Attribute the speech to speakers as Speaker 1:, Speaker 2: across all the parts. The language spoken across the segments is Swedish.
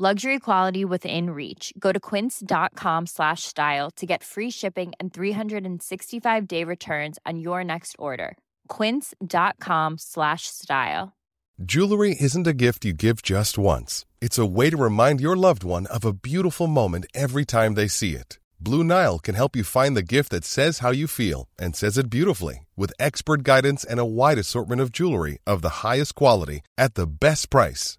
Speaker 1: Luxury quality within reach. Go to quince.com slash style to get free shipping and 365 day returns on your next order. Quince.com slash style.
Speaker 2: Jewelry isn't a gift you give just once. It's a way to remind your loved one of a beautiful moment every time they see it. Blue Nile can help you find the gift that says how you feel and says it beautifully with expert guidance and a wide assortment of jewelry of the highest quality at the best price.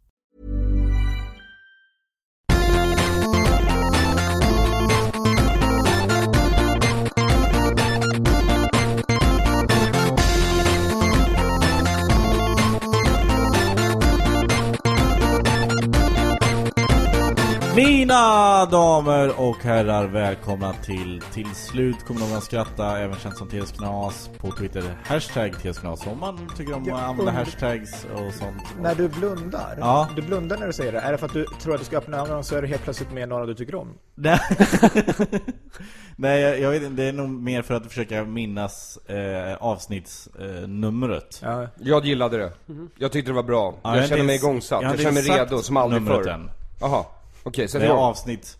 Speaker 3: Mina damer och herrar, välkomna till Till slut kommer någon att skratta, även känd som TS Knas på Twitter. Hashtag TS Knas om man tycker om
Speaker 4: Ja,
Speaker 3: att använda
Speaker 4: und-
Speaker 3: hashtags och sånt.
Speaker 4: När du blundar,
Speaker 3: Ja.
Speaker 4: du blundar när du säger det, är det för att du tror att du ska öppna ögonen så är du helt plötsligt med några du tycker om?
Speaker 3: Nej, Nej jag, jag vet inte, det är nog mer för att försöka minnas eh, avsnittsnumret. Eh, numret.
Speaker 4: Ja.
Speaker 5: Jag gillade det. Jag tyckte det var bra.
Speaker 3: Ja,
Speaker 5: jag känner
Speaker 3: inte
Speaker 5: mig
Speaker 3: ex-
Speaker 5: igångsatt. Jag,
Speaker 3: har inte
Speaker 5: känner mig
Speaker 3: exakt
Speaker 5: redo som aldrig
Speaker 3: numret
Speaker 5: förr. Jaha,
Speaker 3: än.
Speaker 5: okej, sätt
Speaker 3: Det är
Speaker 5: igång.
Speaker 3: avsnitt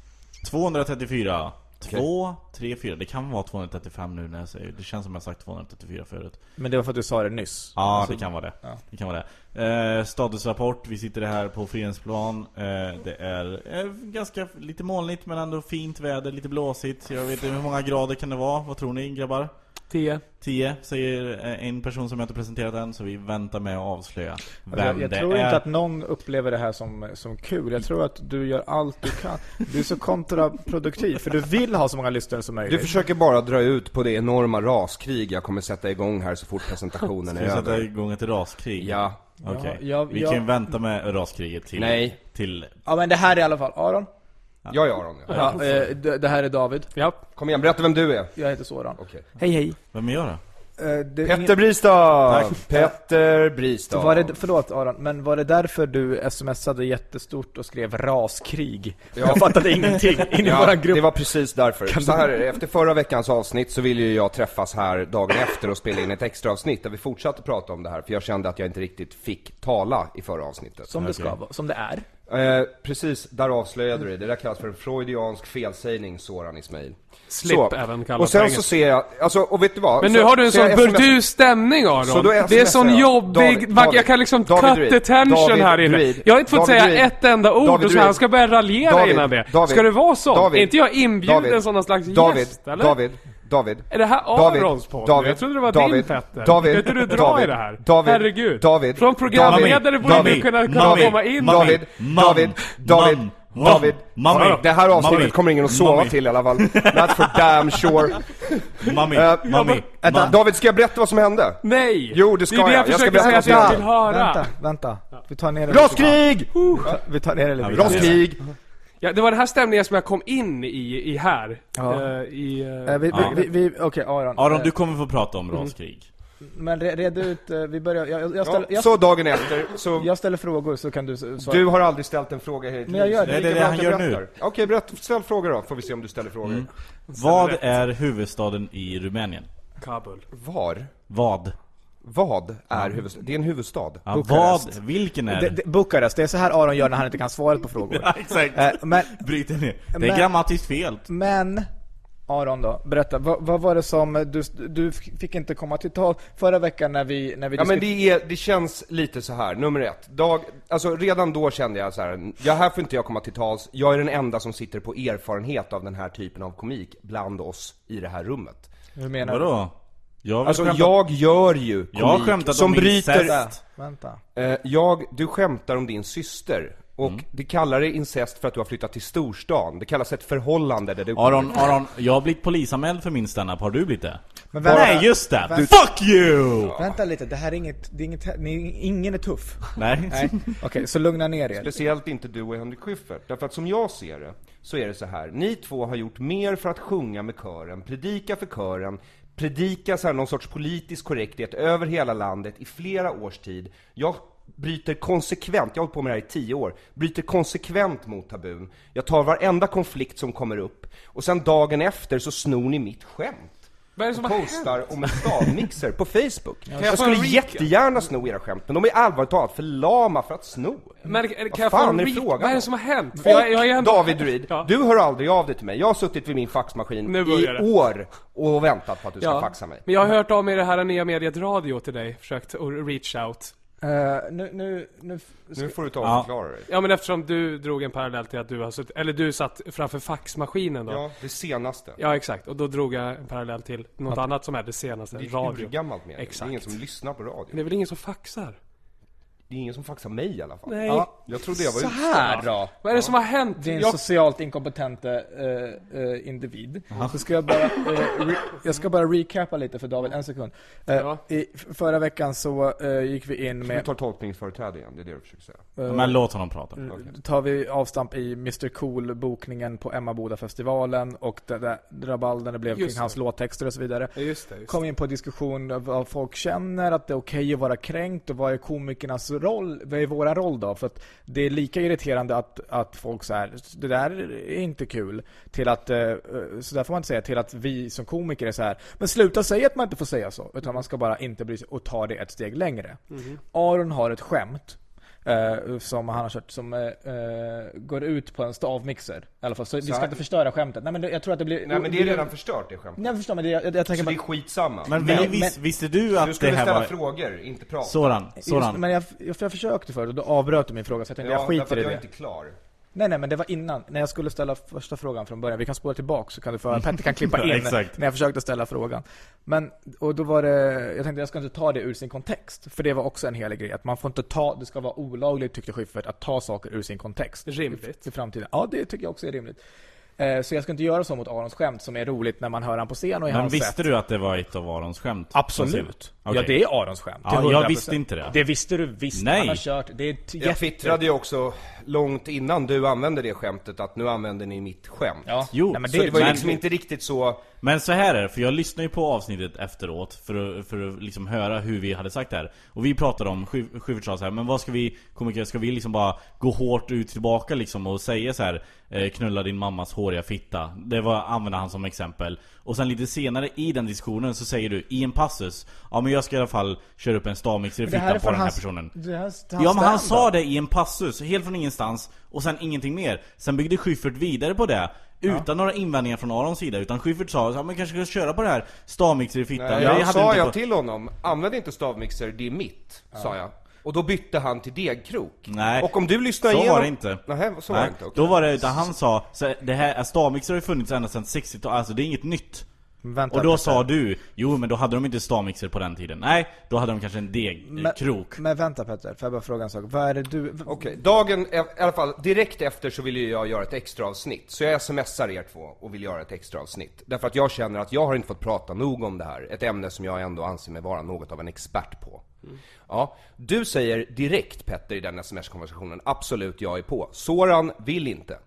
Speaker 3: 234. 2, 3, 4. Det kan vara 235 nu när jag säger det. Det känns som jag sagt 234 förut.
Speaker 4: Men det var för att du sa det nyss. Alltså,
Speaker 3: Ja,
Speaker 5: Alltså,
Speaker 3: det kan vara det. det, kan vara det. Eh, statusrapport, vi sitter här på Frihetsplan. Eh, det är eh, ganska lite molnigt men ändå fint väder, lite blåsigt. Jag vet inte hur många grader kan det vara? Vad tror ni grabbar?
Speaker 6: 10.
Speaker 3: 10 säger eh, en person som jag inte presenterat än, så vi väntar med att avslöja vem
Speaker 4: Alltså, jag jag
Speaker 3: det
Speaker 4: tror
Speaker 3: är.
Speaker 4: inte att någon upplever det här som, som kul. Jag tror att du gör allt du kan. Du är så kontraproduktiv, för du vill ha så många lyssnare som
Speaker 5: Du
Speaker 4: möjligt.
Speaker 5: försöker bara dra ut på det enorma raskrig jag kommer sätta igång här så fort presentationen
Speaker 3: Ska
Speaker 5: är
Speaker 3: vi sätta
Speaker 5: över.
Speaker 3: igång ett raskrig?
Speaker 5: Ja.
Speaker 3: Okej.
Speaker 4: jag-
Speaker 3: vi
Speaker 4: jag-
Speaker 3: kan ju vänta med raskriget till...
Speaker 5: Nej.
Speaker 3: Till...
Speaker 4: Ja men det här är i alla fall Aron.
Speaker 5: Jag är Aron. Ja.
Speaker 6: Ja, eh, det, det här är David. Ja.
Speaker 5: Kom igen, berätta vem du är.
Speaker 4: Jag heter Soran.
Speaker 5: Okej.
Speaker 6: Hej hej.
Speaker 3: Vem är jag då?
Speaker 4: Eh, det är
Speaker 5: Petter Bristav!
Speaker 3: Tack.
Speaker 5: Petter Bristav.
Speaker 4: Var det, förlåt Aron, men var det därför du smsade jättestort och skrev raskrig?
Speaker 5: Ja.
Speaker 4: Jag fattade ingenting in i
Speaker 5: Ja,
Speaker 4: våran grupp.
Speaker 5: det var precis därför. Så här är det, efter förra veckans avsnitt så ville ju jag träffas här dagen efter och spela in ett extra avsnitt där vi fortsatte prata om det här, för jag kände att jag inte riktigt fick tala i förra avsnittet.
Speaker 4: Som det ska vara, som det är.
Speaker 5: Eh, precis, där avslöjade du det. Det där kallas för en freudiansk felsägning, Soran Ismail.
Speaker 6: Slip
Speaker 5: Så.
Speaker 6: även kallat
Speaker 5: Och
Speaker 6: på
Speaker 5: sen så
Speaker 6: engelska.
Speaker 5: ser jag, alltså, och vet du vad?
Speaker 6: Men
Speaker 5: Så-
Speaker 6: nu har du en
Speaker 5: så jag
Speaker 6: sån
Speaker 5: smsar
Speaker 6: burdus stämning Aron.
Speaker 5: Så då
Speaker 6: det är
Speaker 5: smsar
Speaker 6: sån
Speaker 5: jag.
Speaker 6: jobbig...
Speaker 5: David,
Speaker 6: man-
Speaker 5: David,
Speaker 6: jag kan liksom
Speaker 5: David
Speaker 6: cut
Speaker 5: Druid,
Speaker 6: the tension
Speaker 5: David
Speaker 6: här inne.
Speaker 5: Druid,
Speaker 6: jag har inte fått
Speaker 5: David
Speaker 6: säga
Speaker 5: Druid,
Speaker 6: ett enda ord
Speaker 5: David
Speaker 6: och så
Speaker 5: Druid,
Speaker 6: här, han ska börja raljera
Speaker 5: David,
Speaker 6: innan det.
Speaker 5: David,
Speaker 6: ska det vara sånt?
Speaker 5: David,
Speaker 6: är inte jag inbjuden
Speaker 5: David,
Speaker 6: som någon slags
Speaker 5: David,
Speaker 6: gäst eller?
Speaker 5: David, David.
Speaker 6: Är det här
Speaker 5: David,
Speaker 6: Arons podd?
Speaker 5: David,
Speaker 6: jag trodde det var din
Speaker 5: David,
Speaker 6: Petter.
Speaker 5: David,
Speaker 6: kan inte du dra
Speaker 5: David,
Speaker 6: i det här?
Speaker 5: David,
Speaker 6: Herregud.
Speaker 5: David,
Speaker 6: Från programledare
Speaker 3: David,
Speaker 6: borde du
Speaker 3: David,
Speaker 6: kunna kunna
Speaker 3: David,
Speaker 6: komma in.
Speaker 3: David.
Speaker 5: David, David, David,
Speaker 3: Mom, mom,
Speaker 5: David.
Speaker 3: mommy,
Speaker 5: Det här avsnittet
Speaker 3: mommy,
Speaker 5: kommer ingen att sova
Speaker 3: mommy.
Speaker 5: till i alla fall. That's for damn sure.
Speaker 3: Mami,
Speaker 5: Eh,
Speaker 3: mami,
Speaker 5: vänta,
Speaker 3: mami.
Speaker 5: David, ska jag berätta vad som hände?
Speaker 6: Nej!
Speaker 5: Jo, det ska
Speaker 6: Det är det
Speaker 5: jag.
Speaker 6: jag
Speaker 5: Jag ska
Speaker 6: försöker säga att
Speaker 5: berätta
Speaker 6: jag
Speaker 5: vad
Speaker 6: vill
Speaker 5: som
Speaker 6: höra.
Speaker 4: Vänta, vänta. Vi tar ner det lite grann.
Speaker 5: Raskrig!
Speaker 4: Vi tar ner det lite grann.
Speaker 5: Raskrig!
Speaker 6: Ja, det var den här stämningen som jag kom in i, i här.
Speaker 4: Ja.
Speaker 6: Eh, i, eh,
Speaker 4: Eh, vi,
Speaker 3: Ja.
Speaker 4: vi, vi, vi, Okej Aron.
Speaker 3: Aron,
Speaker 4: Eh,
Speaker 3: du kommer få prata om raskrig.
Speaker 4: Men re- red ut, eh, vi börjar, jag, jag, ställer,
Speaker 5: Ja,
Speaker 4: jag,
Speaker 5: så dagen efter, så...
Speaker 4: jag ställer frågor så kan du s- svara.
Speaker 5: Du har aldrig ställt en fråga här i ditt
Speaker 4: Men jag
Speaker 5: liv,
Speaker 4: gör
Speaker 5: så
Speaker 4: det.
Speaker 5: är
Speaker 3: Det är
Speaker 5: lika
Speaker 3: det
Speaker 5: bra
Speaker 3: han
Speaker 5: att jag
Speaker 3: gör nu.
Speaker 5: berättar. Okej, berätta, ställ frågor då, får vi se om du ställer frågor.
Speaker 3: Vad är huvudstaden i Rumänien?
Speaker 6: Kabul.
Speaker 5: Var?
Speaker 3: Vad?
Speaker 5: Vad är huvudstad? Det är en huvudstad.
Speaker 3: Ja,
Speaker 4: Bukarest.
Speaker 3: vad? Vilken är
Speaker 4: Det-
Speaker 3: det?
Speaker 4: det- Bukarest, det är så här Aron gör när han inte kan svaret på frågor.
Speaker 3: Ja, Exakt.
Speaker 4: Eh, men,
Speaker 3: Bryt det ner. Det är
Speaker 4: Men-
Speaker 3: grammatiskt fel.
Speaker 4: men, Aron då, berätta, vad, vad var det som, du, du f- fick inte komma till tal förra veckan när vi, när vi
Speaker 5: Ja men
Speaker 4: diskuterade-
Speaker 5: det, är, det känns lite så här, nummer ett. Dag, alltså redan då kände jag så här, ja, här får inte jag komma till tals. Jag är den enda som sitter på erfarenhet av den här typen av komik bland oss i det här rummet.
Speaker 4: Hur menar du?
Speaker 3: Vadå? Jag har väl
Speaker 5: Alltså
Speaker 3: skämtat-
Speaker 5: jag gör ju komik
Speaker 3: jag har skämtat
Speaker 5: som
Speaker 3: om
Speaker 5: bryter...
Speaker 3: incest.
Speaker 4: Vänta.
Speaker 5: Eh, jag, du skämtar om din syster. Och
Speaker 3: Mm.
Speaker 5: det kallar det incest för att du har flyttat till storstan. Det kallas ett förhållande där du...
Speaker 3: Aron, Aron, jag har blivit polisanmäld för min standup, har du blivit det?
Speaker 7: Men vänta,
Speaker 3: Nej just det!
Speaker 7: Du-
Speaker 3: Fuck you!
Speaker 7: vänta lite, det här är inget, det är inget ni, ingen är tuff.
Speaker 3: Nej.
Speaker 7: Nej, okej, så lugna ner er.
Speaker 5: Speciellt inte du och Henrik Schyffert. Därför att som jag ser det, så är det så här. Ni två har gjort mer för att sjunga med kören, predika för kören, predika så här någon sorts politisk korrekthet över hela landet i flera års tid. Jag bryter konsekvent, jag har hållit på med det här i tio år, bryter konsekvent mot tabun. Jag tar varenda konflikt som kommer upp och sen dagen efter så snor ni mitt skämt.
Speaker 6: Vad är det som har hänt?
Speaker 5: postar om en stavmixer på Facebook.
Speaker 6: jag
Speaker 5: Jag
Speaker 6: få
Speaker 5: skulle
Speaker 6: en recap?
Speaker 5: jättegärna sno era skämt, men de är allvarligt talat för lama för att sno.
Speaker 6: Men kan
Speaker 5: Vad
Speaker 6: jag få
Speaker 5: fan
Speaker 6: en
Speaker 5: är det
Speaker 6: re-
Speaker 5: frågan
Speaker 6: Vad är
Speaker 5: om?
Speaker 6: det som har hänt? För
Speaker 5: Och
Speaker 6: jag, jag är ändå-
Speaker 5: David Druid,
Speaker 6: Ja.
Speaker 5: du hör aldrig av dig till mig. Jag har suttit vid min faxmaskin
Speaker 6: Nu
Speaker 5: i
Speaker 6: börjar det.
Speaker 5: år och väntat på att du ska
Speaker 6: Ja.
Speaker 5: faxa mig.
Speaker 6: Men jag har hört av mig i det här nya mediet radio till dig, försökt att reach out.
Speaker 7: Eh, nu, nu, nu, f-
Speaker 5: Nu får du ta
Speaker 3: Ja.
Speaker 5: och förklara dig.
Speaker 6: Ja men eftersom du drog en parallell till att du har suttit, eller du satt framför faxmaskinen då. Ja.
Speaker 5: Ja, det senaste.
Speaker 6: exakt, och då drog jag en parallell till något annat som är det senaste,
Speaker 5: Det är
Speaker 6: radio.
Speaker 5: urgammalt med Det är
Speaker 6: Exakt.
Speaker 5: ingen som lyssnar på radio.
Speaker 6: Men det är väl ingen som faxar?
Speaker 5: Det är ingen som faxar mig i alla fall.
Speaker 6: Nej.
Speaker 7: ja,
Speaker 5: Jag trodde jag var
Speaker 7: så
Speaker 5: ute.
Speaker 7: här då.
Speaker 6: Vad är det som har hänt?
Speaker 7: Det är en
Speaker 6: Jag-
Speaker 7: socialt inkompetent eh, eh, individ. Så ska jag bara, eh, re, jag ska bara recapa lite för David, en sekund. Eh,
Speaker 6: Ja.
Speaker 7: i, förra veckan så eh, gick vi in
Speaker 5: Du
Speaker 7: med,
Speaker 5: tar tolkningsföreträde igen, det är det du försöker säga.
Speaker 3: Men låt honom prata.
Speaker 6: Mm.
Speaker 7: tar vi avstamp i Mr Cool bokningen på Emmaboda festivalen och det där rabaldern det blev
Speaker 6: Just
Speaker 7: kring
Speaker 6: det.
Speaker 7: hans låttexter och så vidare.
Speaker 6: Ja, just det, just det.
Speaker 7: kom in på diskussion av vad folk känner, att det är okej att vara kränkt och vad är komikernas roll, vad är våra roll då? För att det är lika irriterande att, att folk så här, det där är inte kul, till att, eh, eh, så där får man inte säga, till att vi som komiker är så här, men sluta säga att man inte får säga så, utan man ska bara inte bry sig och ta det ett steg längre.
Speaker 5: Mhm.
Speaker 7: Aron har ett skämt. eh, som han har kört som eh, eh, går ut på en stavmixer. I alla fall. Så, vi ska
Speaker 5: här-
Speaker 7: inte förstöra skämtet. Nej men det, jag tror att det blir...
Speaker 5: Nej men det är redan förstört det skämtet.
Speaker 7: Nej förstår men det, jag, jag, jag tänker
Speaker 5: Så det
Speaker 7: bara-
Speaker 5: är skitsamma.
Speaker 3: Men, vi,
Speaker 7: Men-
Speaker 3: vis,
Speaker 7: men-
Speaker 3: visste du
Speaker 5: Du
Speaker 3: att det
Speaker 5: skulle
Speaker 3: här
Speaker 5: ställa
Speaker 3: var...
Speaker 5: frågor, inte prata.
Speaker 3: Sådan,
Speaker 7: Just,
Speaker 3: sådan.
Speaker 7: men jag, jag, jag försökte förut och då avbröt du min fråga så jag tänkte
Speaker 5: Ja,
Speaker 7: jag
Speaker 5: därför
Speaker 7: skiter i
Speaker 5: att
Speaker 7: det.
Speaker 5: jag är inte klar.
Speaker 7: Nej nej men det var innan, när jag skulle ställa första frågan från början. Vi kan spola tillbaka så kan du få, Petter kan klippa in
Speaker 3: Ja, exakt.
Speaker 7: när jag försökte ställa frågan. Men, och då var det, jag tänkte jag ska inte ta det ur sin kontext. För det var också en helig grej, att man får inte ta, det ska vara olagligt tyckte Schyffert att ta saker ur sin kontext.
Speaker 6: Rimligt.
Speaker 7: I, i framtiden. Ja det tycker jag också är rimligt. Eh, så jag ska inte göra så mot Arons skämt som är roligt när man hör han på scen och i
Speaker 3: Men
Speaker 7: hans
Speaker 3: visste
Speaker 7: sätt.
Speaker 3: du att det var ett av Arons skämt?
Speaker 7: Absolut.
Speaker 3: Okej.
Speaker 7: Ja det är Arons skämt. till
Speaker 3: Ja, jag
Speaker 7: 100%.
Speaker 3: visste inte det.
Speaker 7: Det visste du visst.
Speaker 3: Nej.
Speaker 7: Han har kört, det är ett
Speaker 5: Jag
Speaker 7: jätte...
Speaker 5: twittrade ju också långt innan du använde det skämtet att nu använder ni mitt skämt.
Speaker 7: Ja.
Speaker 3: Jo,
Speaker 7: Nej, men
Speaker 5: Så det, var ju
Speaker 3: men-
Speaker 5: liksom inte riktigt så...
Speaker 3: Men så här är det, för jag lyssnade ju på avsnittet efteråt för att, för att liksom höra hur vi hade sagt det här Och vi pratade om, Schy- Schyffert sa så här, men vad ska vi komiker, ska vi liksom bara gå hårt ut tillbaka liksom och säga så här eh, Knulla din mammas håriga fitta Det var, använde han som exempel Och sen lite senare i den diskussionen så säger du i en passus Ja men jag ska i alla fall köra upp en stavmixer i
Speaker 7: det här
Speaker 3: fittan
Speaker 7: är
Speaker 3: på
Speaker 7: från
Speaker 3: den här
Speaker 7: hans-
Speaker 3: personen
Speaker 7: det här är hans
Speaker 3: Ja men han
Speaker 7: stand-up.
Speaker 3: sa det i en passus, helt från ingenstans Och sen ingenting mer Sen byggde Schyffert vidare på det Utan några invändningar från Arons sida Utan Schyffert sa ja, men kanske ska köra på det här Stavmixer i fittan
Speaker 5: Nej,
Speaker 3: Jag
Speaker 5: eh, jag
Speaker 3: hade
Speaker 5: sa
Speaker 3: inte
Speaker 5: jag
Speaker 3: fått-
Speaker 5: till honom, använd inte stavmixer, det är mitt, sa jag. Och då bytte han till degkrok.
Speaker 3: Nej,
Speaker 5: Och om du lyssnar
Speaker 3: så
Speaker 5: igenom...
Speaker 3: var det inte
Speaker 5: Nej, så var det inte. okej.
Speaker 3: Då var det, utan han sa så här, det här, Stavmixer har ju funnits ända sedan 60-talet, alltså det är inget nytt
Speaker 7: Vänta,
Speaker 3: Och då
Speaker 7: vänta.
Speaker 3: sa du, jo men då hade de inte stavmixer på den tiden Nej, då hade de kanske en
Speaker 7: Men-
Speaker 3: degkrok
Speaker 7: Men vänta Petter, får jag bara fråga en sak? Vad är det du... v-
Speaker 5: Okej, dagen, e- i alla fall direkt efter så ville ju jag göra ett extra avsnitt. Så jag smsar er två och vill göra ett extra avsnitt. Därför att jag känner att jag har inte fått prata nog om det här. Ett ämne som jag ändå anser mig vara något av en expert på.
Speaker 3: Mm.
Speaker 5: Ja, du säger direkt Petter i den sms-konversationen, absolut jag är på. Soran vill inte.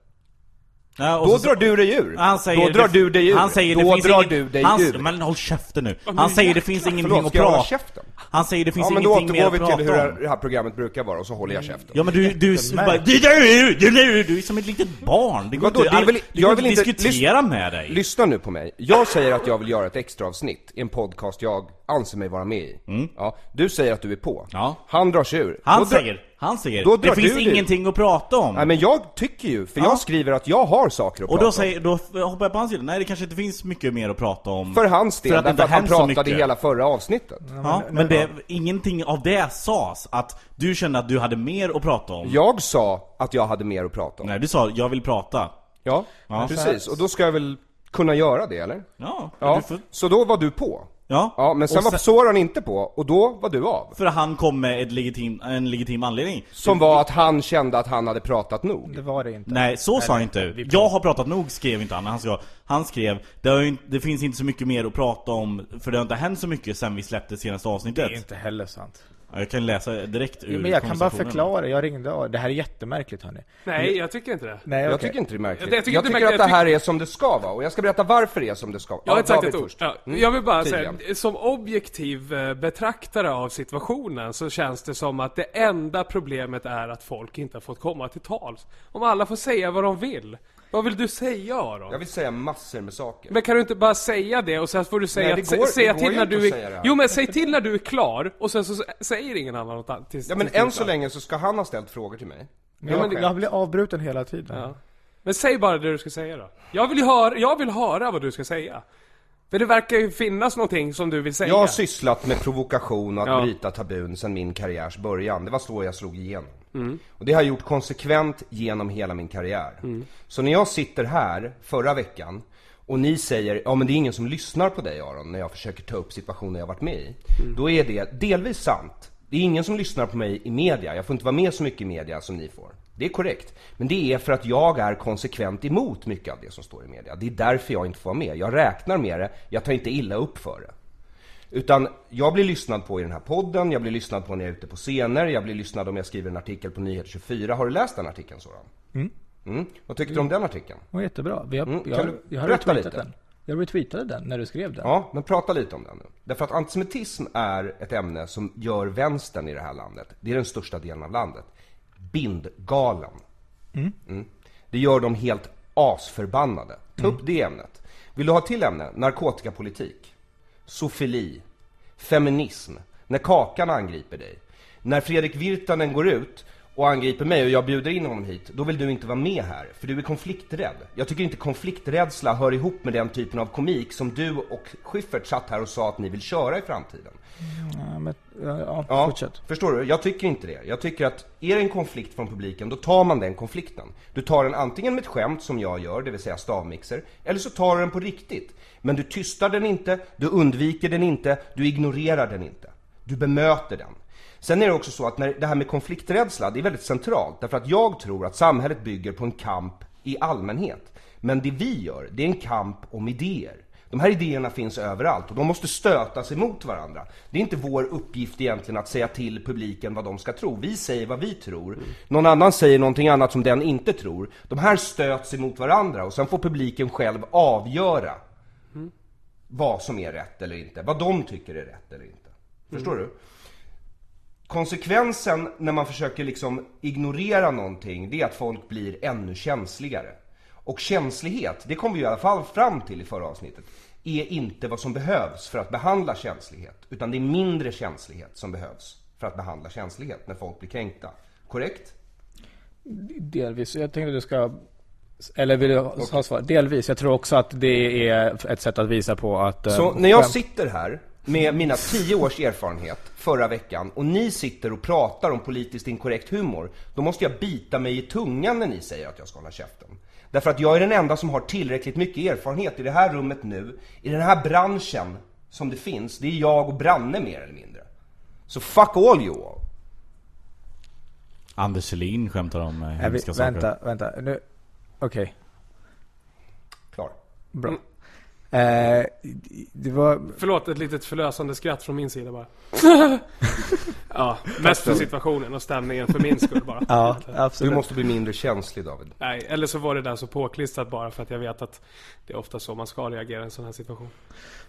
Speaker 3: Ja, och
Speaker 5: Då
Speaker 3: så-
Speaker 5: drar du dig ur.
Speaker 3: Han säger,
Speaker 5: då drar du dig ur.
Speaker 3: Han säger,
Speaker 5: då
Speaker 3: det finns
Speaker 5: drar
Speaker 3: ingen,
Speaker 5: du dig
Speaker 3: han,
Speaker 5: ur.
Speaker 3: Men håll käften nu.
Speaker 6: men
Speaker 3: Han säger det finns ingenting
Speaker 5: Förlåt,
Speaker 3: att
Speaker 5: ska jag hålla
Speaker 3: prata
Speaker 5: käften?
Speaker 3: Han säger det finns
Speaker 5: Ja men då
Speaker 3: ingenting mer
Speaker 5: återgår
Speaker 3: att
Speaker 5: vi till
Speaker 3: prata
Speaker 5: hur
Speaker 3: om.
Speaker 5: det här programmet brukar vara och så håller jag käften.
Speaker 3: Ja men du, du, du bara, du, du, du, du, du är som ett litet barn. Det går
Speaker 5: Vadå,
Speaker 3: inte,
Speaker 5: det är väl-
Speaker 3: det
Speaker 5: jag
Speaker 3: går
Speaker 5: vill
Speaker 3: inte att
Speaker 5: inte-
Speaker 3: diskutera med dig.
Speaker 5: Lyssna nu på mig. Jag säger att jag vill göra ett extra avsnitt i en podcast jag anser mig vara med i. Ja, du säger att du är på.
Speaker 3: Mm. Ja.
Speaker 5: Han drar sig ur.
Speaker 3: Han
Speaker 5: Då drar-
Speaker 3: säger, han säger,
Speaker 5: då
Speaker 3: det
Speaker 5: drar
Speaker 3: finns
Speaker 5: du dig.
Speaker 3: ingenting att prata om.
Speaker 5: Nej men jag tycker ju, för
Speaker 3: Ja.
Speaker 5: jag skriver att jag har saker
Speaker 3: och
Speaker 5: att prata
Speaker 3: då,
Speaker 5: om.
Speaker 3: säger, då hoppar jag på hans sida, nej det kanske inte finns mycket mer att prata om.
Speaker 5: För hans del,
Speaker 3: För att det
Speaker 5: därför
Speaker 3: inte
Speaker 5: att han
Speaker 3: hänt så
Speaker 5: pratade i
Speaker 3: mycket.
Speaker 5: hela förra avsnittet.
Speaker 3: Ja, men det, ingenting av det sades att du kände att du hade mer att prata om.
Speaker 5: Jag sa att jag hade mer att prata om.
Speaker 3: Nej du sa, jag vill prata.
Speaker 5: Ja, precis. Och då ska jag väl kunna göra det eller?
Speaker 3: Ja,
Speaker 5: Ja,
Speaker 3: Du får,
Speaker 5: så då var du på.
Speaker 3: Ja.
Speaker 5: Ja, men sen
Speaker 3: Och
Speaker 5: var Soran inte på, och då var du av.
Speaker 3: För han kom med ett legitim, en legitim anledning.
Speaker 5: Som var att han kände att han hade pratat nog.
Speaker 7: Det var det inte.
Speaker 3: Nej, så sa han inte. Jag har pratat nog, skrev inte han. Han, ska, han skrev, det, har ju, inte- det finns inte så mycket mer att prata om, för det har inte hänt så mycket sen vi släppte senaste
Speaker 7: Det
Speaker 3: avsnittet.
Speaker 7: är inte heller sant.
Speaker 3: Ja, Jag kan läsa direkt ur
Speaker 7: Men jag kan bara
Speaker 3: konversationen.
Speaker 7: förklara, jag ringde av. Det här är jättemärkligt hörni.
Speaker 6: Nej, jag tycker inte det.
Speaker 7: Nej,
Speaker 5: Jag
Speaker 7: okej.
Speaker 5: tycker inte det är märkligt.
Speaker 6: Jag
Speaker 5: Jag
Speaker 6: tycker
Speaker 5: tycker,
Speaker 6: inte det är
Speaker 5: att det
Speaker 6: märkligt.
Speaker 5: här är som det ska vara, och jag ska berätta varför det är som det ska vara.
Speaker 6: Jag har inte sagt
Speaker 5: David
Speaker 6: ett ord.
Speaker 5: först.
Speaker 6: Ja,
Speaker 5: Mm,
Speaker 6: jag vill bara säga,
Speaker 5: tydligen.
Speaker 6: som objektiv eh, betraktare av situationen så känns det som att det enda problemet är att folk inte har fått komma till tals. Om alla får säga vad de vill, vad vill du säga Aron?
Speaker 5: Jag vill säga massor med saker.
Speaker 6: Men kan du inte bara säga det och sen får du säga,
Speaker 5: Nej, det går-
Speaker 6: sä- säga
Speaker 5: det går
Speaker 6: till
Speaker 5: ju
Speaker 6: när
Speaker 5: inte
Speaker 6: du
Speaker 5: att säga det
Speaker 6: är...
Speaker 5: här.
Speaker 6: Jo men säg till när du är klar och sen så s- säger ingen annan något annat. tills-
Speaker 5: Ja men
Speaker 6: tills du är
Speaker 5: än så
Speaker 6: klar.
Speaker 5: länge så ska han ha ställt frågor till mig.
Speaker 7: Men jag, jag blir avbruten hela tiden.
Speaker 6: Ja. Men säg bara det du ska säga då. Jag vill, ju höra, jag vill höra vad du ska säga. För det verkar ju finnas någonting som du vill säga.
Speaker 5: Jag har sysslat med provokation och att
Speaker 6: Ja.
Speaker 5: bryta tabun sedan min karriärs början. Det var så jag slog igenom. Och det har jag gjort konsekvent genom hela min karriär. Så när jag sitter här förra veckan och ni säger, ja men det är ingen som lyssnar på dig Aron när jag försöker ta upp situationer jag varit med i. Då är det delvis sant. Det är ingen som lyssnar på mig i media. Jag får inte vara med så mycket i media som ni får. Det är korrekt. Men det är för att jag är konsekvent emot mycket av det som står i media. Det är därför jag inte får vara med. Jag räknar med det. Jag tar inte illa upp för det. Utan jag blir lyssnad på i den här podden, jag blir lyssnad på när jag är ute på scener, jag blir lyssnad om jag skriver en artikel på Nyheter 24. Har du läst den artikeln Soran? Mm. Vad tyckte du om den artikeln?
Speaker 7: Det var jättebra. Vi har,
Speaker 5: Mm,
Speaker 7: jag,
Speaker 5: kan du
Speaker 7: jag har
Speaker 5: berätta
Speaker 7: retweetat
Speaker 5: lite?
Speaker 7: den. Jag retweetade den när du skrev den.
Speaker 5: Ja, men prata lite om den nu. Därför att antisemitism är ett ämne som gör vänstern i det här landet, det är den största delen av landet, bindgalen. Mm. Det gör dem helt asförbannade. Ta upp det ämnet. Vill du ha ett till ämne? Narkotikapolitik, sofili, feminism, när Kakan angriper dig. När Fredrik Virtanen går ut och angriper mig och jag bjuder in honom hit, då vill du inte vara med här, för du är konflikträdd. Jag tycker inte konflikträdsla hör ihop med den typen av komik som du och Schyffert satt här och sa att ni vill köra i framtiden.
Speaker 7: Ja, men, ja, ja,
Speaker 5: Ja,
Speaker 7: fortsätt.
Speaker 5: förstår du? Jag tycker inte det. Jag tycker att är det en konflikt från publiken, då tar man den konflikten. Du tar den antingen med ett skämt som jag gör, det vill säga stavmixer, eller så tar du den på riktigt. Men du tystar den inte, du undviker den inte, du ignorerar den inte. Du bemöter den. Sen är det också så att när det här med konflikträdsla, det är väldigt centralt. Därför att jag tror att samhället bygger på en kamp i allmänhet. Men det vi gör, det är en kamp om idéer. De här idéerna finns överallt och de måste stötas emot varandra. Det är inte vår uppgift egentligen att säga till publiken vad de ska tro. Vi säger vad vi tror. Någon annan säger någonting annat som den inte tror. De här stöts emot varandra och sen får publiken själv avgöra vad som är rätt eller inte. Vad de tycker är rätt eller inte. Förstår du? Konsekvensen när man försöker liksom ignorera någonting, det är att folk blir ännu känsligare. Och känslighet, det kom vi i alla fall fram till i förra avsnittet, är inte vad som behövs för att behandla känslighet. Utan det är mindre känslighet som behövs för att behandla känslighet när folk blir kränkta. Korrekt?
Speaker 7: Delvis. Jag tänkte att du ska... Eller vill du ha ha svar? Delvis. Jag tror också att det är ett sätt att visa på att... eh,
Speaker 5: Så när jag
Speaker 7: skämt-
Speaker 5: sitter här med mina tio års erfarenhet förra veckan och ni sitter och pratar om politiskt inkorrekt humor, då måste jag bita mig i tungan när ni säger att jag ska hålla käften. Därför att jag är den enda som har tillräckligt mycket erfarenhet i det här rummet nu, i den här branschen som det finns. Det är jag och Branne mer eller mindre. Så fuck all you all.
Speaker 3: Anders Kjellin skämtar om eh,
Speaker 7: Nej, vi,
Speaker 3: hemska saker.
Speaker 7: vänta, vänta. Nu... Okej.
Speaker 5: Klar.
Speaker 7: Bra.
Speaker 5: Mm.
Speaker 7: Eh, det var...
Speaker 6: Förlåt, ett litet förlösande skratt från min sida bara. ja, mest för situationen och stämningen för min skull bara.
Speaker 7: Ja,
Speaker 5: Du
Speaker 7: absolut.
Speaker 5: måste bli mindre känslig David.
Speaker 6: Nej, eller så var det där så påklistrat bara för att jag vet att det är ofta så man ska reagera i en sån här situation.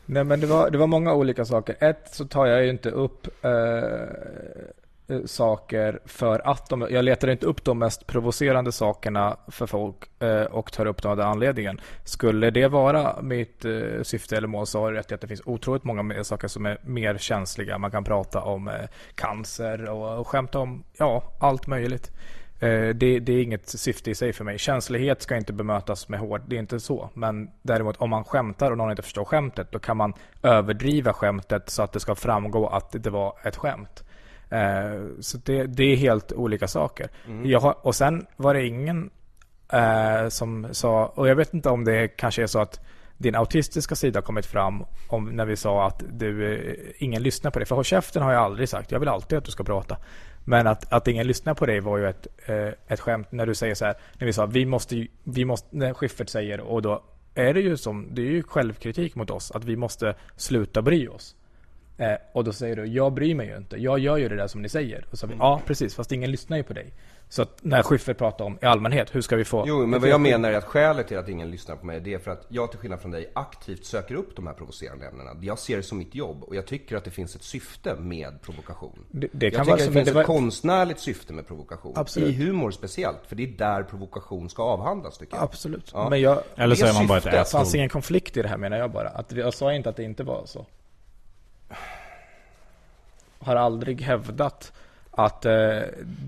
Speaker 7: Nej men det var, det var många olika saker. Ett så tar jag ju inte upp eh, eh, saker för att de, jag letar inte upp de mest provocerande sakerna för folk eh, och tar upp dem av den anledningen. Skulle det vara mitt eh, syfte eller mål så har du rätt i att det finns otroligt många mer saker som är mer känsliga. Man kan prata om eh, cancer och, och skämta om ja, allt möjligt. Eh, Det, det är inget syfte i sig för mig. Känslighet ska inte bemötas med hård, det är inte så. Men däremot om man skämtar och någon inte förstår skämtet, då kan man överdriva skämtet så att det ska framgå att det var ett skämt. Eh, Så det, det är helt olika saker. Jag har, och sen var det ingen eh, som sa, och jag vet inte om det kanske är så att din autistiska sida har kommit fram om när vi sa att du, eh, ingen lyssnar på dig. För håll käften har jag aldrig sagt. Jag vill alltid att du ska prata. Men att, att ingen lyssnar på dig var ju ett, eh, ett skämt när du säger så här. När vi sa vi måste, ju- vi måste när Schyffert säger och då är det ju som, det är ju självkritik mot oss att vi måste sluta bry oss. Eh, och då säger du, jag bryr mig ju inte. Jag gör ju det där som ni säger. Och så, mm. Ja, precis. Fast ingen lyssnar ju på dig. Så att när Schyffert pratar om i allmänhet, hur ska vi få...
Speaker 5: Jo, men vad jag menar är att skälet till att ingen lyssnar på mig det är för att jag till skillnad från dig aktivt söker upp de här provocerande ämnena. Jag ser det som mitt jobb och jag tycker att det finns ett syfte med provokation.
Speaker 7: Det- det kan vara
Speaker 5: jag
Speaker 7: så,
Speaker 5: tycker att
Speaker 7: men
Speaker 5: det finns
Speaker 7: det
Speaker 5: ett
Speaker 7: var-
Speaker 5: konstnärligt syfte med provokation.
Speaker 7: Absolut.
Speaker 5: I humor speciellt, för det är där provokation ska avhandlas tycker jag.
Speaker 7: Absolut.
Speaker 5: Ja.
Speaker 7: Men jag...
Speaker 3: Eller så
Speaker 5: Det
Speaker 3: är man bara ett
Speaker 5: syftet
Speaker 7: Det fanns
Speaker 3: asshole.
Speaker 7: ingen konflikt i det här menar jag bara. Att, jag sa inte att det inte var så. Har aldrig hävdat att... Eh,
Speaker 5: Ska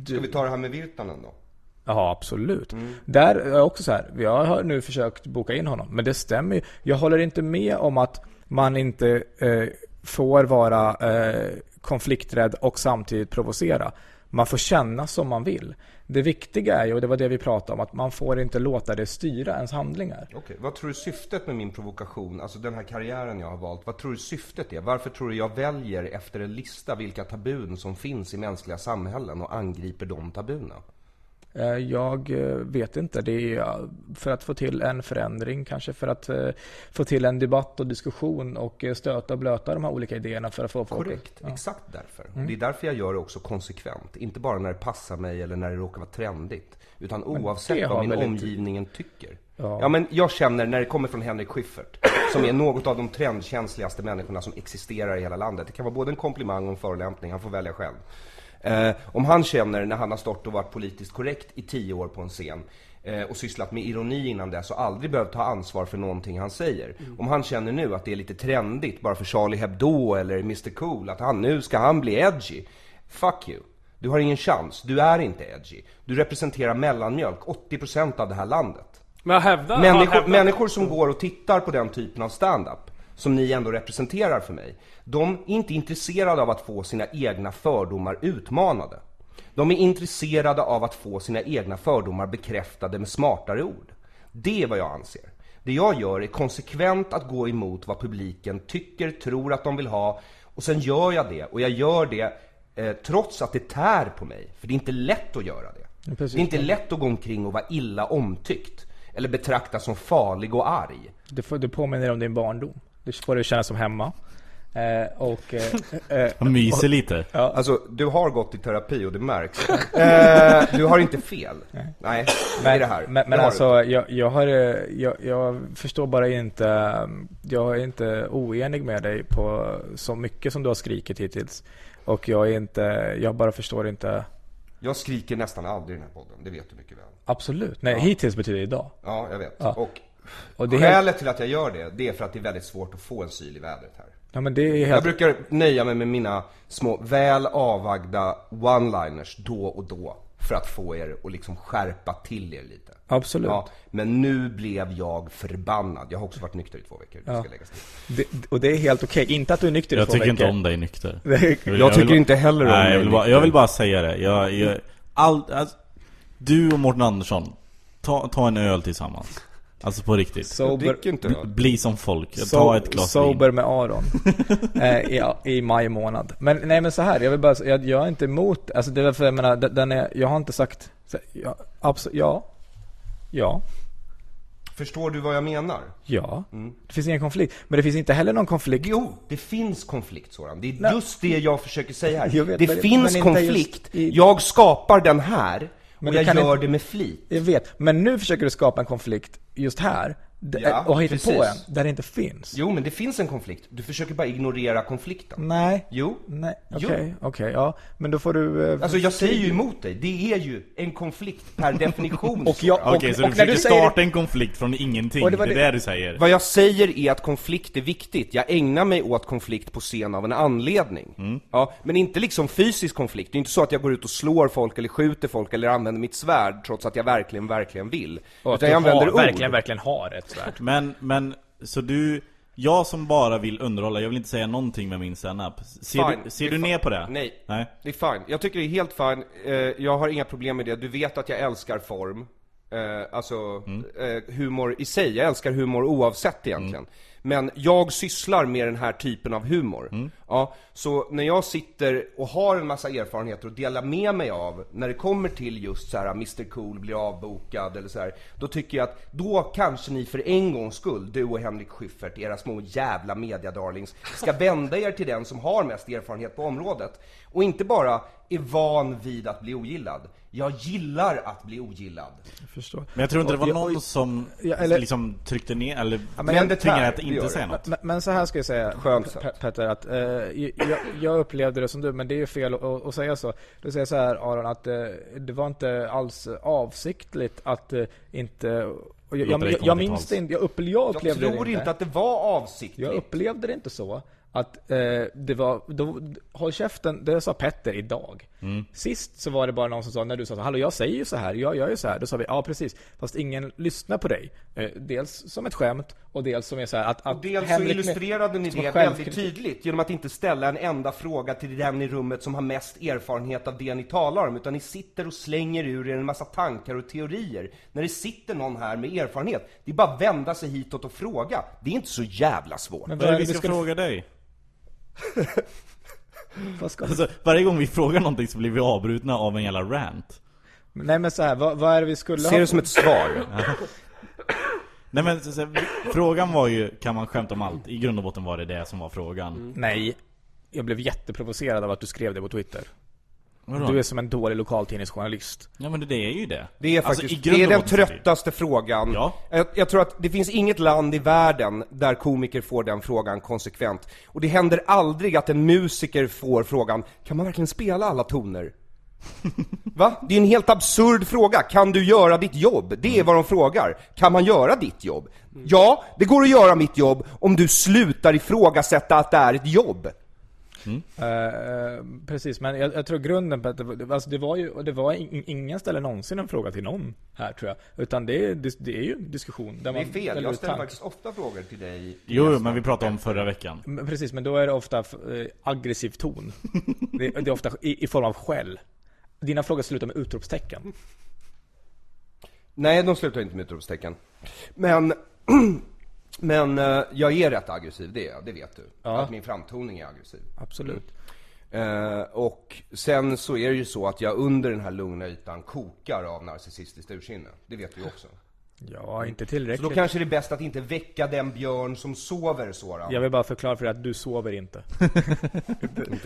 Speaker 5: vi
Speaker 7: du...
Speaker 5: ta det här med Virtanen då?
Speaker 7: Ja, absolut. Där är jag också så här. Jag har nu försökt boka in honom. Men det stämmer ju. Jag håller inte med om att man inte eh, får vara eh, konflikträdd och samtidigt provocera. Man får känna som man vill. Det viktiga är ju, och det var det vi pratade om, att man får inte låta det styra ens handlingar.
Speaker 5: Okej, vad tror du syftet med min provokation, alltså den här karriären jag har valt, vad tror du syftet är? Varför tror du jag väljer efter en lista vilka tabun som finns i mänskliga samhällen och angriper de tabuna?
Speaker 7: Eh, Jag eh, vet inte. Det är eh, för att få till en förändring, kanske för att eh, få till en debatt och diskussion och eh, stöta och blöta de här olika idéerna för att få folk...
Speaker 5: Korrekt,
Speaker 7: Ja. Mm.
Speaker 5: exakt därför. Det är därför jag gör det också konsekvent. Inte bara när det passar mig eller när det råkar vara trendigt. Utan oavsett
Speaker 7: har
Speaker 5: vad min
Speaker 7: väl inte-
Speaker 5: omgivning tycker. Ja.
Speaker 7: Ja.
Speaker 5: men jag känner när det kommer från Henrik Schyffert, som är något av de trendkänsligaste människorna som existerar i hela landet. Det kan vara både en komplimang och en förolämpning, han får välja själv. Eh, om han känner, när han har stått och varit politiskt korrekt i tio år på en scen, eh, och sysslat med ironi innan dess och aldrig behövt ta ansvar för någonting han säger. Om han känner nu att det är lite trendigt bara för Charlie Hebdo eller Mr Cool, att han, nu ska han bli edgy. Fuck you. Du har ingen chans. Du är inte edgy. Du representerar mellanmjölk, 80% av det här landet.
Speaker 6: Men jag hävdar... jag
Speaker 5: Människor,
Speaker 6: hävdar-
Speaker 5: människor som går och tittar på den typen av stand-up som ni ändå representerar för mig, de är inte intresserade av att få sina egna fördomar utmanade. De är intresserade av att få sina egna fördomar bekräftade med smartare ord. Det är vad jag anser. Det jag gör är konsekvent att gå emot vad publiken tycker, tror att de vill ha och sen gör jag det. Och jag gör det eh, trots att det tär på mig, för det är inte lätt att göra det.
Speaker 7: precis.
Speaker 5: det är inte lätt att gå omkring och vara illa omtyckt. Eller betraktas som farlig och arg.
Speaker 7: Det, får, det påminner om din barndom. Du får det kännas som hemma. Eh, och... Eh, eh,
Speaker 3: Han myser lite.
Speaker 5: Alltså, du har gått i terapi och det märks. eh, du har inte fel. Nej, det är det här.
Speaker 7: Men, men
Speaker 5: det har du.
Speaker 7: alltså, jag, jag, har, eh, jag, jag förstår bara inte... eh, Jag är inte oenig med dig på så mycket som du har skrikit hittills. Och jag är inte... Jag bara förstår inte...
Speaker 5: Jag skriker nästan aldrig i den här podden, det vet du mycket väl.
Speaker 7: Absolut. Nej, hittills betyder idag.
Speaker 5: Ja, jag vet.
Speaker 7: Ja.
Speaker 5: Och,
Speaker 7: Och det är helt,
Speaker 5: skälet till att jag gör det, det är för att det är väldigt svårt att få en syl i vädret här.
Speaker 7: ja, men det är helt
Speaker 5: Jag brukar nöja mig med mina små väl avvagda one-liners då och då. För att få er att liksom skärpa till er lite.
Speaker 7: Absolut.
Speaker 5: Ja, men nu blev jag förbannad. Jag har också varit nykter i två veckor. Det ska läggas till.
Speaker 7: Det, och det är helt okej. Inte att du är nykter i
Speaker 3: Jag
Speaker 7: två
Speaker 3: tycker
Speaker 7: veckor.
Speaker 3: inte om dig nykter.
Speaker 7: Det-
Speaker 5: Jag tycker inte heller om
Speaker 3: nej,
Speaker 5: dig
Speaker 3: jag vill, bara,
Speaker 5: nykter.
Speaker 3: jag vill bara säga det. Jag, jag, all, alltså, du och Morten Andersson, ta, ta en öl tillsammans. Alltså på riktigt.
Speaker 5: Jag
Speaker 7: Sober,
Speaker 5: dricker inte öl.
Speaker 3: Bli som folk.
Speaker 7: so-
Speaker 3: Ta ett glas
Speaker 7: sober
Speaker 3: vin.
Speaker 7: med Aron. eh, i, I maj månad. Men nej men så här, jag vill bara jag, jag är inte emot, alltså det är därför jag menar, den- den är, jag har inte sagt, så, ja, absolut, ja. Ja.
Speaker 5: Förstår du vad jag menar?
Speaker 7: Ja.
Speaker 5: Mm.
Speaker 7: Det finns ingen konflikt. Men det finns inte heller någon konflikt.
Speaker 5: Jo, det finns konflikt Soran. Det är
Speaker 7: Nej.
Speaker 5: just det jag försöker säga här.
Speaker 7: Jag vet,
Speaker 5: det
Speaker 7: men-
Speaker 5: finns
Speaker 7: men inte
Speaker 5: konflikt.
Speaker 7: just i-
Speaker 5: Jag skapar den här
Speaker 7: Men
Speaker 5: och
Speaker 7: du
Speaker 5: jag
Speaker 7: kan
Speaker 5: gör
Speaker 7: inte-
Speaker 5: det med flit.
Speaker 7: Jag vet. Men nu försöker du skapa en konflikt just här. d-
Speaker 5: Ja,
Speaker 7: och har hittat på
Speaker 5: precis.
Speaker 7: en, där det inte finns.
Speaker 5: Jo, men det finns en konflikt. Du försöker bara ignorera konflikten.
Speaker 7: Nej.
Speaker 5: Jo.
Speaker 7: Nej,
Speaker 5: Jo.
Speaker 7: okej, okej, ja. Men då får du... eh,
Speaker 5: Alltså jag säger ju emot dig. Det är ju en konflikt per definition.
Speaker 7: Och jag-
Speaker 5: Soran.
Speaker 3: Okej,
Speaker 7: och-
Speaker 3: så du
Speaker 7: och när
Speaker 3: försöker
Speaker 7: du säger-
Speaker 3: starta en konflikt från ingenting.
Speaker 7: Och
Speaker 3: det,
Speaker 7: det var
Speaker 3: är
Speaker 7: det-
Speaker 3: det du säger.
Speaker 5: Vad jag säger är att konflikt är viktigt. Jag ägnar mig åt konflikt på scen av en anledning.
Speaker 7: Mm.
Speaker 5: Ja, men inte liksom fysisk konflikt. Det är inte så att jag går ut och slår folk eller skjuter folk eller använder mitt svärd trots att jag verkligen, verkligen vill.
Speaker 7: Och att
Speaker 5: Utan
Speaker 7: du
Speaker 5: jag använder
Speaker 7: har,
Speaker 5: ord.
Speaker 7: verkligen, verkligen har ett svärd.
Speaker 3: Men, men, så du... Jag som bara vill underhålla, jag vill inte säga någonting med min standup. Ser,
Speaker 5: Fine.
Speaker 3: du, ser
Speaker 5: Det är
Speaker 3: du
Speaker 5: fine.
Speaker 3: ner på det?
Speaker 5: Nej.
Speaker 3: Nej.
Speaker 5: Det är fine. Jag tycker det är helt fine. Eh, Jag har inga problem med det. Du vet att jag älskar form. Eh, alltså
Speaker 3: Mm.
Speaker 5: eh, humor i sig. Jag älskar humor oavsett egentligen.
Speaker 3: Mm.
Speaker 5: Men jag sysslar med den här typen av humor.
Speaker 3: Mm.
Speaker 5: Ja, så när jag sitter och har en massa erfarenheter och delar med mig av när det kommer till just så här Mr Cool blir avbokad eller så här. Då tycker jag att då kanske ni för en gångs skull, du och Henrik Schyffert, era små jävla mediadarlings, ska vända er till den som har mest erfarenhet på området. Och inte bara är van vid att bli ogillad. Jag gillar att bli ogillad.
Speaker 7: Jag förstår.
Speaker 3: Men jag tror inte det var
Speaker 7: Och-
Speaker 3: någon som
Speaker 7: Ja, eller-
Speaker 3: liksom tryckte ner eller
Speaker 5: men
Speaker 3: men
Speaker 5: det
Speaker 3: tvingade
Speaker 5: här,
Speaker 3: att
Speaker 5: det
Speaker 3: inte
Speaker 5: gör
Speaker 3: säga
Speaker 5: det.
Speaker 3: något.
Speaker 7: Men, men så här ska jag säga,
Speaker 5: Skönt
Speaker 7: Pe-
Speaker 5: sätt.
Speaker 7: Petter, att eh, jag, jag upplevde det som du, men det är ju fel att, att säga så. Du säger så här Aron, att eh, det var inte alls avsiktligt att eh, inte... Och jag,
Speaker 3: Låta dig
Speaker 7: jag,
Speaker 3: komma till
Speaker 7: jag minns
Speaker 3: tals.
Speaker 7: det inte, jag, upple, jag
Speaker 5: Jag
Speaker 7: upplevde
Speaker 5: tror
Speaker 7: det
Speaker 5: inte att det var avsiktligt.
Speaker 7: Jag upplevde det inte så. Att eh, det var, då, håll käften, det sa Petter idag. Sist så var det bara någon som sa, när du sa så, hallå jag säger ju så här, jag gör ju så här. Då sa vi, ja precis. Fast ingen lyssnar på dig. Eh, dels som ett skämt och dels som är så här att, att
Speaker 5: Och dels så
Speaker 7: Henrik-
Speaker 5: illustrerade ni
Speaker 7: som
Speaker 5: det väldigt
Speaker 7: självkritik.
Speaker 5: tydligt genom att inte ställa en enda fråga till den i rummet som har mest erfarenhet av det ni talar om. Utan ni sitter och slänger ur er en massa tankar och teorier. När det sitter någon här med erfarenhet, det är bara att vända sig hitåt och fråga. Det är inte så jävla svårt.
Speaker 7: Men
Speaker 3: Vad är det vi
Speaker 7: vi
Speaker 3: ska
Speaker 7: skulle-
Speaker 3: fråga dig?
Speaker 7: Vad ska,
Speaker 3: Alltså, varje gång vi frågar någonting så blir vi avbrutna av en jävla rant.
Speaker 7: nej men så här, vad, vad är det vi skulle
Speaker 5: Ser
Speaker 7: ha?
Speaker 5: det som ett svar.
Speaker 3: Nej men så, så, här, frågan var ju, kan man skämta om allt? I grund och botten var det det som var frågan.
Speaker 7: Nej. Jag blev jätteprovocerad av att du skrev det på Twitter.
Speaker 3: Vadå?
Speaker 7: Du är som en dålig lokaltidningsjournalist.
Speaker 3: Ja men det, det är ju det.
Speaker 5: Det är
Speaker 3: Alltså,
Speaker 5: faktiskt,
Speaker 3: i grund
Speaker 5: det är
Speaker 3: och
Speaker 5: den
Speaker 3: botten så är det-
Speaker 5: tröttaste frågan.
Speaker 3: Ja.
Speaker 5: Jag, jag tror att det finns inget land i världen där komiker får den frågan konsekvent. Och det händer aldrig att en musiker får frågan, kan man verkligen spela alla toner? Va? Det är en helt absurd fråga. Kan du göra ditt jobb? Det är vad de frågar. Kan man göra ditt jobb? Ja, det går att göra mitt jobb om du slutar ifrågasätta att det är ett jobb.
Speaker 7: Eh, eh, precis, men jag, jag tror grunden på att det, var- alltså det var ju, och det var in, ingen ställer någonsin en fråga till någon här tror jag. Utan det, är- det, det är ju en diskussion. Där
Speaker 5: Det är
Speaker 7: man
Speaker 5: fel.
Speaker 7: ställer
Speaker 5: Jag
Speaker 7: ut
Speaker 5: ställer
Speaker 7: tank-
Speaker 5: faktiskt ofta frågor till dig.
Speaker 3: Jo, jo men vi pratade om förra veckan.
Speaker 7: Men Precis, men då är det ofta eh, aggressiv ton. det, det är ofta i, i form av skäll. Dina frågor slutar med utropstecken.
Speaker 5: Nej, de slutar inte med utropstecken. Men, men eh, jag är rätt aggressiv, det är jag, det vet du. Att min framtoning är aggressiv.
Speaker 7: Absolut.
Speaker 5: Eh, och sen så är det ju så att jag under den här lugna ytan kokar av narcissistiskt ursinne. Det vet du ju också.
Speaker 7: Ja, inte
Speaker 5: Så då
Speaker 7: tillräckligt.
Speaker 5: kanske det är bäst att inte väcka den björn som sover, Soran.
Speaker 7: Jag vill bara förklara för dig att du sover inte.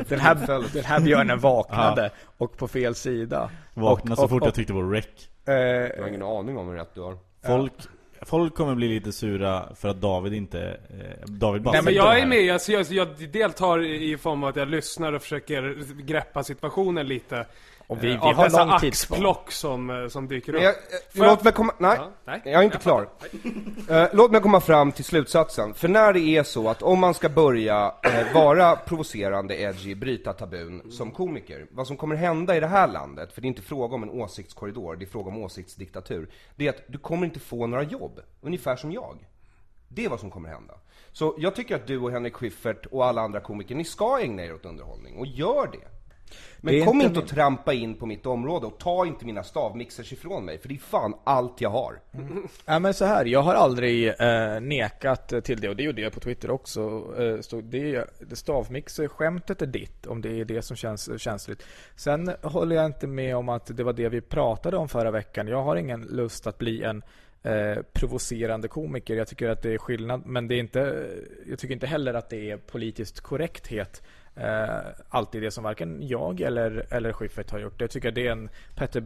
Speaker 7: den, här, den här björnen vaknade och på fel sida.
Speaker 3: Vakna
Speaker 7: och,
Speaker 3: så
Speaker 7: och,
Speaker 3: fort
Speaker 7: och,
Speaker 3: jag tyckte det var rec.
Speaker 7: eh,
Speaker 5: Jag har ingen aning om hur rätt du har.
Speaker 3: Folk, folk kommer bli lite sura för att David inte... Eh, David bara
Speaker 6: Nej men
Speaker 3: säger det
Speaker 6: jag
Speaker 3: här.
Speaker 6: är med, alltså, jag, jag deltar i form av att jag lyssnar och försöker greppa situationen lite.
Speaker 7: Och vi- vi
Speaker 6: eh, av
Speaker 7: har
Speaker 6: dessa
Speaker 7: lång tid kvar.
Speaker 6: axplock som, eh, som dyker upp.
Speaker 5: Men jag,
Speaker 6: Får
Speaker 5: jag, eh,
Speaker 6: jag-
Speaker 5: låt mig komma, nej,
Speaker 6: Ja, nej.
Speaker 5: jag är inte
Speaker 6: Jag
Speaker 5: klar. Eh, låt mig komma fram till slutsatsen. För när det är så att om man ska börja eh, vara provocerande, edgy, bryta tabun som komiker, vad som kommer hända i det här landet, för det är inte fråga om en åsiktskorridor, det är fråga om åsiktsdiktatur, det är att du kommer inte få några jobb, ungefär som jag. Det är vad som kommer hända. Så jag tycker att du och Henrik Schyffert och alla andra komiker, ni ska ägna er åt underhållning, och gör det. Men
Speaker 7: Det är
Speaker 5: kom
Speaker 7: inte
Speaker 5: inte,
Speaker 7: min-
Speaker 5: och trampa in på mitt område och ta inte mina stavmixers ifrån mig, för det är fan allt jag har.
Speaker 7: Ja men så här, jag har aldrig eh, nekat till det och det gjorde jag på Twitter också. Eh, så det är, det stavmixer, skämtet är ditt om det är det som känns känsligt. Sen håller jag inte med om att det var det vi pratade om förra veckan. Jag har ingen lust att bli en eh, provocerande komiker. Jag tycker att det är skillnad, men det är inte, jag tycker inte heller att det är politiskt korrekthet. Eh, alltid det som varken jag eller, eller Schyffert har gjort. Jag tycker att det är en Petter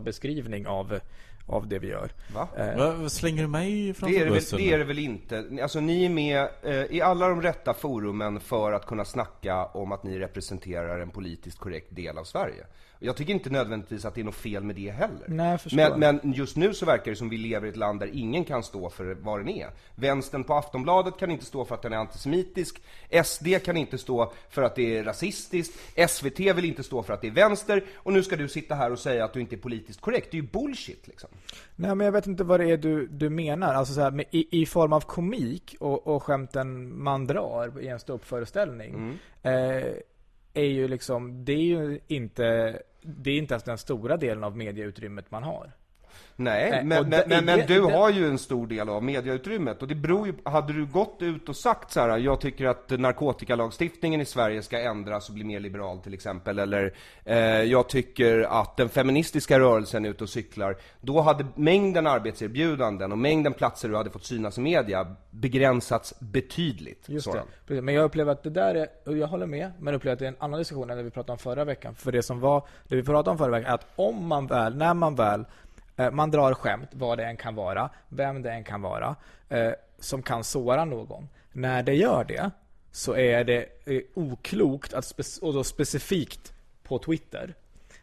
Speaker 7: Bristav-beskrivning av, av det vi gör.
Speaker 5: Va?
Speaker 3: Va, slänger du mig
Speaker 5: Det är
Speaker 3: framför
Speaker 5: det, väl,
Speaker 3: bussen?
Speaker 5: det är det väl inte? Alltså ni är med eh, i alla de rätta forumen för att kunna snacka om att ni representerar en politiskt korrekt del av Sverige. Och Jag tycker inte nödvändigtvis att det är något fel med det heller.
Speaker 7: Nej, jag förstår.
Speaker 5: men, men just nu så verkar det som vi lever i ett land där ingen kan stå för vad den är. Vänstern på Aftonbladet kan inte stå för att den är antisemitisk. SD kan inte stå för att det är rasistiskt. SVT vill inte stå för att det är vänster. Och nu ska du sitta här och säga att du inte är politiskt korrekt. Det är ju bullshit liksom.
Speaker 7: Nej men jag vet inte vad det är du, du menar. Alltså så här, med, i, i form av komik och, och skämten man drar i en ståuppföreställning. Eh, är ju liksom, det är ju inte, det är inte ens den stora delen av medieutrymmet man har.
Speaker 5: Nej,
Speaker 7: Nej, och
Speaker 5: men, men,
Speaker 7: det-
Speaker 5: men, men
Speaker 7: det-
Speaker 5: du
Speaker 7: det-
Speaker 5: har ju en stor del av mediautrymmet och det beror ju, hade du gått ut och sagt så här, jag tycker att narkotikalagstiftningen i Sverige ska ändras och bli mer liberal till exempel, eller eh, jag tycker att den feministiska rörelsen är ute och cyklar, då hade mängden arbetserbjudanden och mängden platser du hade fått synas i media begränsats betydligt.
Speaker 7: Just
Speaker 5: Soran.
Speaker 7: det. Precis. Men jag upplever att det där är, och jag håller med, men jag upplever att det är en annan diskussion än det vi pratade om förra veckan. För det som var, det vi pratade om förra veckan, är att om man väl, när man väl, eh, man drar skämt, vad det än kan vara, vem det än kan vara, eh, som kan såra någon. När det gör det, så är det eh, oklokt, att spec- och då specifikt på Twitter,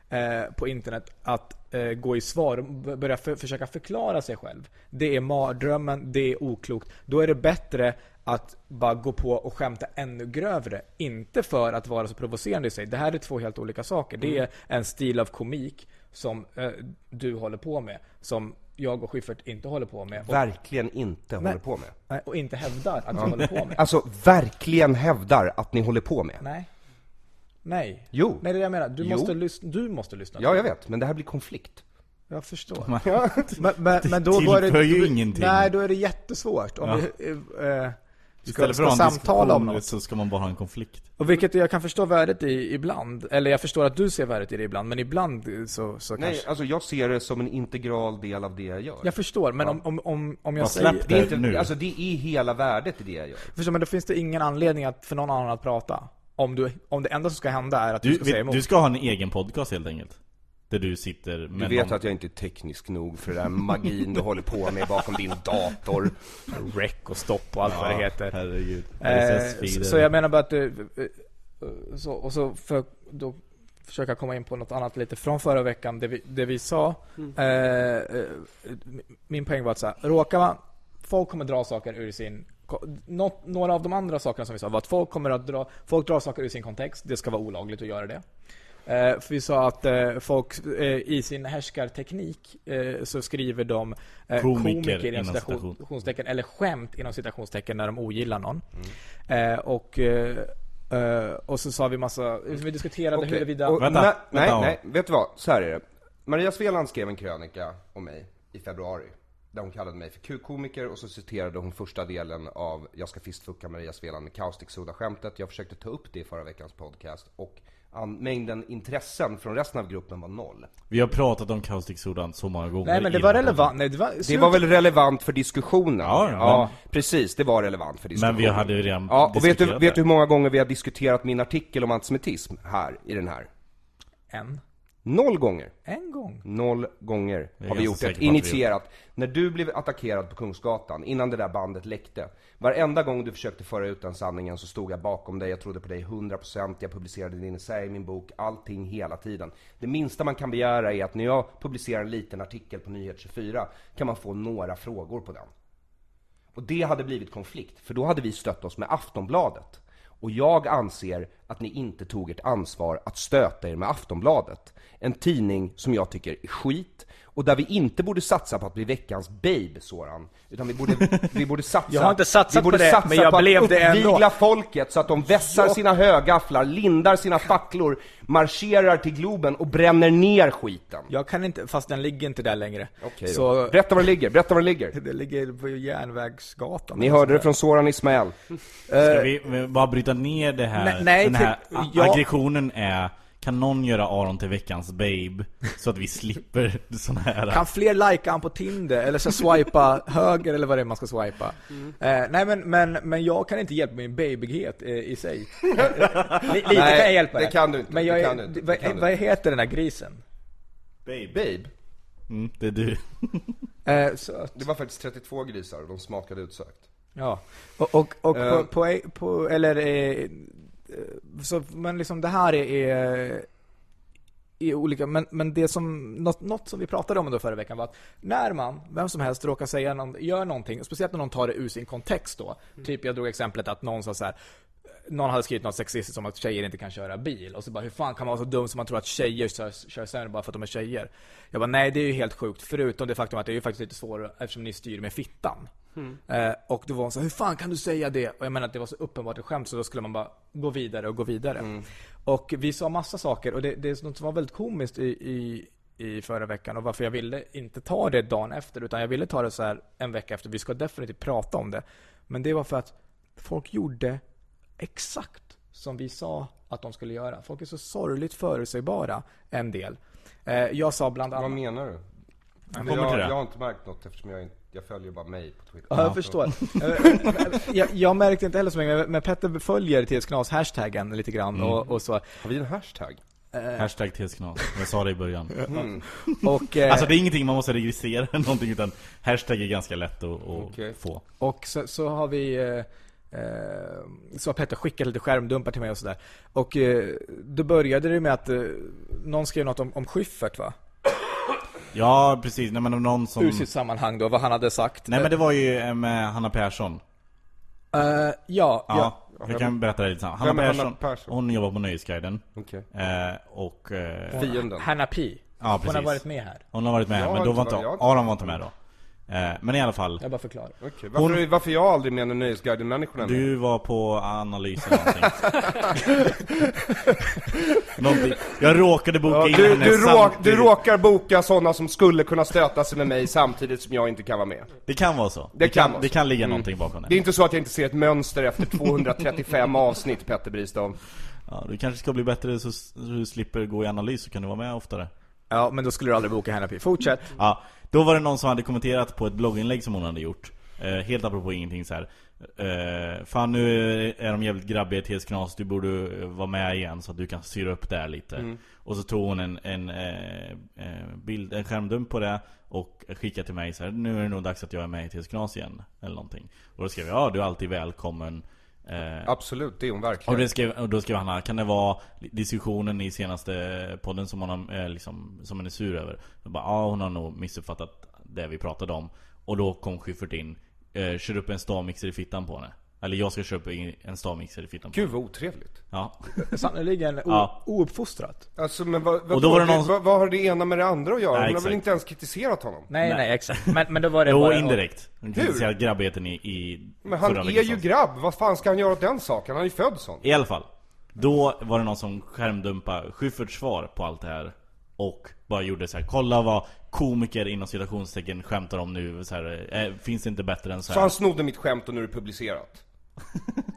Speaker 7: eh, på internet att eh, gå i svar och b- börja för, försöka förklara sig själv. Det är mardrömmen, det är oklokt. Då är det bättre att bara gå på och skämta ännu grövre. Inte för att vara så provocerande i sig. Det här är två helt olika saker. Det
Speaker 5: Mm.
Speaker 7: är en stil av komik som eh, du håller på med, som jag och Schyffert inte håller på med. Och,
Speaker 5: Verkligen inte håller på med.
Speaker 7: nej, och inte hävdar att vi håller på med.
Speaker 5: Alltså, verkligen hävdar att ni håller på med.
Speaker 7: Nej. Nej.
Speaker 5: Jo.
Speaker 7: Nej, det är det jag menar. Du,
Speaker 5: Jo.
Speaker 7: måste, lyssna, du måste lyssna.
Speaker 5: Ja, jag vet, men det här blir konflikt.
Speaker 7: Jag förstår. men, men, men då
Speaker 3: Tillför
Speaker 7: går det...
Speaker 3: ju
Speaker 7: då-
Speaker 3: ingenting.
Speaker 7: Nej, då är det jättesvårt. Om vi, eh, eh, ska,
Speaker 3: Istället för
Speaker 7: ska
Speaker 3: att ha en
Speaker 7: samtala om
Speaker 3: diskussion liksom.
Speaker 7: något.
Speaker 3: så ska man bara ha en konflikt.
Speaker 7: Och vilket jag kan förstå värdet i ibland. Eller jag förstår att du ser värdet i det ibland, men ibland eh, så, så
Speaker 5: Nej,
Speaker 7: kanske...
Speaker 5: alltså jag ser det som en integral del av det jag gör.
Speaker 7: Jag förstår, men om, om, om, om jag
Speaker 3: Ja,
Speaker 7: säger...
Speaker 3: släpp
Speaker 5: Det är,
Speaker 3: Där nu.
Speaker 5: inte, alltså, det är hela värdet i det jag gör.
Speaker 7: Förstår, men då finns det ingen anledning att, för någon annan att prata. Om, du, om det enda som ska hända är att du,
Speaker 3: Du,
Speaker 7: ska säga
Speaker 3: vi,
Speaker 7: emot.
Speaker 3: du ska ha en egen podcast helt enkelt. Där du sitter
Speaker 5: Du
Speaker 3: med
Speaker 5: vet
Speaker 3: någon...
Speaker 5: att jag inte är teknisk nog för den där magin du håller på med bakom din dator.
Speaker 7: Rec och stopp och allt vad det heter.
Speaker 3: Herregud.
Speaker 7: Eh,
Speaker 3: RSS-feeder.
Speaker 7: så, så jag menar bara att du, eh, eh, så, och så för, då försöka komma in på något annat lite från förra veckan, det vi, det vi sa. Eh, eh, min poäng var att så här, råkar man, folk kommer dra saker ur sin ko- något, några av de andra sakerna som vi sa var att folk kommer att dra, folk drar saker ur sin kontext. Det ska vara olagligt att göra det. Eh, för vi sa att eh, folk eh, i sin härskarteknik eh, så skriver de eh,
Speaker 3: Komiker inom
Speaker 7: inom
Speaker 3: citation.
Speaker 7: citationstecken eller skämt inom citationstecken när de ogillar någon. Eh, och, eh, eh, och så sa vi massa, vi diskuterade
Speaker 5: Okej,
Speaker 7: huruvida...
Speaker 5: och-
Speaker 3: Vänta,
Speaker 5: nej,
Speaker 3: vänta.
Speaker 5: Nej, nej, vet du vad? Så här är det. Maria Sveland skrev en krönika om mig i februari. Där hon kallade mig för kukomiker och så citerade hon första delen av Jag ska fistfucka Maria Sveland med kaustik skämtet Jag försökte ta upp det i förra veckans podcast och an- mängden intressen från resten av gruppen var noll.
Speaker 3: Vi har pratat om Caustic Soda så många gånger.
Speaker 7: nej men det
Speaker 3: i
Speaker 7: var
Speaker 3: den här podden.
Speaker 7: relevant, nej det var...
Speaker 5: Det var väl relevant för diskussionen?
Speaker 3: Ja, ja.
Speaker 5: precis. Det var relevant för diskussionen.
Speaker 3: Men vi hade ju redan
Speaker 5: Ja, och vet du,
Speaker 3: diskuterat
Speaker 5: vet
Speaker 3: det.
Speaker 5: du hur många gånger vi har diskuterat min artikel om antisemitism här, i den här?
Speaker 7: En.
Speaker 5: Noll gånger.
Speaker 7: En gång.
Speaker 5: Noll gånger
Speaker 3: Jag är
Speaker 5: har
Speaker 3: ganska
Speaker 5: vi gjort
Speaker 3: säker
Speaker 5: det.
Speaker 3: på att vi
Speaker 5: Initierat. När du blev attackerad på Kungsgatan, innan det där bandet läckte. Varenda gång du försökte föra ut den sanningen så stod jag bakom dig, jag trodde på dig 100%, jag publicerade din essä i min bok, allting hela tiden. Det minsta man kan begära är att när jag publicerar en liten artikel på Nyhet24 kan man få några frågor på den. Och det hade blivit konflikt, för då hade vi stött oss med Aftonbladet. Och jag anser att ni inte tog ert ansvar att stöta er med Aftonbladet. En tidning som jag tycker är skit och där vi inte borde satsa på att bli veckans babe, Soran. Utan vi borde, vi borde satsa...
Speaker 7: Jag har inte satsat
Speaker 5: vi borde
Speaker 7: på det,
Speaker 5: satsa
Speaker 7: men jag
Speaker 5: på att
Speaker 7: blev det ändå.
Speaker 5: uppvigla folket så att de vässar sina högafflar, lindar sina facklor, marscherar till Globen och bränner ner skiten.
Speaker 7: Jag kan inte, fast den ligger inte där längre.
Speaker 5: Okej då.
Speaker 7: så,
Speaker 5: Berätta var det ligger, berätta var det ligger.
Speaker 7: det ligger på Järnvägsgatan.
Speaker 5: Ni hörde det från Soran Ismail.
Speaker 3: Ska vi vi bara bryta ner det här?
Speaker 7: Nej, nej,
Speaker 3: den här
Speaker 7: till-
Speaker 3: a-
Speaker 7: jag-
Speaker 3: aggressionen är Kan någon göra Aron till veckans babe? Så att vi slipper sån här...
Speaker 7: Kan fler likea han på Tinder? Eller så swipa höger eller vad det är man ska swipa.
Speaker 5: Mm.
Speaker 7: Eh, nej men, men, men jag kan inte hjälpa min babyghet eh, i sig. Li- Lite
Speaker 5: Nej,
Speaker 7: kan jag hjälpa
Speaker 5: det
Speaker 7: dig.
Speaker 5: kan du inte,
Speaker 7: Men
Speaker 5: det
Speaker 7: jag är,
Speaker 5: kan du inte, det
Speaker 7: vad,
Speaker 5: kan du
Speaker 7: vad heter den här grisen?
Speaker 3: Babe.
Speaker 5: Babe?
Speaker 3: Mm, det är du.
Speaker 7: Eh, söt.
Speaker 5: Det var faktiskt 32 grisar och de smakade utsökt.
Speaker 7: Ja. Och, och, och
Speaker 5: Eh.
Speaker 7: på, på, på, eller eh, eh, så, men liksom det här är, är, är olika, men, men det som, något, något som vi pratade om då förra veckan var att när man, vem som helst, råkar säga någon, gör någonting, speciellt när någon tar det ur sin kontext då. Typ jag drog exemplet att någon sa så här någon hade skrivit något sexistiskt om att tjejer inte kan köra bil och så bara hur fan kan man vara så dum som man tror att tjejer kör, kör sämre bara för att de är tjejer? Jag bara nej det är ju helt sjukt förutom det faktum att det är ju faktiskt lite svårare eftersom ni styr med fittan. Eh, och då var hon så här, hur fan kan du säga det? Och jag menar att det var så uppenbart ett skämt så då skulle man bara gå vidare och gå vidare. Och vi sa massa saker och det, det är något som var väldigt komiskt i, i i förra veckan och varför jag ville inte ta det dagen efter utan jag ville ta det så här en vecka efter. Vi ska definitivt prata om det. Men det var för att folk gjorde exakt som vi sa att de skulle göra. Folk är så sorgligt förutsägbara, en del. Eh, Jag sa bland
Speaker 5: Vad
Speaker 7: annat...
Speaker 5: menar du?
Speaker 3: kommer till
Speaker 5: Jag,
Speaker 3: det.
Speaker 5: jag har inte märkt något eftersom jag, inte, jag följer bara mig på Twitter.
Speaker 7: Ja, jag förstår. Eh, jag, jag märkte inte heller så mycket, men- men Petter följer TS Knas-hashtaggen lite grann
Speaker 3: Mm.
Speaker 7: och, och så.
Speaker 5: Har vi en hashtag?
Speaker 3: Hashtag tsknas. Jag sa det i början.
Speaker 7: Och, eh,
Speaker 3: Alltså det är ingenting man måste registrera eller någonting utan hashtag är ganska lätt att, att
Speaker 5: Okej.
Speaker 3: få.
Speaker 7: Och så, så har vi eh, eh, så har Petter skickat lite skärmdumpar till mig och sådär. Och eh, då började det med att eh, någon skrev något om, om Schyffert va?
Speaker 3: Ja precis, nej men om någon som...
Speaker 7: Ur sitt sammanhang då, vad han hade sagt.
Speaker 3: Mm. Nej men det var ju eh, med Hanna Persson.
Speaker 7: Eh, ja, ja.
Speaker 3: Ja, jag kan berätta det lite snabbt. Hanna
Speaker 5: Vem är Hanna
Speaker 3: Persson,
Speaker 5: Persson?
Speaker 3: hon jobbar på Nöjesguiden.
Speaker 5: Okej.
Speaker 3: Eh, och... Eh,
Speaker 5: Fienden.
Speaker 7: Hanna Pi.
Speaker 3: Ja,
Speaker 7: Hon har
Speaker 3: precis.
Speaker 7: varit med här.
Speaker 3: hon har varit med,
Speaker 5: Jag
Speaker 3: men
Speaker 5: har
Speaker 3: då
Speaker 5: inte
Speaker 3: var inte...
Speaker 5: varit- jag har inte
Speaker 3: Aron var inte med då. Eh, men i alla fall.
Speaker 7: Jag bara förklarar.
Speaker 5: Okej, Varför,
Speaker 3: Hon-
Speaker 5: varför jag aldrig med när Nöjesguiden-människorna är med?
Speaker 3: Du var på analys eller någonting. någonting. Jag råkade boka
Speaker 5: Ja,
Speaker 3: in
Speaker 5: du,
Speaker 3: henne
Speaker 5: du, råk,
Speaker 3: samtidigt.
Speaker 5: du råkar boka sådana som skulle kunna stöta sig med mig samtidigt som jag inte kan vara med.
Speaker 3: Det kan vara så.
Speaker 5: Det kan vara
Speaker 3: det
Speaker 5: så. Mm.
Speaker 3: kan ligga någonting bakom
Speaker 5: Det är
Speaker 3: det.
Speaker 5: inte så att jag inte ser ett mönster efter 235 avsnitt, Petter Bristav.
Speaker 3: Ja, du kanske ska bli bättre så s- så du slipper gå i analys så kan du vara med oftare.
Speaker 7: Ja, men då skulle du aldrig boka Hanna Pi. Fortsätt.
Speaker 3: Ja, då var det någon som hade kommenterat på ett blogginlägg som hon hade gjort. Eh, helt apropå ingenting så här. Eh, fan nu är de jävligt grabbiga i TS Knas, du borde eh, vara med igen så att du kan styra upp det här lite. Och så tog hon en, en, eh, eh, bild, en skärmdump på det och skickade till mig så här. Nu är det nog dags att jag är med i TS Knas igen. Eller någonting. Och då skrev jag, ja du är alltid välkommen. Eh,
Speaker 5: Absolut, det är hon
Speaker 3: och,
Speaker 5: verkligen.
Speaker 3: det skrev, och då skrev Hanna, kan det vara diskussionen i senaste podden som hon, eh, liksom, som hon är sur över? Jag bara, ja hon har nog missuppfattat det vi pratade om. Och då kom Schyffert in, eh, kör upp en stavmixer i fittan på henne. Eller jag ska köpa in en stavmixer i fittan på henne.
Speaker 5: Gud vad otrevligt.
Speaker 3: Ja.
Speaker 7: Sannerligen o-
Speaker 3: Ja.
Speaker 7: ouppfostrat.
Speaker 5: Alltså men vad, vad,
Speaker 3: Och då var det någon-
Speaker 5: vad, vad har det ena med det andra att göra?
Speaker 3: Nej,
Speaker 5: hon har
Speaker 3: exakt.
Speaker 5: väl inte ens kritiserat honom?
Speaker 7: Nej, nej, exakt. Men, men då var det
Speaker 3: Jo,
Speaker 7: bara-
Speaker 3: indirekt. Hon kritiserar grabbigheten i, i
Speaker 5: Men han
Speaker 3: förra
Speaker 5: är
Speaker 3: veckans
Speaker 5: ju
Speaker 3: avsnitt.
Speaker 5: grabb, vad fan ska han göra åt den saken? Han är ju född sån.
Speaker 3: I alla fall. Då var det någon som skärmdumpade Schyfferts svar på allt det här. Och bara gjorde så här, kolla vad komiker inom citationstecken skämtar om nu. Så här, eh, finns det inte bättre än så här?
Speaker 5: Så han snodde mitt skämt och nu är det publicerat.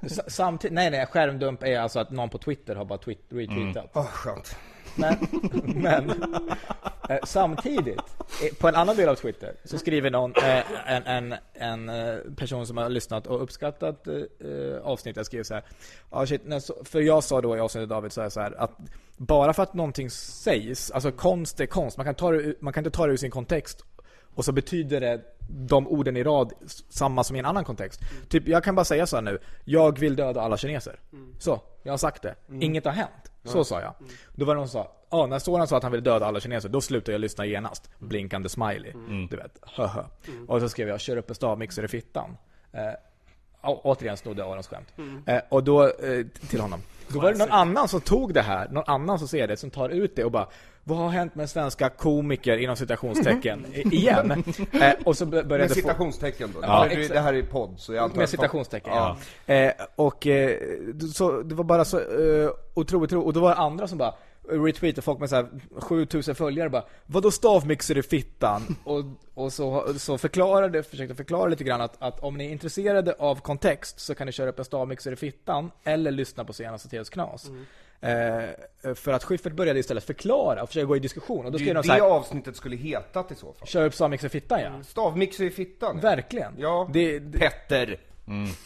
Speaker 7: S- Samtidigt, nej nej, skärmdump är alltså att någon på Twitter har bara tweet, retweetat.
Speaker 5: Åh, skönt.
Speaker 7: Men, men eh, samtidigt, eh, på en annan del av Twitter, så skriver någon, eh, en, en, en eh, person som har lyssnat och uppskattat eh, eh, avsnittet, skriver så här. "Ja, shit, när så, för jag sa då i avsnittet David så här, så här att bara för att någonting sägs, alltså konst är konst, man kan, ta det, ur- man kan inte ta det ur sin kontext och så betyder det de orden i rad s- samma som i en annan kontext. Typ, jag kan bara säga så här nu. Jag vill döda alla kineser. Så, jag har sagt det. Inget har hänt. Så sa jag. Då var det någon som sa, ja när Soran sa att han ville döda alla kineser, då slutade jag lyssna genast. Blinkande smiley. Du vet, höhö. Och så skrev jag, kör upp en stavmixer i fittan. Eh, Å- återigen snodde Arons skämt. Eh, och då, eh, t- till honom. Då var det någon annan som tog det här, någon annan som ser det, som tar ut det och bara Vad har hänt med svenska komiker inom citationstecken I- igen? Eh, och så bör- började
Speaker 5: Med
Speaker 7: få-
Speaker 5: citationstecken då. Ja, det,
Speaker 7: exakt.
Speaker 5: det här är podd, så jag antar
Speaker 7: med
Speaker 5: att-
Speaker 7: citationstecken, ja. Eh, och eh, d- så, det var bara så eh, otroligt roligt. Och då var det andra som bara retweetade folk med så här 7000 följare bara Vadå stavmixer i fittan? och, och så, så förklarade, försökte förklara lite grann att, att om ni är intresserade av kontext så kan ni köra upp en stavmixer i fittan eller lyssna på senaste TVs Knas.
Speaker 5: Mm.
Speaker 7: Eh, för att Schyffert började istället förklara och försöka gå i diskussion och då
Speaker 5: Det, är ju
Speaker 7: skrev de
Speaker 5: det
Speaker 7: såhär
Speaker 5: avsnittet skulle hetat i så fall.
Speaker 7: Kör upp stavmixer i fittan ja.
Speaker 5: Stavmixer i fittan.
Speaker 7: Verkligen.
Speaker 5: Ja.
Speaker 7: Det, det,
Speaker 5: Petter.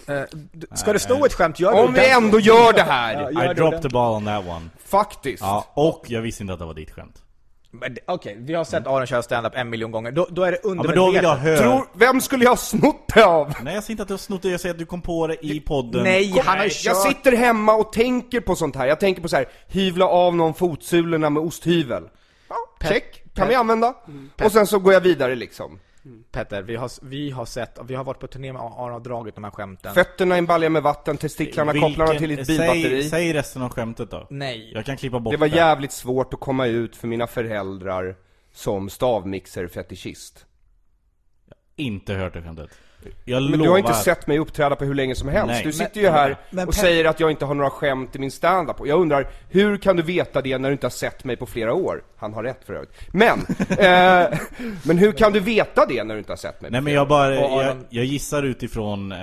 Speaker 7: eh, d- ska det stå ett skämt, gör det
Speaker 5: Om vi
Speaker 7: ordentligt.
Speaker 5: ändå gör det
Speaker 7: Ja, gör
Speaker 5: här!
Speaker 3: I
Speaker 7: det
Speaker 3: dropped the
Speaker 7: ordentligt.
Speaker 3: ball on that one.
Speaker 5: Faktiskt.
Speaker 3: Ja, och jag visste inte att det var ditt skämt.
Speaker 7: Men det- Okej, vi har sett Aron köra stand-up en miljon gånger. Då, då är det
Speaker 3: Ja, men då vill jag
Speaker 7: undermedvetet.
Speaker 3: höra...
Speaker 5: Tror, vem skulle jag ha snott det av?
Speaker 3: Nej, jag säger inte att du har snott det. Jag säger att du kom på det i podden.
Speaker 7: Nej, han har ju
Speaker 5: Jag
Speaker 7: kört...
Speaker 5: sitter hemma och tänker på sånt här. Jag tänker på så här, hyvla av någon fotsulorna med osthyvel. Ja, check. Kan vi använda.
Speaker 7: Mm.
Speaker 5: Och sen så går jag vidare liksom.
Speaker 7: Petter, vi har, vi har sett, vi har varit på turné med Aron och dragit de här skämten.
Speaker 5: Fötterna i en balja med vatten, testiklarna
Speaker 3: Vilken-
Speaker 5: kopplar man till ett
Speaker 3: Säg,
Speaker 5: bilbatteri.
Speaker 3: säg resten av skämtet då.
Speaker 7: Nej.
Speaker 3: Jag kan klippa bort
Speaker 5: Det var jävligt svårt att komma ut för mina föräldrar som stavmixerfetischist.
Speaker 3: Inte hört det skämtet. Jag
Speaker 5: Men
Speaker 3: lovar.
Speaker 5: du har inte sett mig uppträda på hur länge som helst.
Speaker 3: Nej.
Speaker 5: Du sitter
Speaker 8: Men-
Speaker 5: ju här
Speaker 8: men
Speaker 5: och
Speaker 8: Pe-
Speaker 5: säger att jag inte har några skämt i min standup. Och jag undrar, hur kan du veta det när du inte har sett mig på flera år? Han har rätt för övrigt. Men, eh, men hur kan du veta det när du inte har sett mig? på
Speaker 3: Nej men
Speaker 5: flera
Speaker 3: jag bara,
Speaker 5: Och
Speaker 3: jag,
Speaker 5: Aron-
Speaker 3: jag gissar utifrån, eh,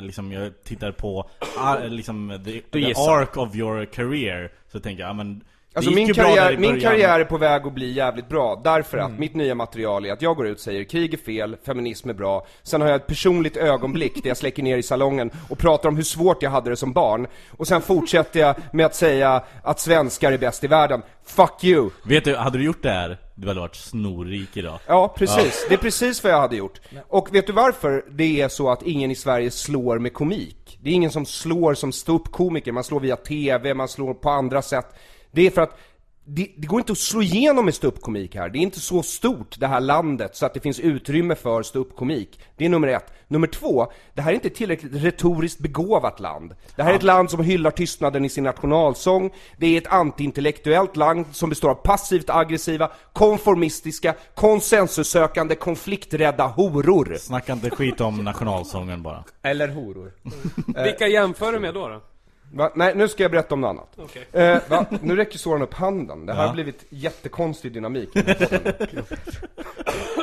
Speaker 3: liksom jag tittar på ar, liksom the, the
Speaker 4: gissar.
Speaker 3: arc of your career Så tänker jag, ja men det
Speaker 5: Alltså
Speaker 3: gick
Speaker 5: min
Speaker 3: ju bra där
Speaker 5: karriär,
Speaker 3: i
Speaker 5: min
Speaker 3: början. Mm.
Speaker 5: karriär är på väg att bli jävligt bra, därför att mitt nya material är att jag går ut och säger krig är fel, feminism är bra, sen har jag ett personligt ögonblick där jag släcker ner i salongen och pratar om hur svårt jag hade det som barn, och sen fortsätter jag med att säga att svenskar är bäst i världen. Fuck you!
Speaker 3: Vet du, hade du gjort det här, du hade varit snorrik idag
Speaker 5: Ja, precis. Det är precis vad jag hade gjort. Och vet du varför det är så att ingen i Sverige slår med komik? Det är ingen som slår som ståuppkomiker, man slår via TV, man slår på andra sätt. Det är för att det, det går inte att slå igenom med ståuppkomik här. Det är inte så stort, det här landet, så att det finns utrymme för ståuppkomik. Det är nummer ett. Nummer två, det här är inte ett tillräckligt retoriskt begåvat land. Det här är ett land som hyllar tystnaden i sin nationalsång. Det är ett antiintellektuellt land som består av passivt aggressiva, konformistiska, konsensussökande, konflikträdda horor.
Speaker 3: Snacka inte skit om nationalsången bara
Speaker 5: Eller horor.
Speaker 6: Vilka jämför du med då? då?
Speaker 5: Va? Nej, nu ska jag berätta om något annat.
Speaker 6: Okej.
Speaker 5: Eh, va? Nu räcker Soran upp handen. Det här
Speaker 3: Ja.
Speaker 5: har blivit jättekonstig dynamik. i den här podden.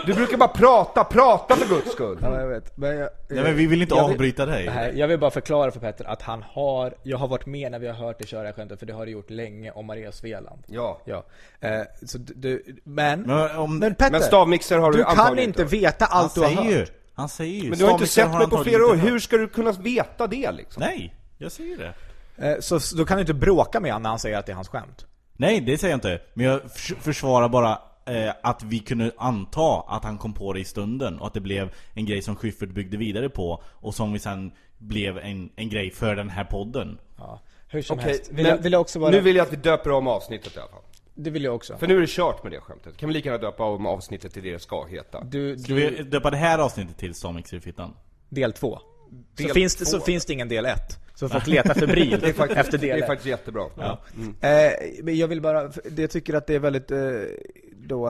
Speaker 5: Du brukar bara prata, prata för guds skull.
Speaker 7: Ja, jag vet. Men jag,
Speaker 3: Nej men vi vill inte
Speaker 7: jag vill-
Speaker 3: avbryta dig
Speaker 8: Nej, jag vill bara förklara för Petter att han har, jag har varit med när vi har hört dig köra det här skämtet, för det har du gjort länge om Maria Svealand.
Speaker 5: Ja.
Speaker 8: Ja. Eh, så du- du, men, men,
Speaker 3: Men om,
Speaker 7: Petter!
Speaker 5: Men stavmixer har du,
Speaker 7: du kan
Speaker 5: antagligen
Speaker 7: inte
Speaker 5: hört.
Speaker 7: veta
Speaker 3: han
Speaker 7: allt du har
Speaker 3: säger
Speaker 7: hört.
Speaker 3: ju, han säger ju
Speaker 5: Men du har inte
Speaker 3: Stavmixer
Speaker 5: sett mig på
Speaker 3: han
Speaker 5: flera år.
Speaker 3: antagligen inte
Speaker 5: Hur ska du kunna veta det liksom?
Speaker 3: hört. Nej, jag säger det
Speaker 7: Eh, Så, så då kan du inte bråka med honom när han säger att det är hans skämt.
Speaker 3: Nej, det säger jag inte. Men jag förs- försvarar bara eh, att vi kunde anta att han kom på det i stunden och att det blev en grej som Schyffert byggde vidare på och som vi sen blev en, en grej för den här podden.
Speaker 8: ja. Hur som
Speaker 5: Okej,
Speaker 8: helst. Vill
Speaker 5: men
Speaker 8: jag, vill jag också vara,
Speaker 5: Nu vill jag att vi döper om avsnittet i alla fall.
Speaker 8: det vill jag också.
Speaker 5: För nu är det kört med det skämtet. Kan vi lika gärna döpa om avsnittet till det det ska heta.
Speaker 8: Du,
Speaker 3: Ska vi Eh, döpa det här avsnittet till Samix i fittan?
Speaker 7: Del två.
Speaker 5: Del
Speaker 7: så, finns det, så
Speaker 5: två.
Speaker 7: finns det ingen del ett. Så folk letar febrilt
Speaker 5: Det är faktiskt,
Speaker 7: efter
Speaker 5: det
Speaker 7: del
Speaker 5: är mm.
Speaker 7: ett.
Speaker 5: faktiskt jättebra.
Speaker 7: Eh, men jag vill bara, för jag tycker att det är väldigt eh, då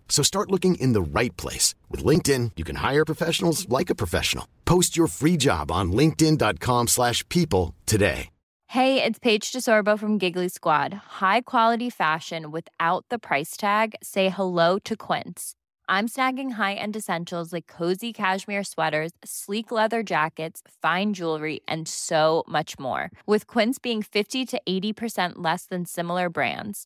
Speaker 9: So start looking in the right place. With LinkedIn, you can hire professionals like a professional. Post your free job on linkedin.com/people slash people today.
Speaker 1: Hey, it's Paige DeSorbo from Giggly Squad. High quality fashion without the price tag. Say hello to Quince. I'm snagging high-end essentials like cozy cashmere sweaters, sleek leather jackets, fine jewelry, and so much more. With Quince being 50 to 80% less than similar brands.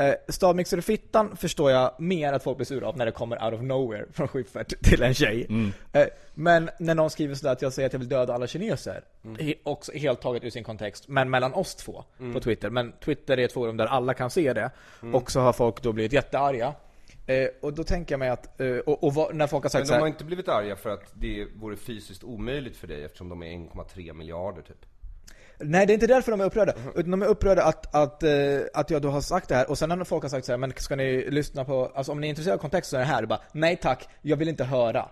Speaker 7: Eh, Stavmixer och fittan förstår jag mer att folk blir sura av när det kommer out of nowhere från Schyffert till en tjej. Eh, men när någon skriver sådär att jag säger att jag vill döda alla kineser,
Speaker 5: Mm.
Speaker 7: he- också helt taget ur sin kontext, men mellan oss två på Twitter. Men Twitter är ett forum där alla kan se det.
Speaker 5: Mm.
Speaker 7: Och så har folk då blivit jättearga. Eh, och då tänker jag mig att, eh, och, och vad, när folk har sagt
Speaker 5: Men de har
Speaker 7: såhär,
Speaker 5: inte blivit arga för att det vore fysiskt omöjligt för dig eftersom de är 1,3 miljarder typ.
Speaker 7: Nej det är inte därför de är upprörda. Utan de är upprörda att, att, eh, att jag då har sagt det här. Och sen när folk har sagt så här, men ska ni lyssna på, alltså om ni är intresserade av kontext så är det här. Du bara, nej tack, jag vill inte höra.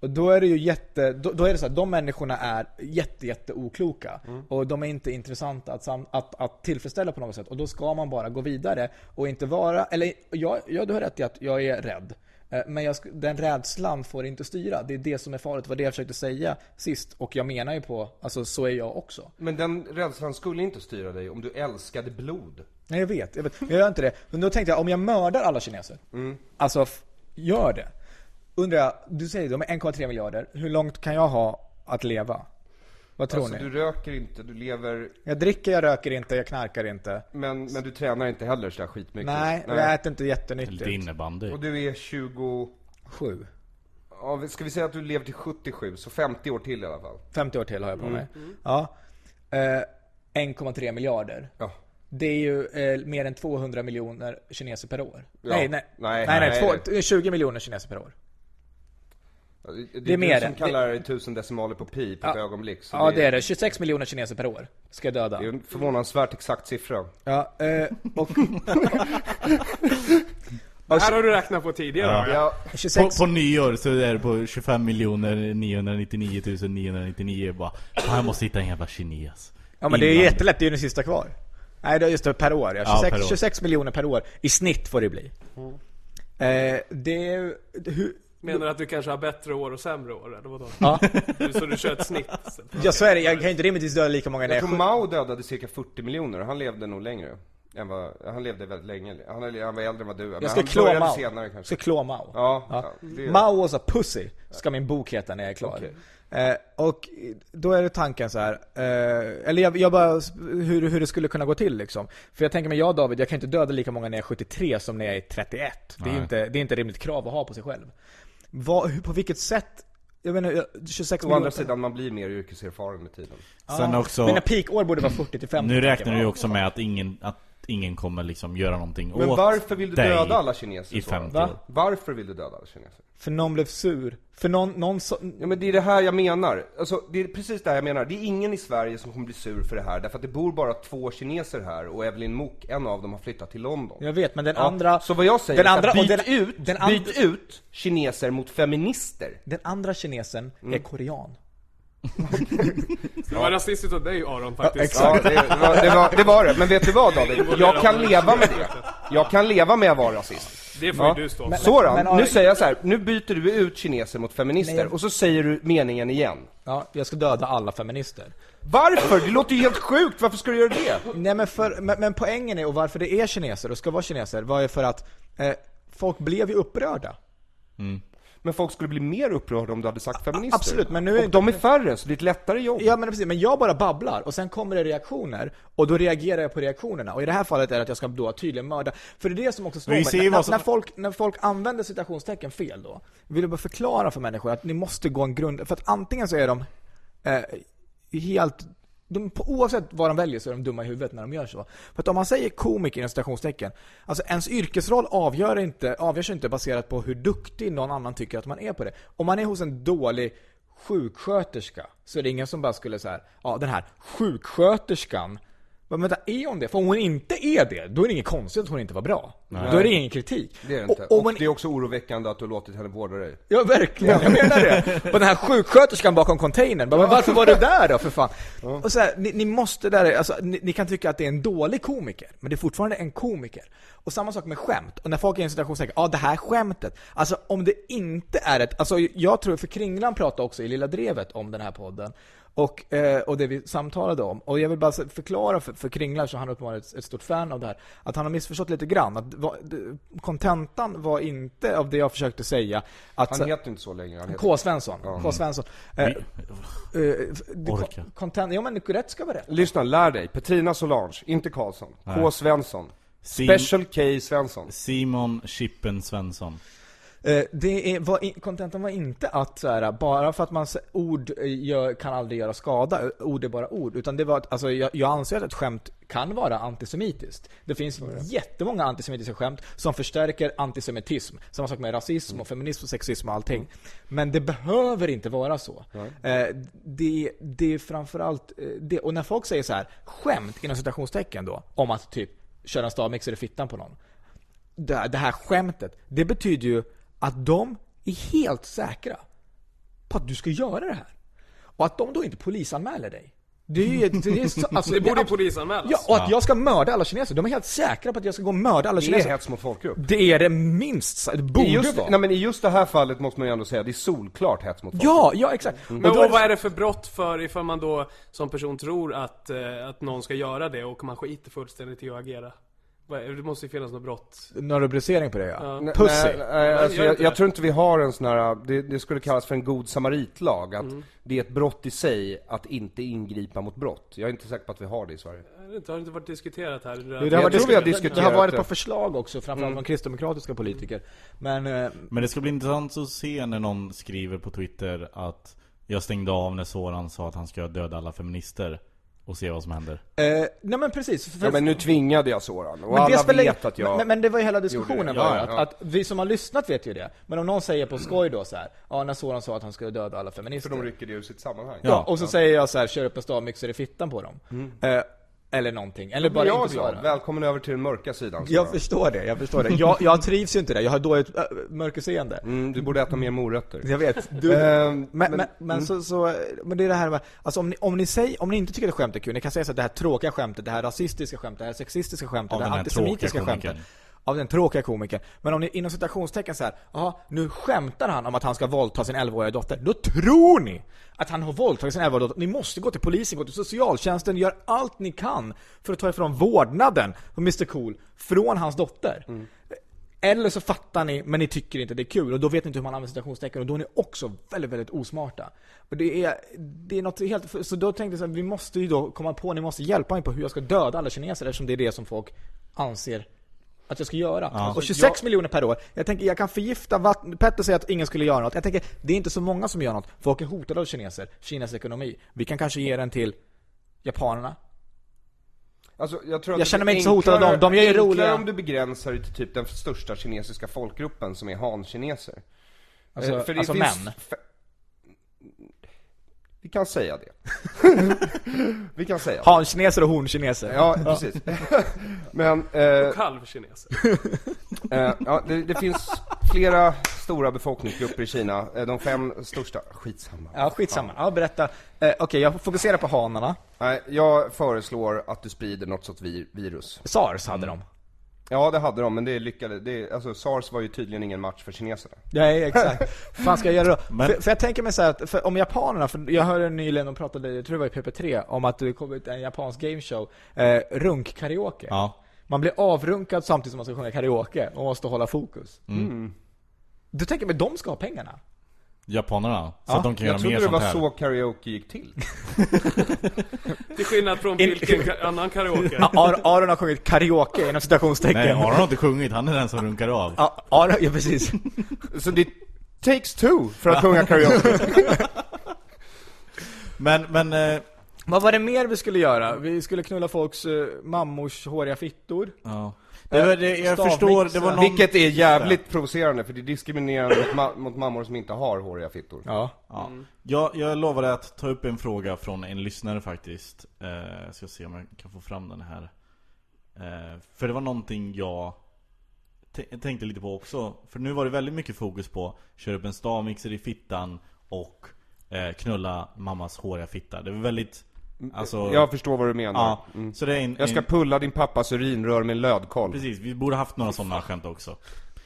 Speaker 7: Och då är det ju jätte, då, då är det så här, de människorna är jätte, jätte okloka. Och de är inte intressanta att, sam, att, att tillfredsställa på något sätt. Och då ska man bara gå vidare och inte vara, eller ja, ja du har rätt i att jag är rädd. Eh, Men jag, sk- den rädslan får inte styra. Det är det som är farligt. Det var det jag försökte säga sist. Och jag menar ju på, alltså så är jag också.
Speaker 5: Men den rädslan skulle inte styra dig om du älskade blod.
Speaker 7: Nej jag vet, jag vet. Jag gör inte det. Men då tänkte jag, om jag mördar alla kineser.
Speaker 5: Mm.
Speaker 7: Alltså, f- gör det. Undrar jag, du säger de är 1,3 miljarder. Hur långt kan jag ha att leva? Vad tror
Speaker 5: Alltså
Speaker 7: ni?
Speaker 5: du röker inte, du lever,
Speaker 7: Jag dricker, jag röker inte, jag knarkar inte.
Speaker 5: men, men du tränar inte heller sådär skitmycket.
Speaker 7: Nej, och jag äter inte jättenyttigt.
Speaker 3: Lite innebandy.
Speaker 5: Och du är 20,
Speaker 7: Sju.
Speaker 5: ja, ska vi säga att du lever till 77, så 50 år till i alla fall.
Speaker 7: 50 år till har jag på
Speaker 5: Mm.
Speaker 7: mig. Ja. Eh, 1,3 miljarder.
Speaker 5: Ja.
Speaker 7: Det är ju eh, mer än 200 miljoner kineser per år.
Speaker 5: Ja.
Speaker 7: Nej, nej.
Speaker 5: Nej,
Speaker 7: Nej, nej.
Speaker 5: nej,
Speaker 7: två,
Speaker 5: nej.
Speaker 7: t- 20 miljoner kineser per år.
Speaker 5: Det är,
Speaker 7: Det är
Speaker 5: du
Speaker 7: mer
Speaker 5: som
Speaker 7: det.
Speaker 5: kallar det tusen decimaler på pi på ett ögonblick. Så
Speaker 7: Ja, det är det. 26 miljoner kineser per år ska jag döda.
Speaker 5: Det är en förvånansvärt exakt siffra.
Speaker 7: Ja, eh, och
Speaker 6: Här har du räknat på tidigare.
Speaker 5: Ja,
Speaker 7: 26...
Speaker 3: På, på nyår så är det på 25 miljoner 999 999 bara Fan jag måste hitta en jävla kines
Speaker 7: Ja men det är
Speaker 3: Innan-
Speaker 7: jättelätt, det är ju den sista kvar. Nej det är just det, per år ja.
Speaker 3: Ja,
Speaker 7: 26,
Speaker 3: per år.
Speaker 7: 26 miljoner per år i snitt får det bli. Eh, det är ju... Hur,
Speaker 6: Menar du att du kanske har bättre år och sämre år eller vadå?
Speaker 7: ja.
Speaker 6: Du- Så du kör ett snitt?
Speaker 7: ja så är det, jag kan ju inte rimligtvis döda lika många när
Speaker 5: jag
Speaker 7: jag
Speaker 5: tror
Speaker 7: är sjuk.
Speaker 5: Mao dödade cirka 40 miljoner och han levde nog längre. Än vad, han levde väldigt länge. Han, han var äldre än vad du är. Men
Speaker 7: Jag ska
Speaker 5: han
Speaker 7: klå
Speaker 5: började
Speaker 7: Mao.
Speaker 5: senare
Speaker 7: Jag ska
Speaker 5: kanske.
Speaker 7: klå Mao.
Speaker 5: Ja,
Speaker 7: Ja.
Speaker 5: ja, det-
Speaker 7: Mao was a pussy, ska min bok heta när jag är klar. Eh, och då är det tanken så här. Eh, eller jag, jag bara, hur, hur det skulle kunna gå till liksom. För jag tänker mig, jag och David, jag kan inte döda lika många när jag är 73 som när jag är 31. Det är,
Speaker 3: Nej.
Speaker 7: inte, det är inte rimligt krav att ha på sig själv. Vad, hur, på vilket sätt? Jag menar, jag- 26
Speaker 5: Å andra
Speaker 7: miljoner.
Speaker 5: sidan, man blir mer yrkeserfaren med tiden.
Speaker 3: Sen också
Speaker 7: Mina peakår borde vara 40 till 50.
Speaker 3: Nu räknar du ju också med att ingen, att ingen kommer liksom göra någonting
Speaker 5: Men
Speaker 3: åt
Speaker 5: varför vill du
Speaker 3: dig
Speaker 5: döda alla kineser
Speaker 3: i
Speaker 5: så?
Speaker 3: 50
Speaker 7: Va?
Speaker 3: år?
Speaker 5: Varför vill du döda alla kineser?
Speaker 7: För någon blev sur. För någon, någon så,
Speaker 5: Ja men det är det här jag menar. Alltså det är precis det här jag menar. Det är ingen i Sverige som kommer bli sur för det här därför att det bor bara två kineser här och Evelyn Mok, en av dem har flyttat till London.
Speaker 7: Jag vet, men den
Speaker 5: Ja,
Speaker 7: andra...
Speaker 5: Så vad jag säger
Speaker 7: den andra,
Speaker 5: är
Speaker 7: och
Speaker 5: byt,
Speaker 7: den,
Speaker 5: ut,
Speaker 7: den andra-
Speaker 5: byt ut kineser mot feminister.
Speaker 7: Den andra kinesen är korean.
Speaker 6: Det var rasistiskt av dig Aron faktiskt.
Speaker 5: Ja, det, det, var, det, var, det var det. Men vet du vad David? Jag kan leva med det. Jag kan leva med att vara rasist.
Speaker 6: Det får ju du stå för.
Speaker 7: men,
Speaker 5: Soran,
Speaker 7: men,
Speaker 5: nu
Speaker 7: Ari-
Speaker 5: säger jag så här. nu byter du ut kineser mot
Speaker 7: Nej,
Speaker 5: feminister
Speaker 7: jag-
Speaker 5: och så säger du meningen igen.
Speaker 7: Ja, jag ska döda alla feminister.
Speaker 5: Varför? Det låter ju helt sjukt, varför ska du göra det?
Speaker 7: Nej men, för, men, men poängen är, och varför det är kineser och ska vara kineser, var ju för att eh, folk blev ju upprörda.
Speaker 5: Men folk skulle bli mer upprörda om du hade sagt feminister.
Speaker 7: absolut, men nu är
Speaker 5: och
Speaker 7: inte-
Speaker 5: de är färre, så det är ett lättare jobb.
Speaker 7: Ja men precis, men jag bara babblar och sen kommer det reaktioner och då reagerar jag på reaktionerna. Och i det här fallet är det att jag ska då tydligen mörda. För det är det som också slår
Speaker 3: Men vi
Speaker 7: mig.
Speaker 3: ser ju
Speaker 7: När,
Speaker 3: vad
Speaker 7: när,
Speaker 3: som-
Speaker 7: när, folk, när folk använder citationstecken fel då, vill jag bara förklara för människor att ni måste gå en grund... För att antingen så är de eh, helt... De, på- oavsett vad de väljer så är de dumma i huvudet när de gör så. För att om man säger komiker inom citationstecken, alltså ens yrkesroll avgör inte, avgörs inte baserat på hur duktig någon annan tycker att man är på det. Om man är hos en dålig sjuksköterska så är det ingen som bara skulle säga ja den här sjuksköterskan, men vänta, är hon det? För om hon inte är det, då är det inget konstigt att hon inte var bra. Då är det ingen kritik.
Speaker 5: Det är det inte.
Speaker 7: Och,
Speaker 5: Och,
Speaker 7: om man,
Speaker 5: det är också oroväckande att du har låtit henne vårda dig.
Speaker 7: Ja verkligen, jag menar det. Och den här sjuksköterskan bakom containern, bara, men varför var du där då för fan? Och så här, ni, ni måste där, alltså, ni, ni kan tycka att det är en dålig komiker, men det är fortfarande en komiker. Och samma sak med skämt, och när folk är i en situation och tänker ja ah, det här skämtet, alltså om det inte är ett, alltså jag tror, för Kringlan pratade också i Lilla Drevet om den här podden, och, eh, och det vi samtalade om. Och jag vill bara så- förklara för, för Kringlar, så han är uppenbarligen ett, ett stort fan av det här, att han har missförstått lite grann. Att va- d- kontentan var inte av det jag försökte säga. Att,
Speaker 5: Han
Speaker 7: så-
Speaker 5: heter inte så längre. Han heter...
Speaker 7: K. Svensson. K. Svensson.
Speaker 3: Mm.
Speaker 7: Eh, eh, f- det-
Speaker 3: Orka.
Speaker 7: Content, ja men rätt ska vara rätt.
Speaker 5: Lyssna, lär dig. Petrina Solange, inte Karlsson. K. Svensson.
Speaker 3: Sim-
Speaker 5: Special K. Svensson.
Speaker 3: Simon Chippen Svensson
Speaker 7: Eh, det är, var, i- contenten var inte att så här, bara för att man s- ord eh, gör, kan aldrig göra skada, eh, ord är bara ord. Utan det var att, alltså jag, jag anser att ett skämt kan vara antisemitiskt. Det finns jättemånga antisemitiska skämt som förstärker antisemitism. Samma sak med rasism och feminism och sexism och allting. Men det behöver inte vara så. Eh, det, det är framförallt eh, det. Och när folk säger så här, skämt inom citationstecken då, om att typ köra en stavmixer i fittan på någon det här, det här skämtet, det betyder ju att de är helt säkra på att du ska göra det här. Och att de då inte polisanmäler dig. Det är ju... Det, är så, alltså,
Speaker 6: Det borde ju
Speaker 7: är-
Speaker 6: polisanmälas.
Speaker 7: Ja, och att jag ska mörda alla kineser. De är helt säkra på att jag ska gå och mörda alla
Speaker 5: alltså. Det är
Speaker 7: kineser.
Speaker 5: hets mot folkgrupp.
Speaker 7: Det är det minst, sa- det borde
Speaker 5: I just,
Speaker 7: vara.
Speaker 5: nej, men I just det här fallet måste man ju ändå säga, det är solklart hets mot folkgrupp.
Speaker 7: Ja, ja exakt.
Speaker 5: Mm.
Speaker 6: Men
Speaker 7: då
Speaker 6: och
Speaker 7: är det-
Speaker 6: vad är det för brott för ifall man då som person tror att, eh, att någon ska göra det och man skiter fullständigt i att agera? Vad är- Det måste ju finnas något brott.
Speaker 7: Någon rubricering på det ja.
Speaker 6: Ja.
Speaker 7: Pussy.
Speaker 5: Nej, nej, alltså,
Speaker 6: gör
Speaker 5: jag,
Speaker 6: inte
Speaker 5: jag
Speaker 6: det.
Speaker 5: tror inte vi har en sån här, det, det skulle kallas för en god samaritlag, att
Speaker 7: Mm.
Speaker 5: det är ett brott i sig att inte ingripa mot brott. Jag är inte säker på att vi har det i Sverige.
Speaker 6: Jag vet inte, Har det inte varit diskuterat här?
Speaker 7: Det har varit
Speaker 5: Jag tror vi har
Speaker 7: diskuterat-
Speaker 5: diskuterat
Speaker 7: Det har varit
Speaker 5: det. Mm.
Speaker 7: på förslag också, framförallt från kristdemokratiska politiker. Men, eh,
Speaker 3: Men det ska bli intressant att se när någon skriver på Twitter att Jag stängde av när Soran sa att han ska döda alla feminister Och se vad som händer
Speaker 7: eh, nej men precis. För,
Speaker 5: Ja, men nu tvingade jag Soran, och
Speaker 7: men
Speaker 5: alla
Speaker 7: spelar-
Speaker 5: vet att jag...
Speaker 7: men, men det var ju hela
Speaker 5: det.
Speaker 7: diskussionen
Speaker 5: Ja,
Speaker 7: bara,
Speaker 5: ja,
Speaker 7: att,
Speaker 5: ja.
Speaker 7: att vi som har lyssnat vet ju det. Men om någon säger på skoj då så här, ja när Soran sa att han skulle döda alla feminister.
Speaker 5: de rycker det ur sitt sammanhang.
Speaker 7: Ja, och så säger jag så här, kör upp en stavmixer i fittan på dem. Eh, eller någonting. Eller bara
Speaker 5: Mm. jag är
Speaker 7: inte svara.
Speaker 5: glad. Välkommen över till den mörka sidan
Speaker 7: Jag
Speaker 5: Soran.
Speaker 7: förstår det, jag förstår det. Jag, jag trivs ju inte där, jag har dåligt äh, mörkerseende.
Speaker 5: Mm, du borde äta mer morötter.
Speaker 7: Jag vet. Du,
Speaker 5: Ehm,
Speaker 7: Eh, men men, men, mm. så, så, men det är det här med, alltså om ni, om ni, säger, om ni inte tycker att skämt är kul, ni kan säga så att det här tråkiga skämtet, det här rasistiska skämtet, det här sexistiska skämtet,
Speaker 3: Av
Speaker 7: det
Speaker 3: den
Speaker 7: här
Speaker 3: här
Speaker 7: antisemitiska
Speaker 3: tråkiga
Speaker 7: skämtet.
Speaker 3: komikern.
Speaker 7: Av den tråkiga komikern. Men om ni inom citationstecken så här, jaha, nu skämtar han om att han ska våldta sin 11-åriga dotter. Då tror ni att han har våldtagit sin 11-åriga dotter. Ni måste gå till polisen, gå till socialtjänsten, gör allt ni kan för att ta ifrån vårdnaden på Mr Cool från hans dotter. Eller så fattar ni, men ni tycker inte det är kul och då vet ni inte hur man använder citationstecken och då är ni också väldigt, väldigt osmarta. Och det är, det är något helt, så då tänkte jag så här, vi måste ju då komma på, ni måste hjälpa mig på hur jag ska döda alla kineser eftersom det är det som folk anser att jag ska göra.
Speaker 5: Alltså,
Speaker 7: Och 26 miljoner per år. Jag tänker, jag kan förgifta vatten. Petter säger att ingen skulle göra något. Jag tänker, det är inte så många som gör något. Folk är hotade av kineser, Kinas ekonomi. Vi kan kanske ge den till japanerna.
Speaker 5: Alltså, jag tror
Speaker 7: Jag
Speaker 5: att det
Speaker 7: känner
Speaker 5: blir
Speaker 7: mig inte så hotad av dem. De är ju
Speaker 5: enklare
Speaker 7: roliga.
Speaker 5: om du begränsar det till typ den största kinesiska folkgruppen som är hankineser.
Speaker 7: Alltså,
Speaker 5: Eh, för det
Speaker 7: alltså
Speaker 5: finns
Speaker 7: män.
Speaker 5: fe- Vi kan säga det. Vi kan säga det.
Speaker 7: Han-kineser och horn-kineser.
Speaker 5: Ja, precis. Men, eh,
Speaker 6: Kalvkineser.
Speaker 5: Eh, ja, det, det finns flera stora befolkningsgrupper i Kina. Eh, De fem största. Skitsamma.
Speaker 7: Ja, skitsamma. Ja, berätta. Eh, Okej, jag fokuserar på hanarna.
Speaker 5: Nej, jag föreslår att du sprider något sorts vi- virus.
Speaker 7: Sars hade de.
Speaker 5: Ja, det hade de, men det lyckades. Det, alltså, sars var ju tydligen ingen match för kineserna.
Speaker 7: Nej, exakt. fan ska jag göra då?
Speaker 3: Men-
Speaker 7: För, för jag tänker mig så här att, för om japanerna, för jag hörde nyligen, de pratade, jag tror det var i PP3, om att det kom ut en japansk gameshow, eh, runk-karaoke.
Speaker 3: Ja
Speaker 7: Man blir avrunkad samtidigt som man ska sjunga karaoke och måste hålla fokus.
Speaker 5: Mm.
Speaker 7: Du tänker mig, de ska ha pengarna?
Speaker 3: Japanerna, så
Speaker 7: Ja,
Speaker 3: att de kan
Speaker 5: Jag
Speaker 3: göra mer
Speaker 5: trodde det
Speaker 3: sånt
Speaker 5: var
Speaker 3: här
Speaker 5: så karaoke gick till.
Speaker 6: Till skillnad från vilken ka- annan karaoke.
Speaker 7: Ar- Aron har sjungit karaoke inom
Speaker 3: Nej,
Speaker 7: citationstecken.
Speaker 3: Aron har inte sjungit, han är den som runkar av
Speaker 7: Ja, Aron, ja precis.
Speaker 5: Så det takes two för att sjunga karaoke.
Speaker 3: Men, men, eh,
Speaker 7: Vad var det mer vi skulle göra? Vi skulle knulla folks eh, mammors håriga fittor.
Speaker 3: ja det var, det, Jag förstår, det var någon
Speaker 5: Vilket är jävligt provocerande, för det är diskriminerande mot, ma- mot mammor som inte har håriga fittor.
Speaker 7: Ja.
Speaker 3: Ja.
Speaker 6: Mm.
Speaker 3: Jag, jag lovade att ta upp en fråga från en lyssnare faktiskt. Eh, jag ska se om jag kan få fram den här. Eh, för det var någonting jag t- tänkte lite på också. För nu var det väldigt mycket fokus på köra upp en stavmixer i fittan och eh, knulla mammas håriga fitta. Det var väldigt...
Speaker 5: Mm,
Speaker 3: Alltså,
Speaker 5: Jag förstår vad du menar.
Speaker 3: ja, så det är en,
Speaker 5: Mm. Jag ska
Speaker 3: en,
Speaker 5: pulla din pappas urinrör med en lödkolv.
Speaker 3: Precis, vi borde haft några sådana skämt också.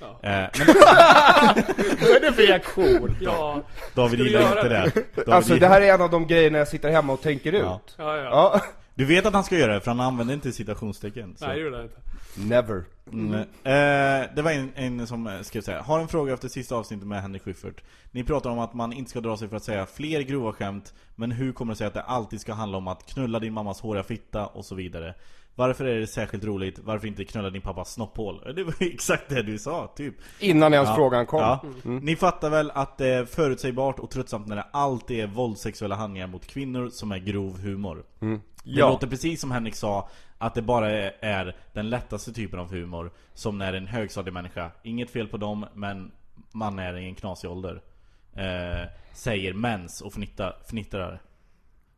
Speaker 3: Eh, men
Speaker 7: Vad är det för reaktion?
Speaker 6: Ja,
Speaker 3: David
Speaker 6: Skulle
Speaker 3: gillar
Speaker 6: göra
Speaker 3: inte det.
Speaker 6: det.
Speaker 3: David
Speaker 5: Alltså det
Speaker 3: gillar-
Speaker 5: här är en av de grejerna jag sitter hemma och tänker ut.
Speaker 3: Ja.
Speaker 6: ja, ja.
Speaker 5: Ja.
Speaker 3: Du vet att han ska göra det, för han använder inte citationstecken. så-
Speaker 6: Nej, det gjorde jag inte.
Speaker 5: Never.
Speaker 3: Mm. Eh, det var en, en som eh, skrev så här. Har en fråga efter sista avsnittet med Henrik Schyffert. Ni pratar om att man inte ska dra sig för att säga fler grova skämt, men hur kommer det sig att det alltid ska handla om att knulla din mammas håriga fitta och så vidare? Varför är det särskilt roligt? Varför inte knulla din pappas snopphål? Eh, Det var ju exakt det du sa, typ.
Speaker 5: Innan ens frågan kom.
Speaker 3: Ja. Mm. Ni fattar väl att det är förutsägbart och tröttsamt när det alltid är våldssexuella handlingar mot kvinnor som är grov humor. Det låter precis som Henrik sa, att det bara är- är den lättaste typen av humor Som när en högstadiemänniska, inget fel på dem men man är i en knasig ålder eh, Säger mens och fnittar, fnittrar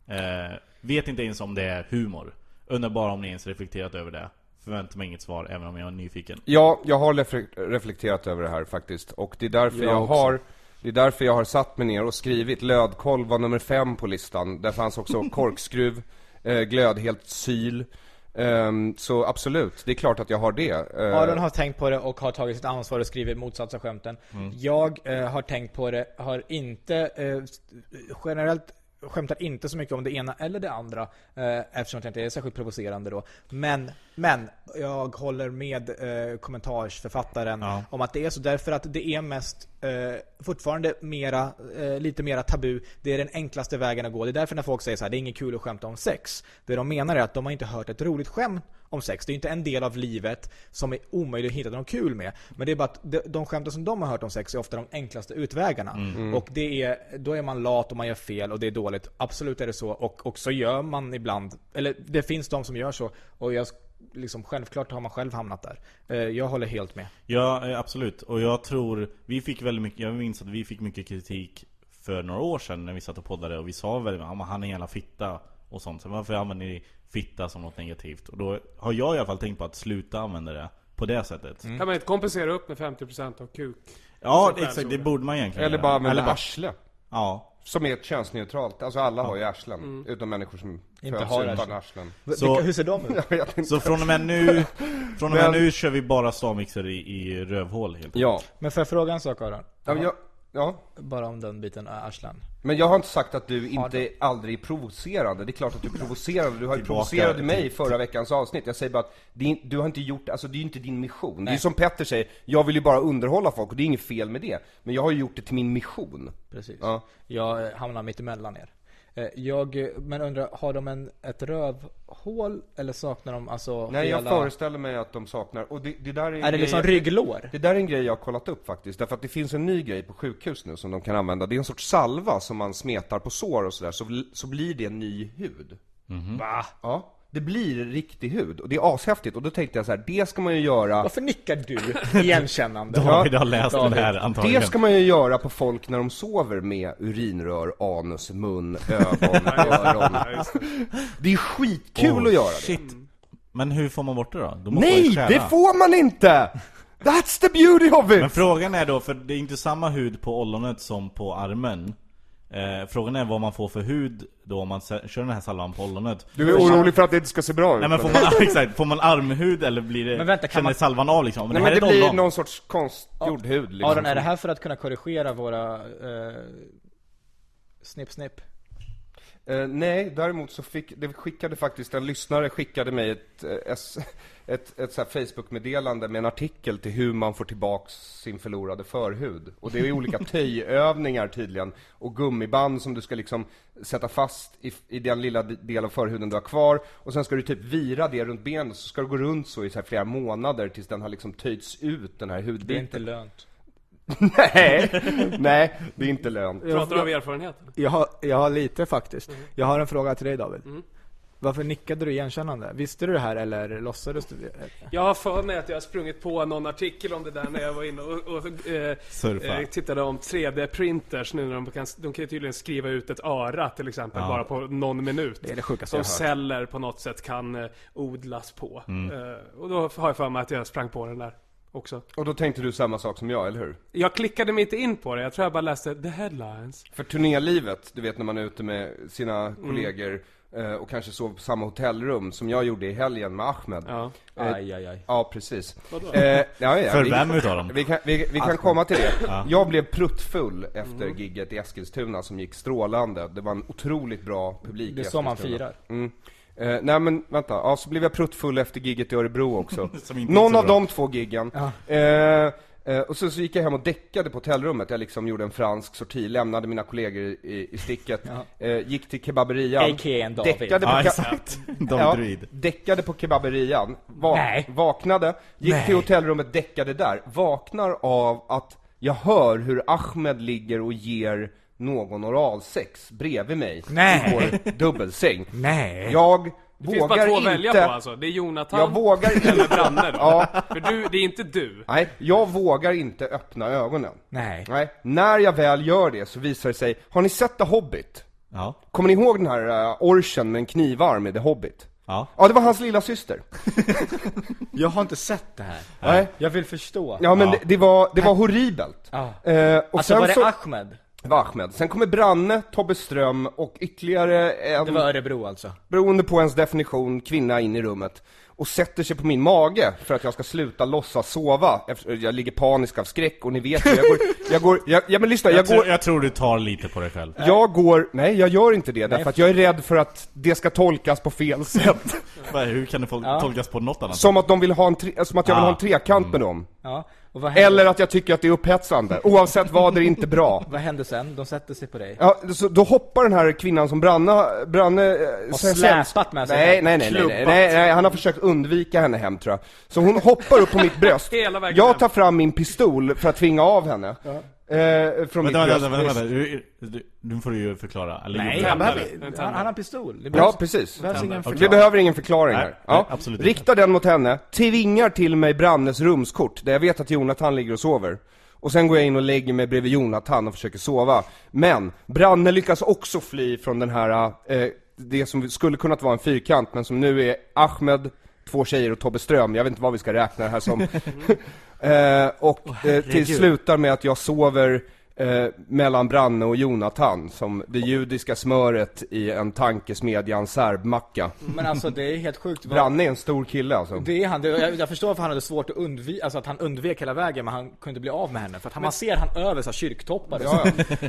Speaker 3: eh, Vet inte ens om det är humor Undrar bara om ni ens reflekterat över det Förväntar mig inget svar även om jag är nyfiken
Speaker 5: Ja, jag har lef- reflekterat över det här faktiskt. Och det är därför jag, har Det är därför jag har satt mig ner och skrivit lödkolv var nummer fem på listan. Där fanns också korkskruv, eh, glödhelt syl. Ehm, så absolut, det är klart att jag har det. Eh,
Speaker 7: Aron har tänkt på det och har tagit sitt ansvar och skrivit motsatsa skämten. Jag eh, har tänkt på det, har inte eh, generellt skämtar inte så mycket om det ena eller det andra eh, eftersom jag inte är särskilt provocerande då. Men, men jag håller med eh, kommentarsförfattaren om att det är så därför att det är mest eh, fortfarande mera, eh, lite mera tabu. Det är den enklaste vägen att gå. Det är därför när folk säger så här, det är inget kul att skämta om sex. Det de menar är att de har inte hört ett roligt skämt om sex. Det är inte en del av livet som är omöjlig att hitta något kul med. Men det är bara att de, de skämten som de har hört om sex är ofta de enklaste utvägarna. Och det är, då är man lat och man gör fel och det är dåligt. Absolut är det så. Och, och så gör man ibland, eller det finns de som gör så. Och jag, liksom, självklart har man själv hamnat där. Eh, Jag håller helt med.
Speaker 3: Ja, eh, absolut. Och jag tror, vi fick väldigt mycket, jag minns att vi fick mycket kritik för några år sedan när vi satt och poddade och vi sa väldigt mycket, "Ja, men han är en jävla fitta och sånt. Så varför använder ni fitta som något negativt? Och då har jag i alla fall tänkt på att sluta använda det på det sättet.
Speaker 5: Mm.
Speaker 6: Kan man inte kompensera upp med 50% av kuk?
Speaker 3: Ja,
Speaker 6: Så
Speaker 3: exakt.
Speaker 6: skällsord.
Speaker 3: Det borde man egentligen
Speaker 5: eller
Speaker 3: göra.
Speaker 5: bara använda arsle.
Speaker 3: Ja.
Speaker 5: Som är könsneutralt. Alltså alla har ju arslen. Utom människor som
Speaker 7: Inte
Speaker 5: föds
Speaker 7: har arslen.
Speaker 5: utan arslen.
Speaker 3: Så,
Speaker 7: Hur ser de ut?
Speaker 5: Jag vet inte.
Speaker 3: så från och med nu, från och med
Speaker 5: Men-
Speaker 3: nu kör vi bara stavmixer i, i rövhål helt enkelt.
Speaker 5: Ja.
Speaker 7: Men får jag fråga en sak Aron?
Speaker 5: Ja, men jag, ja.
Speaker 7: Bara om den biten, äh, arslen.
Speaker 5: Men jag har inte sagt att du inte aldrig är provocerande. Det är klart att du är provocerande. Du har ju
Speaker 3: Tillbaka
Speaker 5: provocerat mig
Speaker 3: till-
Speaker 5: förra veckans avsnitt. Jag säger bara att det är, du har inte gjort, alltså det är ju inte din mission. Det är ju som Petter säger, jag vill ju bara underhålla folk och det är inget fel med det. Men jag har ju gjort det till min mission.
Speaker 7: Precis.
Speaker 5: Ja.
Speaker 7: Jag eh, hamnar mitt emellan er. Eh, Jag, eh, men undrar, har de en, ett rövhål eller saknar de alltså
Speaker 5: Nej, jag
Speaker 7: hela...
Speaker 5: föreställer mig att de saknar, och det, det där är en
Speaker 7: Är det
Speaker 5: grej-
Speaker 7: liksom rygglår?
Speaker 5: Det där är en grej jag har kollat upp faktiskt, därför att det finns en ny grej på sjukhus nu som de kan använda. Det är en sorts salva som man smetar på sår och sådär, så, bl- så blir det en ny hud.
Speaker 3: Mhm.
Speaker 5: Va? Ja. Det blir riktig hud och det är ashäftigt och då tänkte jag så här, det ska man ju göra
Speaker 7: Varför nickar du igenkännande?
Speaker 3: David har läst den här antagligen.
Speaker 5: det ska man ju göra på folk när de sover med urinrör, anus, mun, ögon, öron. Det är skitkul att göra det.
Speaker 3: Shit. Men hur får man bort det då? då måste man ju
Speaker 5: Nej,
Speaker 3: stjäla.
Speaker 5: det får man inte! That's the beauty of
Speaker 3: Men
Speaker 5: it!
Speaker 3: frågan är då, för det är inte samma hud på ollonet som på armen eh, Frågan är vad man får för hud då om man se- kör den här salvan på ollonet
Speaker 5: Du är orolig för att det inte ska se bra ut?
Speaker 3: Nej men får man, exakt, får man armhud eller blir det,
Speaker 7: Men vänta, kan
Speaker 3: känner
Speaker 7: man-
Speaker 3: salvan av liksom? Men det
Speaker 5: Nej men
Speaker 3: här
Speaker 5: det
Speaker 3: är ett
Speaker 5: blir
Speaker 3: ollon!
Speaker 5: någon sorts konstgjord hud liksom.
Speaker 7: Aron, är det här för att kunna korrigera våra eh, snipp snipp?
Speaker 5: Eh, nej, däremot så fick, det skickade faktiskt, en lyssnare skickade mig ett, eh, s- ett, ett så här Facebook-meddelande med en artikel till hur man får tillbaks sin förlorade förhud. Och det är ju olika töjövningar tydligen, och gummiband som du ska liksom sätta fast i, i den lilla d- del av förhuden du har kvar. Och sen ska du typ vira det runt benet, så ska du gå runt så i så här flera månader tills den har liksom töjts ut, den här
Speaker 7: Det är
Speaker 5: hudbiten.
Speaker 7: inte lönt.
Speaker 5: nej, nej, det är inte lönt.
Speaker 6: Pratar du av erfarenhet?
Speaker 8: Jag har, jag har lite faktiskt.
Speaker 7: Mm.
Speaker 8: Jag har en fråga till dig David. Varför nickade du igenkännande? Visste du det här eller låtsades du? det?
Speaker 6: Jag har för mig att jag har sprungit på någon artikel om det där när jag var inne och, och eh,
Speaker 3: Surfa.
Speaker 6: eh, tittade om 3D-printers nu när de kan, de kan ju tydligen skriva ut ett öra till exempel bara på någon minut.
Speaker 8: Det är det sjukaste
Speaker 6: Som
Speaker 8: jag har hört. Mm.
Speaker 6: celler på något sätt kan eh, odlas på. Eh, och då har jag för mig att jag sprang på den där också.
Speaker 5: Och då tänkte du samma sak som jag, eller hur?
Speaker 6: Jag klickade mig inte in på det, jag tror jag bara läste the headlines.
Speaker 5: För turnélivet, du vet när man är ute med
Speaker 7: Mm.
Speaker 5: sina kollegor eh, och kanske sover på samma hotellrum som jag gjorde i helgen med Ahmed. Ja,
Speaker 6: Ja.
Speaker 7: Aj, aj, aj.
Speaker 5: precis. Eh, ja, ja,
Speaker 3: För
Speaker 5: vi-
Speaker 3: vem utav dem?
Speaker 5: Vi kan, vi, vi kan komma till det. Jag blev pruttfull efter
Speaker 7: Mm.
Speaker 5: gigget i Eskilstuna som gick strålande. Det var en otroligt bra publik
Speaker 7: Det är
Speaker 5: i
Speaker 7: så man
Speaker 5: Eskilstuna.
Speaker 7: firar.
Speaker 5: Mm. Eh, nej men vänta, ja, så blev jag pruttfull efter gigget i Örebro också.
Speaker 3: Som inte gick
Speaker 5: Någon
Speaker 3: så
Speaker 5: av
Speaker 3: bra.
Speaker 5: de två giggen. Eh, eh, och sen så gick jag hem och däckade på hotellrummet. Jag liksom gjorde en fransk sorti, lämnade mina kollegor i, i sticket. eh, gick till kebaberian.
Speaker 7: A.k.a. en David.
Speaker 5: Däckade på,
Speaker 3: Ja
Speaker 5: ka-
Speaker 3: exakt, David
Speaker 5: ja,
Speaker 3: Druid
Speaker 5: däckade på kebaberian. Va-
Speaker 7: Nej.
Speaker 5: Vaknade, gick till hotellrummet, däckade där. Vaknar av att jag hör hur Ahmed ligger och ger någon oralsex bredvid mig
Speaker 7: Nej.
Speaker 5: i vår dubbelsäng.
Speaker 7: Nej.
Speaker 5: Eh, Jag
Speaker 6: Det finns bara
Speaker 5: vågar
Speaker 6: två att välja på
Speaker 5: inte...
Speaker 6: alltså. Det är Jonathan
Speaker 5: Jag vågar
Speaker 6: eller
Speaker 5: inte...
Speaker 6: Branne då.
Speaker 5: Ja.
Speaker 6: För du, det är inte du.
Speaker 5: Nej, jag vågar inte öppna ögonen.
Speaker 7: Nej.
Speaker 5: Nej. När jag väl gör det så visar det sig, har ni sett The Hobbit?
Speaker 3: Ja,
Speaker 5: eh, Kommer ni ihåg den här uh, orchen med en knivarm i The Hobbit?
Speaker 3: Ja.
Speaker 5: Ja, det var hans lilla syster.
Speaker 7: Jag har inte sett det här.
Speaker 5: Nej.
Speaker 7: Jag vill förstå.
Speaker 5: Ja, men
Speaker 3: Ja.
Speaker 5: Det, det var, det var horribelt.
Speaker 7: Ja.
Speaker 5: Eh, och
Speaker 7: Alltså
Speaker 5: sen
Speaker 7: var det
Speaker 5: så,
Speaker 7: Ahmed?
Speaker 5: det var Ahmed. Sen kommer Branne, Tobbe Ström och ytterligare en,
Speaker 7: Det var Örebro alltså?
Speaker 5: beroende på ens definition, kvinna in i rummet och sätter sig på min mage för att jag ska sluta låtsas sova. Efter, jag ligger panisk av skräck och ni vet ju, jag går, jag går, jag, ja men lyssna, jag,
Speaker 3: Jag, tror,
Speaker 5: går,
Speaker 3: jag tror du tar lite på dig själv.
Speaker 5: jag går, nej jag gör inte det därför att jag är rädd för att det ska tolkas på fel sätt.
Speaker 3: Bara, Hur kan det fol- tolkas på något annat?
Speaker 5: Som att de vill ha en, tre, som att jag vill
Speaker 3: Ah.
Speaker 5: ha en trekant med dem.
Speaker 7: Ja. Och vad hände,
Speaker 5: Eller att jag tycker att det är upphetsande. Oavsett vad, det är inte bra.
Speaker 7: vad hände sen? De sätter sig på dig?
Speaker 5: Ja, så då hoppar den här kvinnan som Branne... Branne eh, sen-
Speaker 7: släpat med sig
Speaker 5: nej,
Speaker 7: hem.
Speaker 5: nej, nej, nej, nej,
Speaker 7: Klubbat.
Speaker 5: nej, nej, han har försökt undvika henne hem tror jag. Så hon hoppar upp på mitt bröst.
Speaker 6: Hela vägen
Speaker 5: jag
Speaker 6: hem.
Speaker 5: tar fram min pistol för att tvinga av henne. Eh,
Speaker 3: Vänta,
Speaker 5: från mitt
Speaker 3: vänta,
Speaker 5: bröst.
Speaker 3: vänta, vänta. Du, du, nu får du ju förklara. Eller,
Speaker 7: Nej,
Speaker 3: jo, men-
Speaker 7: han, behöver,
Speaker 6: En
Speaker 7: han,
Speaker 6: tändare.
Speaker 7: han har pistol. Det
Speaker 5: Ja,
Speaker 7: behövs-
Speaker 5: precis.
Speaker 7: behövs ingen
Speaker 3: Okej.
Speaker 5: Vi behöver ingen förklaring
Speaker 3: Nej,
Speaker 5: här.
Speaker 3: nej, absolut inte.
Speaker 5: Rikta den mot henne, tvingar till mig Brannes rumskort, där jag vet att Jonathan ligger och sover. Och sen går jag in och lägger mig bredvid Jonathan och försöker sova. Men, Branne lyckas också fly från den här, eh, det som skulle kunnat vara en fyrkant, men som nu är Ahmed, två tjejer och Tobbe Ström, jag vet inte vad vi ska räkna det här som. eh, och eh, till slutar med att jag sover eh, mellan Branne och Jonathan, som det judiska smöret i en tankesmedjan serbmacka.
Speaker 7: Men alltså det är helt sjukt. Vad-
Speaker 5: Branne är en stor kille alltså.
Speaker 7: Det är han. Det, jag, jag förstår varför han hade svårt att undvika, alltså att han undvek hela vägen men han kunde inte bli av med henne. För att han, man ser han över så här, kyrktoppar och så.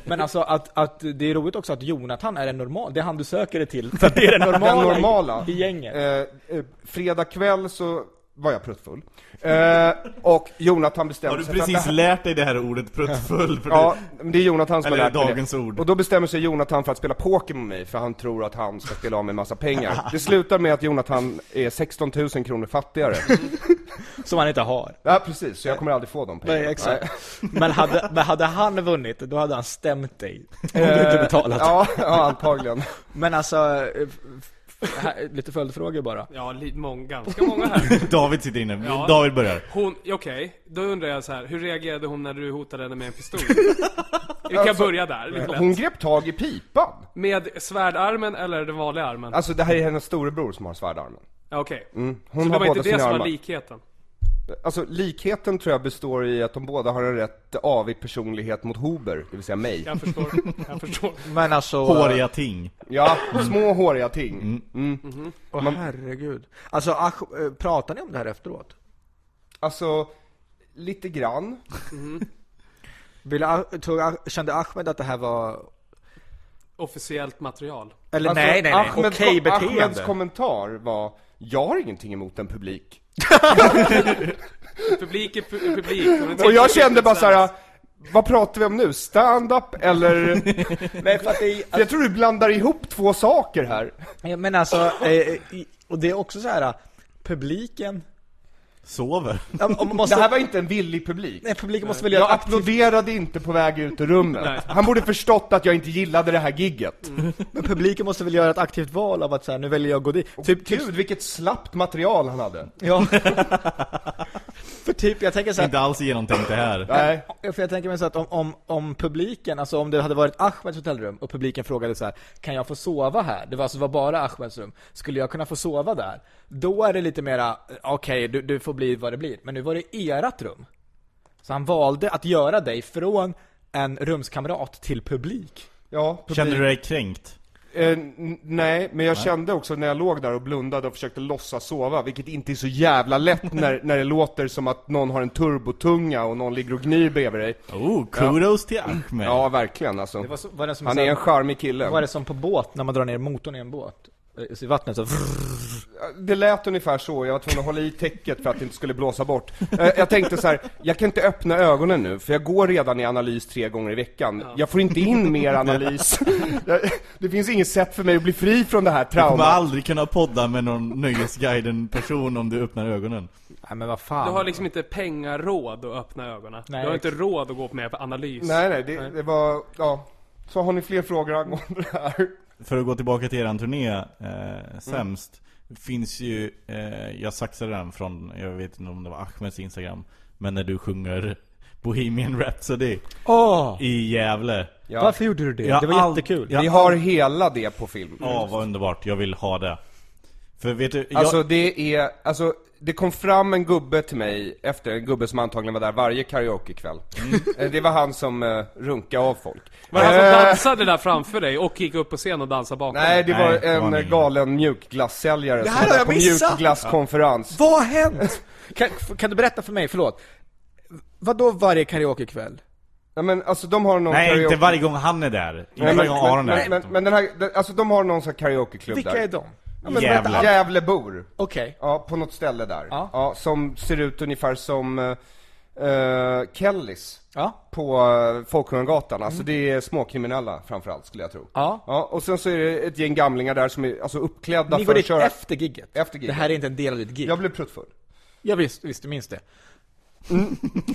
Speaker 7: Men alltså att, att det är roligt också att Jonathan är en normal, det är han du söker dig till. För att det är den
Speaker 5: Den
Speaker 7: normala,
Speaker 5: normala.
Speaker 7: i gänget.
Speaker 5: Eh, eh, fredag kväll så var jag pruttfull. Eh, och Jonathan
Speaker 3: Har
Speaker 5: bestämde
Speaker 3: du
Speaker 5: sig för att
Speaker 3: precis
Speaker 5: det här-
Speaker 3: lärt dig det här ordet pruttfull? För
Speaker 5: Ja, men det är Jonathan som
Speaker 3: Eller
Speaker 5: har lärt mig
Speaker 3: dagens
Speaker 5: det.
Speaker 3: ord.
Speaker 5: Och då bestämmer sig Jonathan för att spela poker med mig, för han tror att han ska spela av mig massa pengar. Det slutar med att Jonathan är 16 000 kronor fattigare.
Speaker 7: Som han inte har.
Speaker 5: Ja, precis, så jag kommer aldrig få de pengarna.
Speaker 7: Nej, exakt. Men hade, men hade han vunnit, då hade han stämt dig. Eh, Om du inte betalat.
Speaker 5: Eh, Ja, ja, antagligen.
Speaker 7: Men alltså, eh, f- f- här, lite följdfrågor bara.
Speaker 6: Ja, li- många, ganska många här.
Speaker 3: David sitter inne.
Speaker 6: Ja.
Speaker 3: David börjar.
Speaker 6: Hon, okej, då undrar jag så här, hur reagerade hon när du hotade henne med en pistol? Vi kan börja där, lite
Speaker 5: Alltså, Hon
Speaker 6: lätt.
Speaker 5: grep tag i pipan.
Speaker 6: Med svärdarmen eller den vanliga armen?
Speaker 5: Alltså det här är hennes storebror som har svärdarmen.
Speaker 6: Ja, Okej.
Speaker 5: Hon
Speaker 6: Så det
Speaker 5: har
Speaker 6: var
Speaker 5: båda
Speaker 6: inte det
Speaker 5: sina
Speaker 6: som var
Speaker 5: armar.
Speaker 6: likheten?
Speaker 5: Alltså likheten tror jag består i att de båda har en rätt avig personlighet mot Hober, det vill säga mig.
Speaker 6: Jag förstår, jag förstår.
Speaker 7: Men alltså...
Speaker 3: Håriga ting.
Speaker 5: Ja, små håriga ting.
Speaker 7: Åh herregud. Alltså, Ach- eh, pratar ni om det här efteråt?
Speaker 5: Alltså, lite grann.
Speaker 7: Ville, Ah- tog, Ah- kände Ahmed att det här var...
Speaker 6: Officiellt material.
Speaker 7: Eller
Speaker 5: Alltså,
Speaker 7: nej, nej, nej.
Speaker 5: Ahmeds
Speaker 7: Okej
Speaker 5: ko- Ahmeds
Speaker 7: beteende.
Speaker 5: kommentar var, jag har ingenting emot en publik.
Speaker 6: Publik är pu- publik. det
Speaker 5: Och jag
Speaker 6: tänker
Speaker 5: kände bara
Speaker 6: svensk.
Speaker 5: såhär, vad pratar vi om nu? Stand-up eller?
Speaker 7: Nej, för att det är,
Speaker 5: För jag tror du blandar ihop två saker här.
Speaker 7: Ja, Men alltså, eh, i- och det är också så här eh, publiken...
Speaker 3: Sover.
Speaker 7: Ja, men man
Speaker 5: Det
Speaker 7: Måste,
Speaker 5: här var inte en villig publik.
Speaker 7: nej, publiken måste väl göra
Speaker 5: Jag
Speaker 7: ett aktivt...
Speaker 5: applåderade inte på väg ut ur rummet. Han borde förstått att jag inte gillade det här gigget.
Speaker 7: Men publiken måste väl göra ett aktivt val av att säga nu väljer jag att gå dit.
Speaker 5: Typ, Gud vilket slappt material han hade.
Speaker 7: Ja. för typ, jag tänker så här,
Speaker 3: Inte alls genomtänkt det här.
Speaker 5: Nej.
Speaker 7: Ja, För jag tänker mig så att om, om, om publiken, alltså om det hade varit Ahmeds hotellrum och publiken frågade så här, kan jag få sova här? Det var alltså det var bara Ahmeds rum. Skulle jag kunna få sova där? Då är det lite mera, okej du, du får bli vad det blir. Men nu var det ert rum. Så han valde att göra dig från en rumskamrat till publik.
Speaker 5: Ja, publik.
Speaker 3: Kände du dig kränkt?
Speaker 5: Eh, n- nej, men jag kände också när jag låg där och blundade och försökte låtsas sova, vilket inte är så jävla lätt när, när det låter som att någon har en turbotunga och någon ligger och gnyr bredvid dig.
Speaker 3: Oh, kudos till Ahmed.
Speaker 5: Ja, verkligen alltså.
Speaker 7: Det var, så, var det som
Speaker 5: Han
Speaker 7: så
Speaker 5: är
Speaker 7: här-
Speaker 5: en charmig kille.
Speaker 7: Var det som på båt, när man drar ner motorn i en båt? Eh, så I vattnet så
Speaker 5: Det lät ungefär så, jag var tvungen att hålla i täcket för att det inte skulle blåsa bort. Eh, Jag tänkte så här: jag kan inte öppna ögonen nu, för jag går redan i analys tre gånger i veckan. Jag får inte in mer analys. Jag- Det finns inget sätt för mig att bli fri från det här
Speaker 3: Du kommer
Speaker 5: traumat.
Speaker 3: aldrig kunna podda med någon Nöjesguiden-person om du öppnar ögonen.
Speaker 7: Nej men vad
Speaker 6: Du
Speaker 7: fan.
Speaker 6: har liksom inte pengaråd att öppna ögonen.
Speaker 7: Nej,
Speaker 6: du har inte
Speaker 7: exakt.
Speaker 6: råd att gå med på analys.
Speaker 5: Nej, nej, det, det var, ja. Så har ni fler frågor angående det här?
Speaker 3: För att gå tillbaka till eran turné, eh, sämst. Finns ju, eh, jag saxade den från, jag vet inte om det var Ahmeds instagram. Men när du sjunger Bohemian Rhapsody
Speaker 7: Åh!
Speaker 3: i Gävle.
Speaker 7: Varför gjorde du det?
Speaker 3: Jag
Speaker 7: det var
Speaker 3: all-
Speaker 7: jättekul.
Speaker 3: jag
Speaker 5: Vi har hela det på film.
Speaker 3: Ja, vad underbart. Jag vill ha det. För vet du, jag,
Speaker 5: Alltså det är, alltså det kom fram en gubbe till mig efter, en gubbe som antagligen var där varje karaokekväll.
Speaker 3: Mm.
Speaker 5: Eh, Det var han som eh, runkade av folk.
Speaker 6: Var det han som
Speaker 5: Eh,
Speaker 6: dansade där framför dig och gick upp på scen och dansade bakom?
Speaker 5: Nej, det var
Speaker 3: Nej, det var
Speaker 5: en
Speaker 3: han
Speaker 5: eh,
Speaker 3: inte.
Speaker 5: galen mjukglassäljare som
Speaker 7: här har
Speaker 5: var
Speaker 7: jag
Speaker 5: på
Speaker 7: missat!
Speaker 5: mjukglasskonferens.
Speaker 7: Vad har hänt? Kan, kan du berätta för mig? Förlåt. Vadå varje karaokekväll?
Speaker 5: Nej men alltså de har någon
Speaker 3: nej, inte
Speaker 5: karaoke-
Speaker 3: varje gång han är där. Inte
Speaker 5: Nej, men,
Speaker 3: varje gång
Speaker 5: men,
Speaker 3: Aron är
Speaker 5: men,
Speaker 3: där.
Speaker 5: men, men den här, den, alltså de har någon sån här karaokeklubb
Speaker 7: Vilka
Speaker 5: där.
Speaker 7: är de?
Speaker 5: Ja, men
Speaker 3: Gävle.
Speaker 5: vänta, Gävlebor.
Speaker 7: Okej.
Speaker 5: Ja, på något ställe där. Ja.
Speaker 7: Ja.
Speaker 5: som ser ut ungefär som eh, eh, Kellys.
Speaker 7: Ja.
Speaker 5: På uh, Folkungagatan. Alltså det är småkriminella framförallt skulle jag tro.
Speaker 7: Ja.
Speaker 5: ja. Och sen så är det ett gäng gamlingar där som är alltså uppklädda
Speaker 7: Ni
Speaker 5: för
Speaker 7: går
Speaker 5: att
Speaker 7: dit
Speaker 5: köra.
Speaker 7: efter gigget.
Speaker 5: Efter gigget.
Speaker 7: Det här är inte en del av ditt gig.
Speaker 5: Jag blev pruttfull.
Speaker 7: Jag visst, visst, du minns det.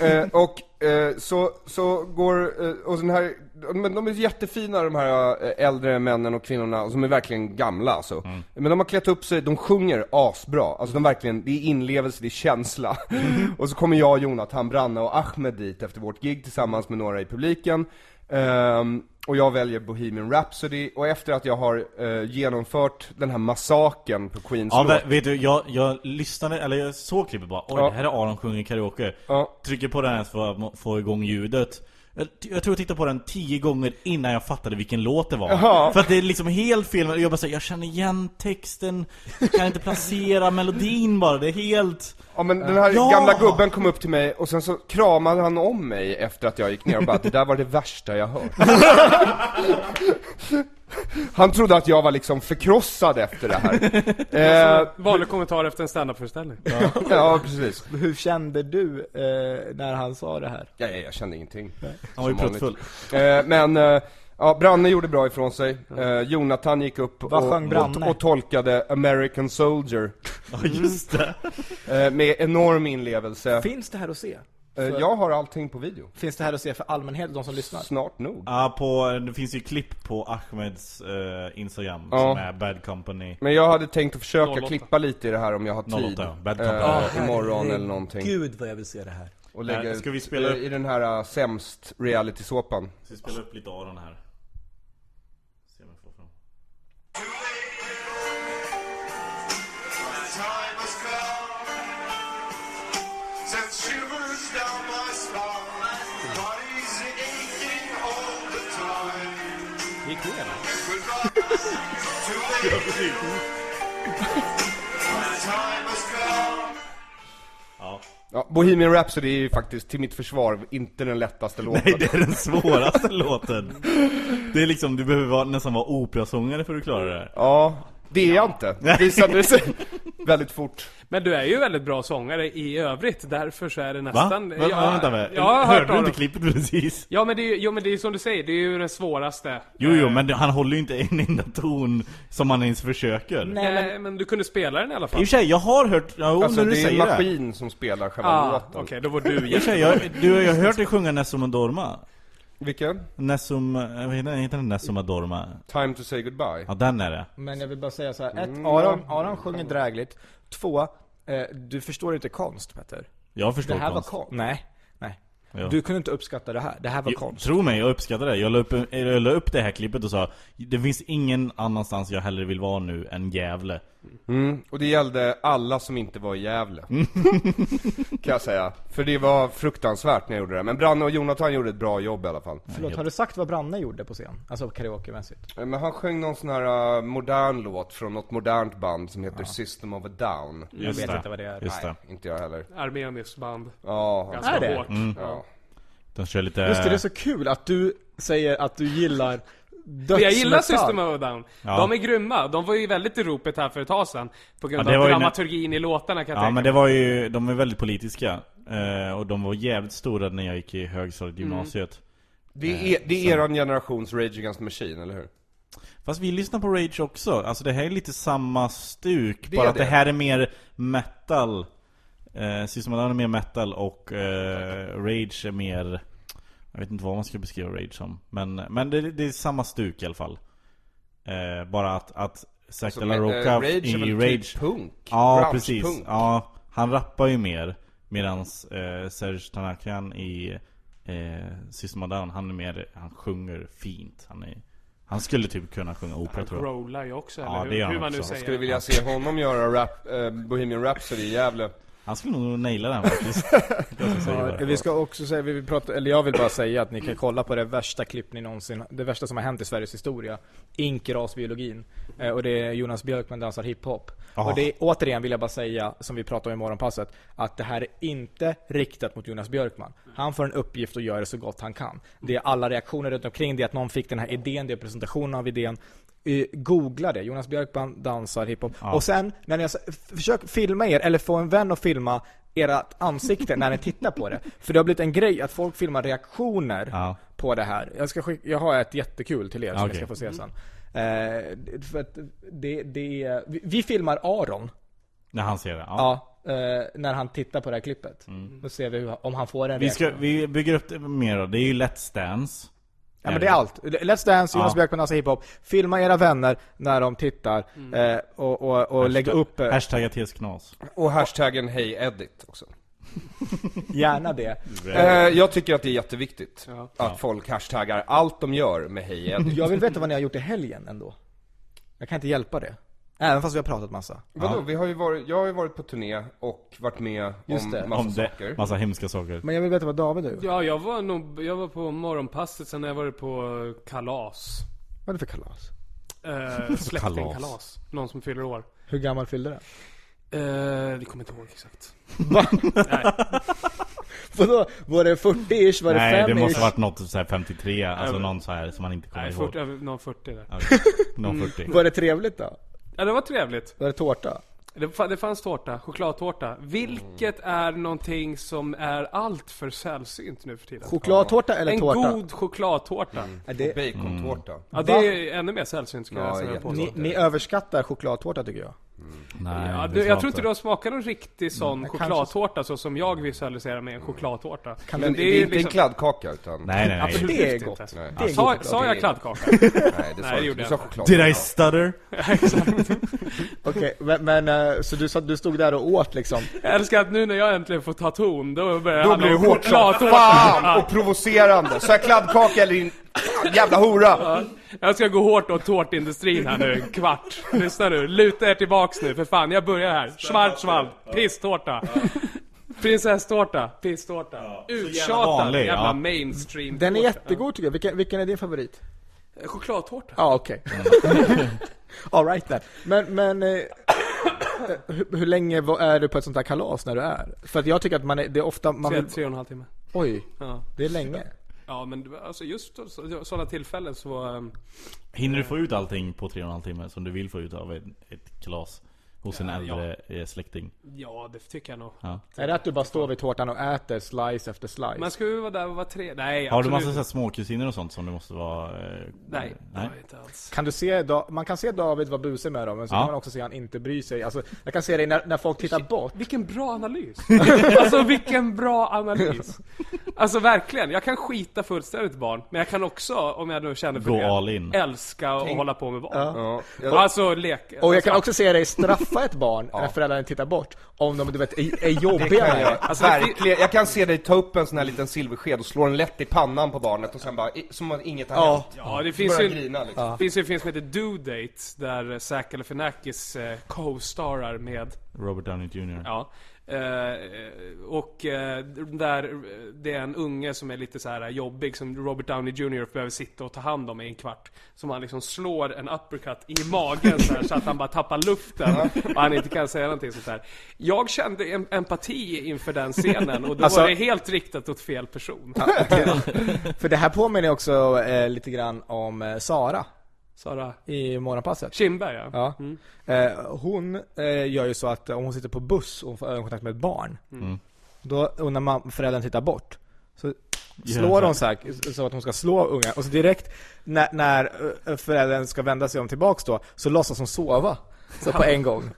Speaker 5: Eh, och eh, så, så går, eh, och den här, men de är jättefina de här eh, äldre männen och kvinnorna, och som är verkligen gamla alltså. Men de har klätt upp sig, de sjunger asbra, alltså de verkligen, det är inlevelse, det är känsla. och så kommer jag, Jonathan, Branne och Ahmed dit efter vårt gig tillsammans med några i publiken. Ehm, och jag väljer Bohemian Rhapsody, och efter att jag har eh, genomfört den här massaken på Queens
Speaker 3: Ja,
Speaker 5: låt-
Speaker 3: men vet du, jag, jag lyssnade, eller jag såg klippet bara Oj,
Speaker 5: Ja.
Speaker 3: det här är Aron sjunger karaoke
Speaker 5: Ja.
Speaker 3: Trycker på den här för att må- få igång ljudet jag, jag tror jag tittade på den tio gånger innan jag fattade vilken låt det var
Speaker 5: Jaha.
Speaker 3: För att det är liksom helt fel, jag bara säger jag känner igen texten Kan inte placera melodin bara, det är helt
Speaker 5: Ja men den här
Speaker 3: Ja!
Speaker 5: gamla gubben kom upp till mig och sen så kramade han om mig efter att jag gick ner och bara det där var det värsta jag hört. Han trodde att jag var liksom förkrossad efter det här. Eh,
Speaker 6: Vanlig kommentar efter en standup-föreställning.
Speaker 5: ja precis.
Speaker 7: Hur kände du eh, när han sa det här?
Speaker 5: Ja, ja, jag kände ingenting.
Speaker 3: Han var ju
Speaker 5: Som vanligt.
Speaker 3: pruttfull
Speaker 5: Eh, men, eh, ja Branne gjorde bra ifrån sig. Eh, Jonathan gick upp och,
Speaker 7: sjöng Branne?
Speaker 5: och, och tolkade American Soldier
Speaker 3: Ja just det
Speaker 5: eh, med enorm inlevelse.
Speaker 7: Finns det här att se?
Speaker 5: Eh, jag har allting på video.
Speaker 7: Finns det här att se för allmänheten, de som lyssnar?
Speaker 5: Snart nog.
Speaker 3: Ja, på, det finns ju klipp på Ahmeds eh, Instagram
Speaker 5: Ja.
Speaker 3: som är Bad Company
Speaker 5: Men jag hade tänkt att försöka
Speaker 6: 08.
Speaker 5: klippa lite i det här om jag har
Speaker 3: 08,
Speaker 5: tid.
Speaker 3: ja. Bad
Speaker 5: eh,
Speaker 3: company.
Speaker 6: Ah,
Speaker 5: imorgon eller någonting.
Speaker 7: Gud vad jag vill se det här.
Speaker 5: Och lägga
Speaker 3: Eh, ska
Speaker 5: ut
Speaker 3: vi spela
Speaker 5: eh,
Speaker 3: upp?
Speaker 5: i den här uh, sämst reality-såpan.
Speaker 3: Så vi spelar upp lite Aron här Se om jag får fram
Speaker 6: Gick ner
Speaker 3: Ja, precis. Ja,
Speaker 5: Ja, Bohemian Rhapsody är ju faktiskt, till mitt försvar, inte den lättaste låten.
Speaker 3: Nej, det är den svåraste låten. Det är liksom, du behöver vara, nästan vara operasångare för att klara det här.
Speaker 5: Ja, det är jag inte. Visade det sig väldigt fort.
Speaker 6: Men du är ju väldigt bra sångare i övrigt, därför så är det
Speaker 3: Va?
Speaker 6: nästan...
Speaker 3: Va- va- vänta med.
Speaker 6: Ja, jag har hört
Speaker 3: Hörde du
Speaker 6: Aron.
Speaker 3: inte klippet precis?
Speaker 6: Ja men det är ju, jo men det är ju som du säger, det är ju den svåraste.
Speaker 3: Jo, jo, men han håller ju inte en enda ton som han ens försöker. Nej.
Speaker 6: Nej,
Speaker 7: Eh,
Speaker 6: Eh, men... du kunde spela den i alla
Speaker 3: I och
Speaker 6: fall.
Speaker 3: för sig, jag har hört, ja,
Speaker 5: Alltså
Speaker 3: när du
Speaker 5: det är en
Speaker 3: säger det. I
Speaker 5: maskin som spelar själva
Speaker 6: Ah,
Speaker 5: låten.
Speaker 6: okej, då var du
Speaker 3: och för sig, jag, du, jag har hört dig sjunga Nessum Adorma.
Speaker 5: Vilken?
Speaker 3: Nessum, eh, vad heter den? Heter den Nessum Adorma?
Speaker 5: Time to say goodbye.
Speaker 3: Ja, den är det.
Speaker 7: Men jag vill bara säga så här. ett,
Speaker 3: Mm.
Speaker 7: Aron, Aron sjunger drägligt. Två, eh, du förstår inte konst Petter.
Speaker 3: Jag
Speaker 7: Det
Speaker 3: förstår
Speaker 7: här var
Speaker 3: konst.
Speaker 7: konst. Nej, nej.
Speaker 3: Ja.
Speaker 7: Du kunde inte uppskatta det här. Det här var
Speaker 3: Jo,
Speaker 7: konst.
Speaker 3: Tro mig, jag uppskattar det. Jag la, upp, jag la upp det här klippet och sa Det finns ingen annanstans jag hellre vill vara nu än Gävle.
Speaker 5: Och det gällde alla som inte var i Gävle.
Speaker 3: Mm.
Speaker 5: kan jag säga. För det var fruktansvärt när jag gjorde det. Men Branne och Jonathan gjorde ett bra jobb i alla fall.
Speaker 3: Mm.
Speaker 7: Förlåt, har du sagt vad Branne gjorde på scen? Alltså karaokemässigt?
Speaker 5: Eh, Men han sjöng någon sån här eh, modern låt från något modernt band som heter System of a Down.
Speaker 3: Just
Speaker 7: vet
Speaker 3: det.
Speaker 7: inte vad det är.
Speaker 3: Just det.
Speaker 5: Inte jag heller.
Speaker 6: Armenius band.
Speaker 5: Ja, han-
Speaker 6: Ganska
Speaker 7: Är det?
Speaker 6: hårt.
Speaker 3: Mm.
Speaker 5: ja.
Speaker 3: De kör lite...
Speaker 7: Just det,
Speaker 6: Eh.
Speaker 7: det är så kul att du säger att du gillar dödsmetall.
Speaker 6: Men jag gillar System of a Down.
Speaker 3: Ja.
Speaker 6: De är grymma. De var ju väldigt i ropet här för ett tag sedan. På grund
Speaker 3: Ja, det
Speaker 6: av
Speaker 3: var ju när-
Speaker 6: dramaturgin i låtarna kan jag
Speaker 3: Ja
Speaker 6: tänka
Speaker 3: men det var ju, de är väldigt politiska. Eh, och de var jävligt stora när jag gick i högstadiet
Speaker 5: Mm.
Speaker 3: gymnasiet.
Speaker 5: Det är, e- det är eran generations Rage Against the Machine, eller hur?
Speaker 3: Fast vi lyssnar på Rage också. Alltså det här är lite samma stuk.
Speaker 5: Det är
Speaker 3: bara att
Speaker 5: det.
Speaker 3: det här är mer metal. Eh, System of a Down är mer metal och eh, Rage är mer... Jag vet inte vad man ska beskriva Rage som. Men, men det, det är samma stuk i alla fall. Eh, bara att, att Zack de la
Speaker 5: eh,
Speaker 3: Roca
Speaker 5: Rage är
Speaker 3: i
Speaker 5: väl
Speaker 3: Rage...
Speaker 5: typ punk?
Speaker 3: Ja,
Speaker 5: Grunge
Speaker 3: precis.
Speaker 5: Punk.
Speaker 3: Ja, han rappar ju mer. Medans eh, Serge Tanarkian i eh, System of a Down, han är mer, han sjunger fint. Han är Han skulle typ kunna sjunga opera
Speaker 6: Han
Speaker 3: tror jag.
Speaker 6: rollar ju också,
Speaker 3: Ja,
Speaker 6: eller hur?
Speaker 3: det gör han
Speaker 6: hur man nu
Speaker 3: också.
Speaker 6: säger.
Speaker 5: Skulle vilja se honom göra rap, eh, Bohemian Rhapsody i Gävle.
Speaker 3: Han skulle nog naila den faktiskt. Jag ska säga
Speaker 7: Ja,
Speaker 3: det.
Speaker 7: vi ska också säga, vi vill prata, eller jag vill bara säga att ni kan kolla på det värsta klipp ni någonsin, det värsta som har hänt i Sveriges historia. Ink rasbiologin. Eh, Och det är Jonas Björkman dansar hiphop.
Speaker 3: Ja.
Speaker 7: Och det är, återigen vill jag bara säga, som vi pratade om i morgonpasset, att det här är inte riktat mot Jonas Björkman. Han får en uppgift och gör det så gott han kan. Det är alla reaktioner runt omkring det, är att någon fick den här idén, det är presentationen av idén. Eh, Googla det, Jonas Björkman dansar hiphop. Och sen, när jag, försök filma er, eller få en vän att filma ert ansikte när ni tittar på det. För det har blivit en grej att folk filmar reaktioner
Speaker 3: Ja.
Speaker 7: på det här. Jag, ska skicka, jag har ett jättekul till er som ni
Speaker 3: Okej.
Speaker 7: ska få se sen. Eh, för att det, det är, vi, vi filmar Aron,
Speaker 3: När han ser det. Ja.
Speaker 7: ja. eh, när han tittar på det här klippet. Då ser vi hur, om han får en
Speaker 3: Vi, ska,
Speaker 7: reaktion.
Speaker 3: vi bygger upp det mer då. Det är ju Let's Dance.
Speaker 7: Ja men det är allt. Let's Dance, Jonas
Speaker 3: Ja.
Speaker 7: Björkman, Nassa Hiphop. Filma era vänner när de tittar eh, och, och, och lägg upp eh,
Speaker 3: Hashtagga TS Knas.
Speaker 5: Och hashtaggen Hey Edit också.
Speaker 7: gärna det.
Speaker 3: Mm.
Speaker 5: Eh, jag tycker att det är jätteviktigt att folk hashtaggar allt de gör med Hey Edit.
Speaker 7: Jag vill veta vad ni har gjort i helgen ändå. Jag kan inte hjälpa det. Även fast vi har pratat massa.
Speaker 5: Vadå, vi har ju varit, jag har ju varit på turné och varit med
Speaker 7: Just
Speaker 5: om
Speaker 7: det.
Speaker 5: massa
Speaker 3: Om
Speaker 5: saker.
Speaker 3: det, massa hemska saker.
Speaker 7: Men jag vill veta vad David har gjort.
Speaker 6: Ja, jag var, nog, jag var på morgonpasset, sen har jag varit på kalas.
Speaker 7: Vad är det för kalas?
Speaker 6: Eh, släktingkalas. Någon som fyller år.
Speaker 7: Hur gammal fyllde den?
Speaker 6: Eh, det kommer jag inte ihåg exakt.
Speaker 7: Vadå? Var det 40-ish? Var det 5-ish?
Speaker 3: Nej, det måste varit något så här 53, alltså
Speaker 6: men-
Speaker 3: någon så här som man inte kommer
Speaker 6: Nej,
Speaker 3: ihåg.
Speaker 6: 40, över- någon 40 där.
Speaker 3: Okej, Någon 40.
Speaker 7: Var det trevligt då?
Speaker 6: Ja, det var trevligt.
Speaker 7: Var det tårta?
Speaker 6: Det, fa- det fanns tårta, chokladtårta. Vilket är någonting som är allt för sällsynt nu för tiden.
Speaker 7: Chokladtårta eller
Speaker 6: en
Speaker 7: tårta?
Speaker 6: god chokladtårta.
Speaker 7: Ja, det...
Speaker 5: Bacontårta.
Speaker 6: Ja, det är ännu mer sällsynt skulle
Speaker 5: Ja,
Speaker 6: jag säga.
Speaker 5: jätte-
Speaker 6: på.
Speaker 7: ni, ni överskattar chokladtårta tycker jag.
Speaker 3: Nej,
Speaker 6: Ja,
Speaker 3: det
Speaker 6: du, jag
Speaker 3: smakar.
Speaker 6: tror inte du har smakat någon riktig sån chokladtårta så som jag visualiserar med en chokladtårta.
Speaker 5: Men det är,
Speaker 6: ju
Speaker 5: inte en kladdkaka utan...
Speaker 3: Nej, nej, nej.
Speaker 6: liksom- Absolut
Speaker 7: Det är
Speaker 6: inte.
Speaker 7: gott.
Speaker 5: Nej.
Speaker 7: Det är
Speaker 6: Sa,
Speaker 7: god
Speaker 6: sa jag kladdkaka?
Speaker 5: Nej, det sa
Speaker 6: Nej,
Speaker 5: du
Speaker 6: det
Speaker 5: inte.
Speaker 6: gjorde
Speaker 5: Du
Speaker 6: jag
Speaker 5: sa
Speaker 6: inte.
Speaker 5: choklad.
Speaker 3: Did I stutter?
Speaker 7: Okej, men, men, eh, så du, sa- du stod där och åt liksom?
Speaker 6: Jag älskar att nu när jag äntligen får ta ton, då börjar
Speaker 5: Då
Speaker 6: han
Speaker 5: blir det
Speaker 6: om
Speaker 5: hårt som
Speaker 6: chokladtårta.
Speaker 5: fan
Speaker 6: Ja.
Speaker 5: och provocerande. Så här kladdkaka eller din jävla hora.
Speaker 6: Jag ska gå hårt åt tårtindustrin här nu, en kvart. Lyssna nu, luta er tillbaks nu för fan, jag börjar här. Schwarzwald, pisstårta. Prinsesstårta, pisstårta.
Speaker 3: jävla
Speaker 6: Uttjatad
Speaker 3: vanlig,
Speaker 6: jävla
Speaker 3: ja.
Speaker 6: mainstream
Speaker 7: Den är jättegod tycker jag. Vilken, vilken är din favorit?
Speaker 6: Chokladtårta.
Speaker 7: Ja, okej. Alright then. Men, men eh, hur, hur länge var- är du på ett sånt här kalas när du är? För att jag tycker att man är, det är ofta man
Speaker 6: Tre,
Speaker 7: vill,
Speaker 6: tre och en halv timme.
Speaker 7: Oj,
Speaker 6: Ja.
Speaker 7: det är länge.
Speaker 6: Ja men det- alltså just sådana tillfällen så... ehm,
Speaker 3: Hinner du få ut allting på tre och en halv timme som du vill få ut av ett, ett kalas? Hos en äldre eh, släkting?
Speaker 6: Ja det tycker jag nog.
Speaker 7: Är det att du bara står vid tårtan och äter slice efter slice?
Speaker 6: Man ska ju vara där och vara tre... Nej
Speaker 3: Har du
Speaker 6: absolut.
Speaker 3: massa så här småkusiner och sånt som du måste vara... Eh,
Speaker 6: Nej,
Speaker 3: nej.
Speaker 6: nej. inte alls.
Speaker 7: Kan du se, Da- man kan se David vara busig med dem, men så
Speaker 3: Ja.
Speaker 7: kan man också se han inte bryr sig. Alltså, jag kan se det när, när folk tittar bort.
Speaker 6: Vilken bra analys! alltså vilken bra analys! Alltså verkligen, jag kan skita fullständigt i barn, men jag kan också, om jag nu känner för
Speaker 3: Gå
Speaker 6: det,
Speaker 3: all in.
Speaker 6: älska och hålla på med barn.
Speaker 5: Ja,
Speaker 6: Och
Speaker 5: jag,
Speaker 6: alltså leka.
Speaker 7: Och jag kan också se dig straffa ett barn när föräldrarna tittar bort, om de du vet, är, är jobbiga
Speaker 5: det kan
Speaker 7: med
Speaker 5: jag.
Speaker 7: dig.
Speaker 6: Alltså, det-
Speaker 5: Verkligen. Jag kan se dig ta upp en sån här liten silversked och slå den lätt i pannan på barnet och sen bara, i- som att inget har hänt.
Speaker 6: Ja, det finns ju,
Speaker 5: Börja grina, liksom.
Speaker 6: det finns ju en film som heter Do Date, där Zac Galifianakis eh, co-starar med
Speaker 3: Robert Downey Jr.
Speaker 6: Ja. Eh, och eh, där eh, det är en unge som är lite så här jobbig som Robert Downey Jr behöver sitta och ta hand om i en kvart. Som han liksom slår en uppercut i magen så, här, så att han bara tappar luften och han inte kan säga någonting sånt där. Jag kände en, empati inför den scenen och då
Speaker 7: Alltså-
Speaker 6: var det helt riktat åt fel person.
Speaker 7: För det här påminner också eh, lite grann om eh, Sara
Speaker 6: Sara
Speaker 7: i Morgonpasset.
Speaker 6: Kindberg ja.
Speaker 7: Ja. Eh, hon eh, gör ju så att om hon sitter på buss och hon får ögonkontakt med ett barn,
Speaker 6: Mm.
Speaker 3: Mm.
Speaker 7: då, och när man, föräldern tittar bort, så slår hon så, här, så att hon ska slå ungen. Och så direkt när, när eh, föräldern ska vända sig om tillbaks då, så låtsas hon sova. Så på en gång.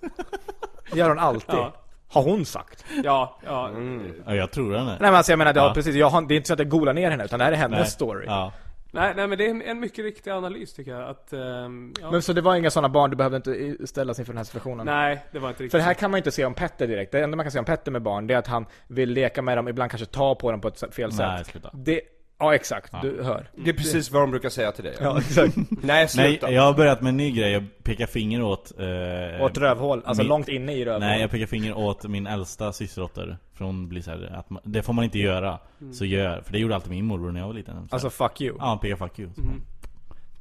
Speaker 7: Det gör hon alltid.
Speaker 6: Ja.
Speaker 7: Har hon sagt.
Speaker 6: Ja, ja.
Speaker 7: Mm.
Speaker 3: Ja, jag tror den är.
Speaker 7: Nej men alltså jag menar, det, ja.
Speaker 3: Ja.
Speaker 7: precis, jag har, det är inte så att jag golar ner henne, utan det här är hennes
Speaker 3: Nej.
Speaker 7: story.
Speaker 3: Ja.
Speaker 6: Nej, nej men det är en, en mycket riktig analys tycker jag att... ehm, ja.
Speaker 7: Men så det var inga sådana barn, du behövde inte i- ställas inför den här situationen?
Speaker 6: Nej, det var inte riktigt
Speaker 7: För det
Speaker 6: så.
Speaker 7: här kan man ju inte se om Petter direkt. Det enda man kan se om Petter med barn, det är att han vill leka med dem, ibland kanske ta på dem på ett fel
Speaker 3: Nej,
Speaker 7: sätt.
Speaker 3: sluta.
Speaker 7: Det, Ja, exakt. Du hör.
Speaker 6: Mm.
Speaker 5: Det är precis vad de brukar säga till dig.
Speaker 7: Ja, exakt.
Speaker 5: Nej,
Speaker 3: Nej,
Speaker 5: sluta.
Speaker 3: jag har börjat med en ny grej. Jag pekar finger åt... Eh,
Speaker 7: Och ett rövhål. Alltså
Speaker 3: min-
Speaker 7: långt inne i rövhålet.
Speaker 3: Nej, jag pekar finger åt min äldsta systerdotter. För hon blir så här, att man, det får man inte göra. Så gör. För det gjorde alltid min morbror när jag var liten. Så här,
Speaker 7: Alltså fuck you.
Speaker 3: Ja, pekar fuck you. Så.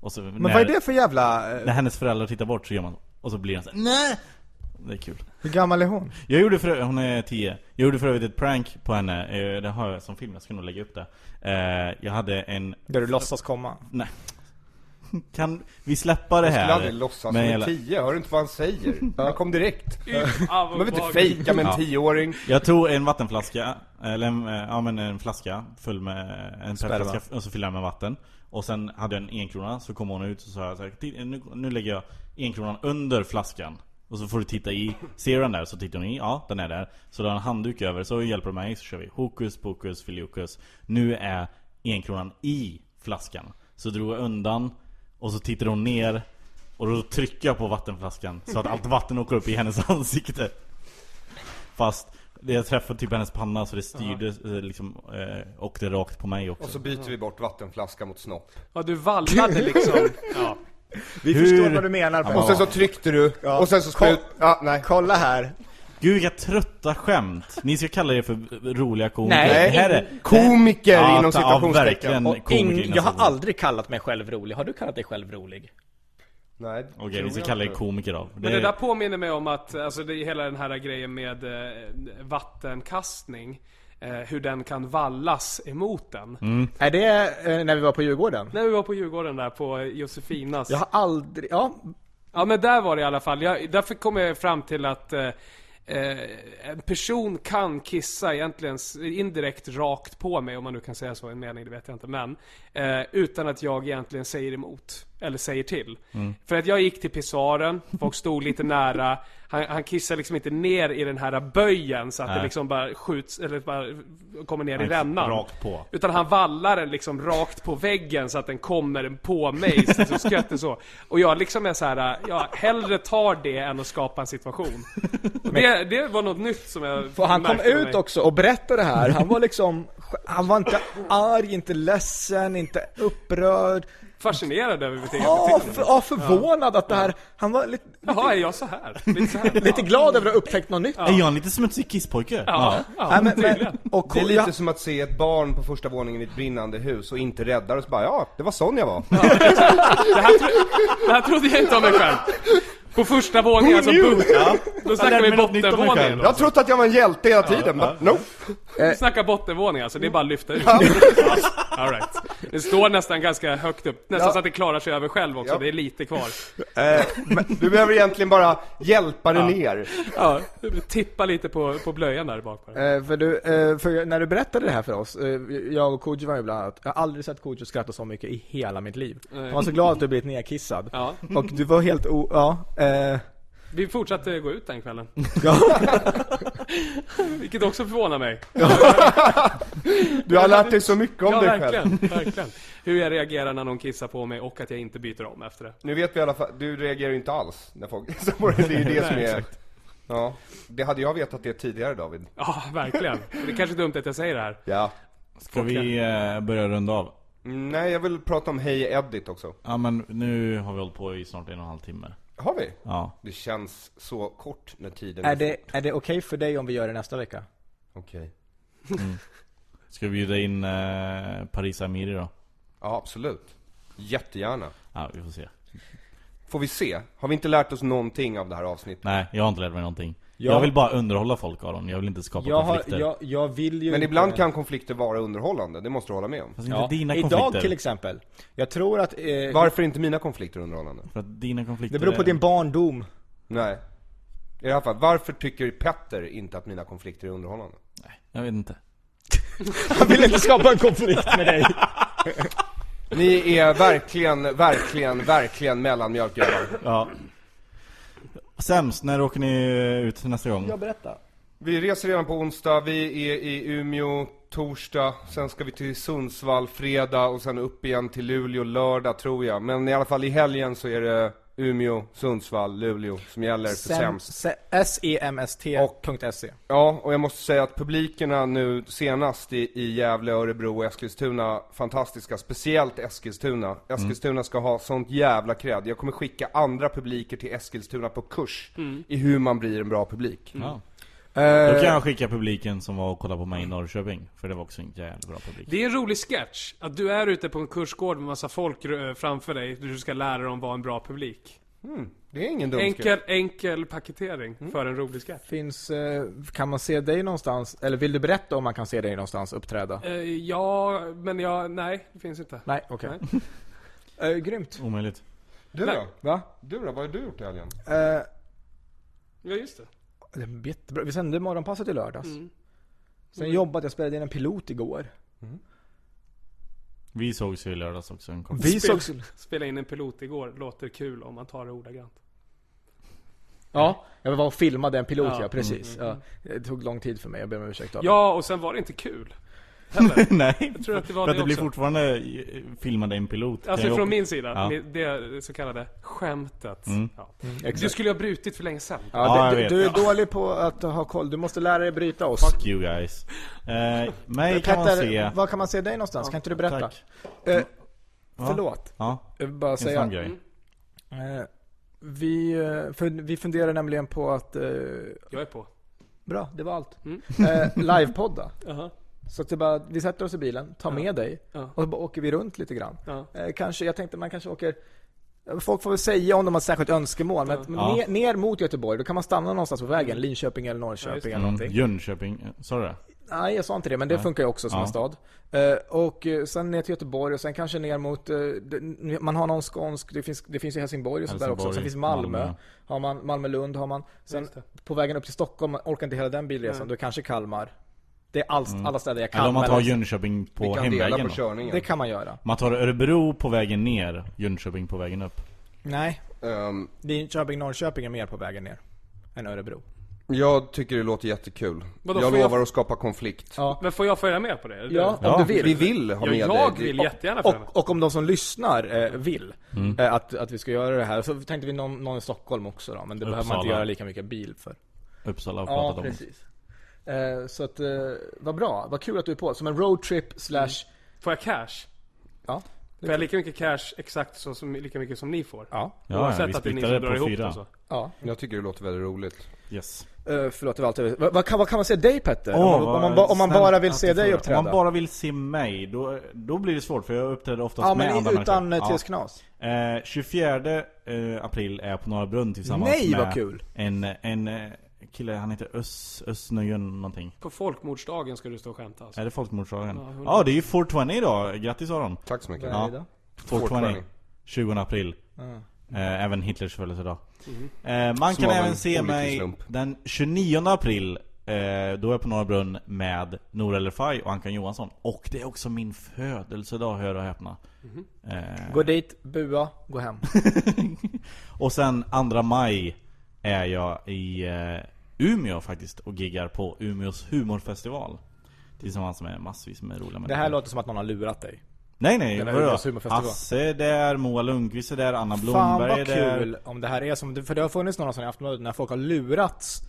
Speaker 3: Och så,
Speaker 8: Men vad är det för jävla... eh,
Speaker 3: När hennes föräldrar tittar bort så gör man så. Och så blir han såhär NEJ! Det är kul.
Speaker 8: Hur gammal är hon?
Speaker 3: Jag gjorde för hon är 10. Jag gjorde för övrigt ett prank på henne. Eh, Det har jag som film, jag ska nog lägga upp det. Eh, Jag hade en...
Speaker 7: Där du låtsas komma.
Speaker 3: Nej. Kan vi släppa det
Speaker 5: Jag skulle
Speaker 3: här?
Speaker 5: aldrig låtsas som
Speaker 3: Men
Speaker 5: en
Speaker 3: jag-
Speaker 5: tio, hör du inte vad han säger? Han kom direkt.
Speaker 6: Ah, vad
Speaker 5: Man vill inte
Speaker 6: obehagligt.
Speaker 5: fejka med en
Speaker 3: Ja.
Speaker 5: tioåring.
Speaker 3: Jag tog en vattenflaska, eller en, eh, ja, men en flaska full med en petflaska och så fyllde jag med vatten. Och sen hade jag en enkrona, så kom hon ut och så sa jag så här, "Titt- nu, nu lägger jag enkronan under flaskan. Och så får du titta i, ser du den där? Så tittar hon i, ja den är där. Så la jag en handduk över, så hjälper du mig så kör vi. Hokus pokus filiokus. Nu är enkronan i flaskan. Så drog jag undan och så tittade hon ner och då trycker jag på vattenflaskan så att allt vatten åker upp i hennes ansikte. Fast det jag träffade typ hennes panna så det styrde eh, liksom, eh, och det rakt på mig också.
Speaker 5: Och så byter vi bort vattenflaska mot snopp.
Speaker 6: Ja, du vallade liksom. Ja.
Speaker 7: Vi
Speaker 3: Hur-
Speaker 7: förstår vad du menar.
Speaker 3: Ja.
Speaker 7: Per.
Speaker 5: Och sen så tryckte du,
Speaker 7: Ja.
Speaker 5: och sen så sput...
Speaker 7: Kom.
Speaker 5: Ja, nej.
Speaker 7: Kolla här.
Speaker 3: Gud vilka trötta skämt! Ni ska kalla er för eh, roliga komiker.
Speaker 7: Nej.
Speaker 3: det här är,
Speaker 5: Komiker
Speaker 3: Ja,
Speaker 5: inom
Speaker 3: ta- ja, verkligen.
Speaker 5: citationstecken.
Speaker 3: En
Speaker 7: Och
Speaker 3: komiker
Speaker 7: ing-
Speaker 3: innan
Speaker 7: jag har
Speaker 3: solen.
Speaker 7: aldrig kallat mig själv rolig. Har du kallat dig själv rolig?
Speaker 5: Nej,
Speaker 3: Okej,
Speaker 5: tror
Speaker 3: ni ska
Speaker 5: jag
Speaker 3: kalla er
Speaker 5: inte.
Speaker 3: komiker av.
Speaker 6: Men det där påminner mig om att, alltså det är hela den här grejen med eh, vattenkastning. Eh, hur den kan vallas emot den.
Speaker 7: Är det eh, när vi var på Djurgården?
Speaker 6: När vi var på Djurgården där på Josefinas.
Speaker 7: Jag har aldrig, ja.
Speaker 6: Ja men där var det i alla fall. Jag, därför kom jag fram till att eh, eh, en person kan kissa egentligen s- indirekt rakt på mig, om man nu kan säga så i en mening, det vet jag inte. Men eh, utan att jag egentligen säger emot. Eller säger till.
Speaker 3: Mm.
Speaker 6: För att jag gick till pissoaren, folk stod lite nära. Han, han kissar liksom inte ner i den här böjen så att det
Speaker 3: Nej.
Speaker 6: liksom bara skjuts, eller bara kommer ner i
Speaker 3: Nej,
Speaker 6: rännan.
Speaker 3: rakt på.
Speaker 6: Utan han vallar den liksom rakt på väggen så att den kommer på mig, så- så skvätt det så. Och jag liksom är så här, jag hellre tar det än att skapa en situation. Och det, det var något nytt som jag
Speaker 7: För han kom
Speaker 6: märkte med
Speaker 7: ut
Speaker 6: mig.
Speaker 7: också och berättade det här. Han var liksom, han var inte arg, inte ledsen, inte upprörd.
Speaker 6: Fascinerad över mitt eget
Speaker 7: Ja,
Speaker 6: beteende.
Speaker 7: för, ja förvånad att det här, han var lite,
Speaker 6: Jaha, är jag så här? Lite, så här.
Speaker 7: lite glad över att ha upptäckt något nytt.
Speaker 3: Är jag en lite smutsig kisspojke?
Speaker 6: Ja, ja,
Speaker 7: Nej, men,
Speaker 6: tydligen.
Speaker 7: men, och,
Speaker 5: Det är lite
Speaker 7: jag,
Speaker 5: som att se ett barn på första våningen i ett brinnande hus och inte rädda det och så bara ja, det var sån jag var.
Speaker 6: Det, här tro, det här trodde jag inte om mig själv. På första våningen, alltså
Speaker 5: knew?
Speaker 6: boom. Då snackar
Speaker 3: lärde
Speaker 6: vi
Speaker 3: mig något nytt om mig
Speaker 6: bottenvåningen.
Speaker 3: själv.
Speaker 5: Jag har trott att jag var en hjälte hela tiden, men nope.
Speaker 6: Vi snackar bottenvåning alltså, det är bara att lyfta ut. All right. Det står nästan ganska högt upp, nästan
Speaker 5: Ja.
Speaker 6: så att det klarar sig över själv också,
Speaker 5: Ja.
Speaker 6: det är lite kvar.
Speaker 5: Eh, men Du behöver egentligen bara hjälpa det ner.
Speaker 6: Ja, tippa lite på, på blöjan där bak. bara.
Speaker 7: Eh, för du, eh, för när du berättade det här för oss, eh, jag och Kodjo var ju bland annat, jag har aldrig sett Kodjo skratta så mycket i hela mitt liv. Han var så glad att du blivit nedkissad.
Speaker 6: Ja.
Speaker 7: Och du var helt o, ja, eh,
Speaker 6: Vi fortsatte gå ut den kvällen. Vilket också förvånar mig.
Speaker 5: Du har lärt dig så mycket om
Speaker 6: ja,
Speaker 5: dig själv.
Speaker 6: verkligen, verkligen. Hur jag reagerar när någon kissar på mig och att jag inte byter om efter det.
Speaker 5: Nu vet vi i alla fall, du reagerar ju inte alls när folk så på det. Det är ju det som är... Ja, det hade jag vetat det tidigare David.
Speaker 6: Ja, verkligen. Det är kanske är dumt att jag säger det här.
Speaker 5: Ja.
Speaker 3: Ska vi eh, börja runda av?
Speaker 5: Mm, Nej, jag vill prata om Hey Edit också.
Speaker 3: Ja men nu har vi hållit på i snart en och en halv timme.
Speaker 5: Har vi?
Speaker 3: Ja.
Speaker 5: Det känns så kort när tiden
Speaker 7: är det,
Speaker 5: fort.
Speaker 7: är det okej för dig om vi gör det nästa vecka?
Speaker 5: Okej.
Speaker 3: Ska vi bjuda in eh, Paris Amiri då?
Speaker 5: Ja, absolut. Jättegärna.
Speaker 3: Ja, vi får se.
Speaker 5: Får vi se? Har vi inte lärt oss någonting av det här avsnittet?
Speaker 3: Nej, jag har inte lärt mig någonting.
Speaker 7: Jag-
Speaker 3: Jag vill bara underhålla folk Aron, jag vill inte skapa
Speaker 7: Jag, har,
Speaker 3: konflikter.
Speaker 7: jag, jag vill ju
Speaker 5: Men
Speaker 7: inte-
Speaker 5: ibland kan konflikter vara underhållande, det måste du hålla med om.
Speaker 3: Fast inte dina
Speaker 7: Idag
Speaker 3: konflikter.
Speaker 7: till exempel. Jag tror att, eh,
Speaker 5: Varför är inte mina konflikter underhållande?
Speaker 3: För att dina konflikter
Speaker 7: det beror på
Speaker 3: är-
Speaker 7: din barndom.
Speaker 5: Nej. I det här fallet, varför tycker Petter inte att mina konflikter är underhållande?
Speaker 3: Jag vet inte.
Speaker 7: Jag vill inte skapa en konflikt med dig.
Speaker 5: Ni är verkligen, verkligen, verkligen mellanmjölkgrabbar.
Speaker 3: Ja. Sämst, när åker ni ut nästa gång?
Speaker 7: berätta.
Speaker 5: Vi reser redan på onsdag, vi är i Umeå torsdag, sen ska vi till Sundsvall fredag och sen upp igen till Luleå lördag tror jag. Men i alla fall i helgen så är det Umeå, Sundsvall, Luleå som gäller för sämst.
Speaker 7: E S-E-M-S-T och .se.
Speaker 5: Ja, och jag måste säga att publikerna nu senast i, i Gävle, Örebro och Eskilstuna, fantastiska. Speciellt Eskilstuna. Eskilstuna ska ha sånt jävla cred. Jag kommer skicka andra publiker till Eskilstuna på kurs i hur man blir en bra publik.
Speaker 3: Ja. Då kan jag skicka publiken som var och kollade på mig i Norrköping, för det var också en jävla bra publik.
Speaker 6: Det är en rolig sketch, att du är ute på en kursgård med massa folk eh, framför dig, du ska lära dem vara en bra publik.
Speaker 5: Det är ingen dum
Speaker 6: Enkel, enkel paketering för en rolig sketch.
Speaker 7: Finns, eh, kan man se dig någonstans? Eller vill du berätta om man kan se dig någonstans uppträda?
Speaker 6: Eh, ja, men jag, nej, det finns inte.
Speaker 7: Nej, okej. Eh, grymt.
Speaker 3: Omöjligt.
Speaker 5: Du då?
Speaker 7: Va?
Speaker 5: Du då? Vad har du gjort i helgen?
Speaker 7: Eh,
Speaker 6: Ja, just det.
Speaker 7: det är jättebra. Vi sände morgonpasset i lördags.
Speaker 6: Mm.
Speaker 7: Sen jobbade jag, spelade in en pilot igår.
Speaker 3: Vi sågs ju i lördags också en kompis.
Speaker 7: Vi sågs...
Speaker 6: Spela in en pilot igår, låter kul om man tar det ordagrant.
Speaker 7: Ja, jag var och filmade en pilot
Speaker 6: Ja. Mm.
Speaker 7: ja, precis. Ja. Det tog lång tid för mig, jag ber om ursäkt av det.
Speaker 6: Ja, och sen var det inte kul. Heller.
Speaker 3: Nej,
Speaker 6: Jag tror att det var
Speaker 3: för att
Speaker 6: det
Speaker 3: det blir
Speaker 6: också.
Speaker 3: fortfarande eh, filmade en pilot. Kan
Speaker 6: Alltså
Speaker 3: jag-
Speaker 6: från min sida,
Speaker 3: Ja. Mm.
Speaker 6: min- det så kallade skämtet. Ja. Du
Speaker 7: exakt.
Speaker 6: skulle ju ha brutit för länge sedan.
Speaker 3: Ja,
Speaker 7: Ja,
Speaker 3: jag
Speaker 7: du, du,
Speaker 3: vet.
Speaker 7: du är
Speaker 3: Ja.
Speaker 7: dålig på att ha koll, du måste lära dig bryta oss.
Speaker 3: Fuck you guys. Eh, mig kan man se.
Speaker 7: var kan man se dig någonstans? kan inte du berätta?
Speaker 3: Tack.
Speaker 7: Eh,
Speaker 3: Va?
Speaker 7: Förlåt,
Speaker 3: Ja,
Speaker 7: jag vill bara
Speaker 3: en sån
Speaker 7: säga.
Speaker 3: grej.
Speaker 7: Eh, vi, eh, för, vi funderar nämligen på att, eh,
Speaker 6: Jag är på.
Speaker 7: bra, det var allt.
Speaker 6: Mm.
Speaker 7: Eh, livepodda.
Speaker 6: Jaha.
Speaker 7: Så att det bara, vi sätter oss i bilen, tar med dig
Speaker 6: Ja.
Speaker 7: och så bara åker vi runt lite grann.
Speaker 6: Ja.
Speaker 7: Eh, kanske, jag tänkte man kanske åker Folk får väl säga om de har ett särskilt önskemål, men men
Speaker 3: Ja.
Speaker 7: ner, ner mot Göteborg, då kan man stanna någonstans på vägen, Linköping eller
Speaker 6: Mm. Ja, just det.
Speaker 7: Norrköping eller
Speaker 3: Mm,
Speaker 7: någonting.
Speaker 3: Jönköping, eh, sa du det?
Speaker 7: Nej, jag sa inte det, men det funkar ju också som
Speaker 3: Ja.
Speaker 7: en stad. Eh, och eh, sen ner till Göteborg och sen kanske ner mot, eh, det- man har någon skånsk, det finns, det finns i Helsingborg och sånt där också.
Speaker 3: Helsingborg,
Speaker 7: Sen finns Malmö,
Speaker 3: Malmö.
Speaker 7: Har man, Malmö-Lund har man. Sen
Speaker 6: Just det.
Speaker 7: på vägen upp till Stockholm, man orkar inte hela den bilresan, då kanske Kalmar. Det är alls, alla städer jag kan.
Speaker 3: Mm. Eller om man tar
Speaker 7: men-
Speaker 3: Jönköping
Speaker 5: Vi
Speaker 3: på
Speaker 5: kan dela
Speaker 3: hemvägen
Speaker 5: på
Speaker 3: då.
Speaker 5: körningen.
Speaker 7: det kan man göra.
Speaker 3: Man tar Örebro på vägen ner, Jönköping på vägen upp.
Speaker 7: Nej,
Speaker 5: Ehm,
Speaker 7: Linköping-Norrköping är mer på vägen ner än Örebro.
Speaker 5: jag tycker det låter jättekul.
Speaker 6: Vadå,
Speaker 5: jag
Speaker 6: får jag-
Speaker 5: lovar att skapa konflikt.
Speaker 7: Ja.
Speaker 6: Men får jag följa med på det? Är det-
Speaker 7: Ja,
Speaker 3: Ja,
Speaker 7: om du
Speaker 5: Vi
Speaker 7: vill.
Speaker 5: vill ha
Speaker 6: Ja,
Speaker 5: med
Speaker 6: jag
Speaker 5: dig.
Speaker 6: vill jättegärna följa med.
Speaker 7: Och, och om de som lyssnar eh, vill
Speaker 3: Mm.
Speaker 7: eh, att, att vi ska göra det här. Så tänkte vi någon, någon i Stockholm också då, men det behöver man inte
Speaker 3: Uppsala.
Speaker 7: göra lika mycket bil för.
Speaker 3: Uppsala har pratat om.
Speaker 7: Eh, så att, eh, vad bra. Vad kul att du är på. Som en roadtrip slash...
Speaker 6: Får jag cash?
Speaker 7: Ja.
Speaker 6: Får jag lika mycket cash exakt så som, lika mycket som ni får?
Speaker 7: Ja.
Speaker 3: Ja, ja, vi
Speaker 6: att det är ni
Speaker 3: splittar
Speaker 6: som
Speaker 3: det
Speaker 6: drar
Speaker 3: på
Speaker 6: ihop
Speaker 3: fyra.
Speaker 6: det så.
Speaker 7: ja.
Speaker 5: Jag tycker det låter väldigt roligt.
Speaker 3: Yes.
Speaker 7: Eh, förlåt, det var allt jag ville- vad, vad, kan, vad kan man säga dig Petter? om,
Speaker 3: Åh,
Speaker 7: man, om,
Speaker 3: vad
Speaker 7: man, ba- om man
Speaker 3: snällt
Speaker 7: bara vill
Speaker 3: att
Speaker 7: se
Speaker 3: du
Speaker 7: dig
Speaker 3: frågar.
Speaker 7: uppträda?
Speaker 3: Om man bara vill se mig, då, då blir det svårt för jag uppträder oftast
Speaker 7: ja,
Speaker 3: med
Speaker 7: men
Speaker 3: andra
Speaker 7: i- utan
Speaker 3: människor.
Speaker 7: eh,
Speaker 3: Ja.
Speaker 7: TS Knas.
Speaker 3: Eh, 24 eh, april är jag på Norra Brunn tillsammans
Speaker 7: Nej,
Speaker 3: med
Speaker 7: vad kul.
Speaker 3: en, en eh, kille, han heter Öss, Össnöjen någonting.
Speaker 6: På folkmordsdagen ska du stå och skämta alltså.
Speaker 3: Är det folkmordsdagen? Ja,
Speaker 6: hundra.
Speaker 3: ah, det är ju 420 idag, grattis Aron!
Speaker 5: Tack så mycket.
Speaker 3: Ja.
Speaker 7: idag?
Speaker 3: 420, 20 april. Eh, även Hitlers födelsedag. Eh, man
Speaker 5: Som
Speaker 3: kan
Speaker 5: av en
Speaker 3: även se
Speaker 5: olycklig
Speaker 3: mig
Speaker 5: slump.
Speaker 3: den 29 april, eh, då är jag på Norra Brunn med Nour El Refai och Ankan Johansson. Och det är också min födelsedag, hör och häpna. Eh,
Speaker 7: Gå dit, bua, gå hem.
Speaker 3: och sen 2 maj är jag i eh, Umeå faktiskt och giggar på Umeås humorfestival. Tillsammans med massvis med roliga
Speaker 7: Det här låter som att någon har lurat dig.
Speaker 3: Nej nej,
Speaker 7: Den här
Speaker 3: vadå?
Speaker 7: Umeås humorfestival.
Speaker 3: Hasse är där, Moa Lundqvist är där, Anna
Speaker 7: Fan
Speaker 3: Blomberg är
Speaker 7: vad
Speaker 3: där.
Speaker 7: kul om det här är som, för det har funnits några sådana i Aftonbladet när folk har lurats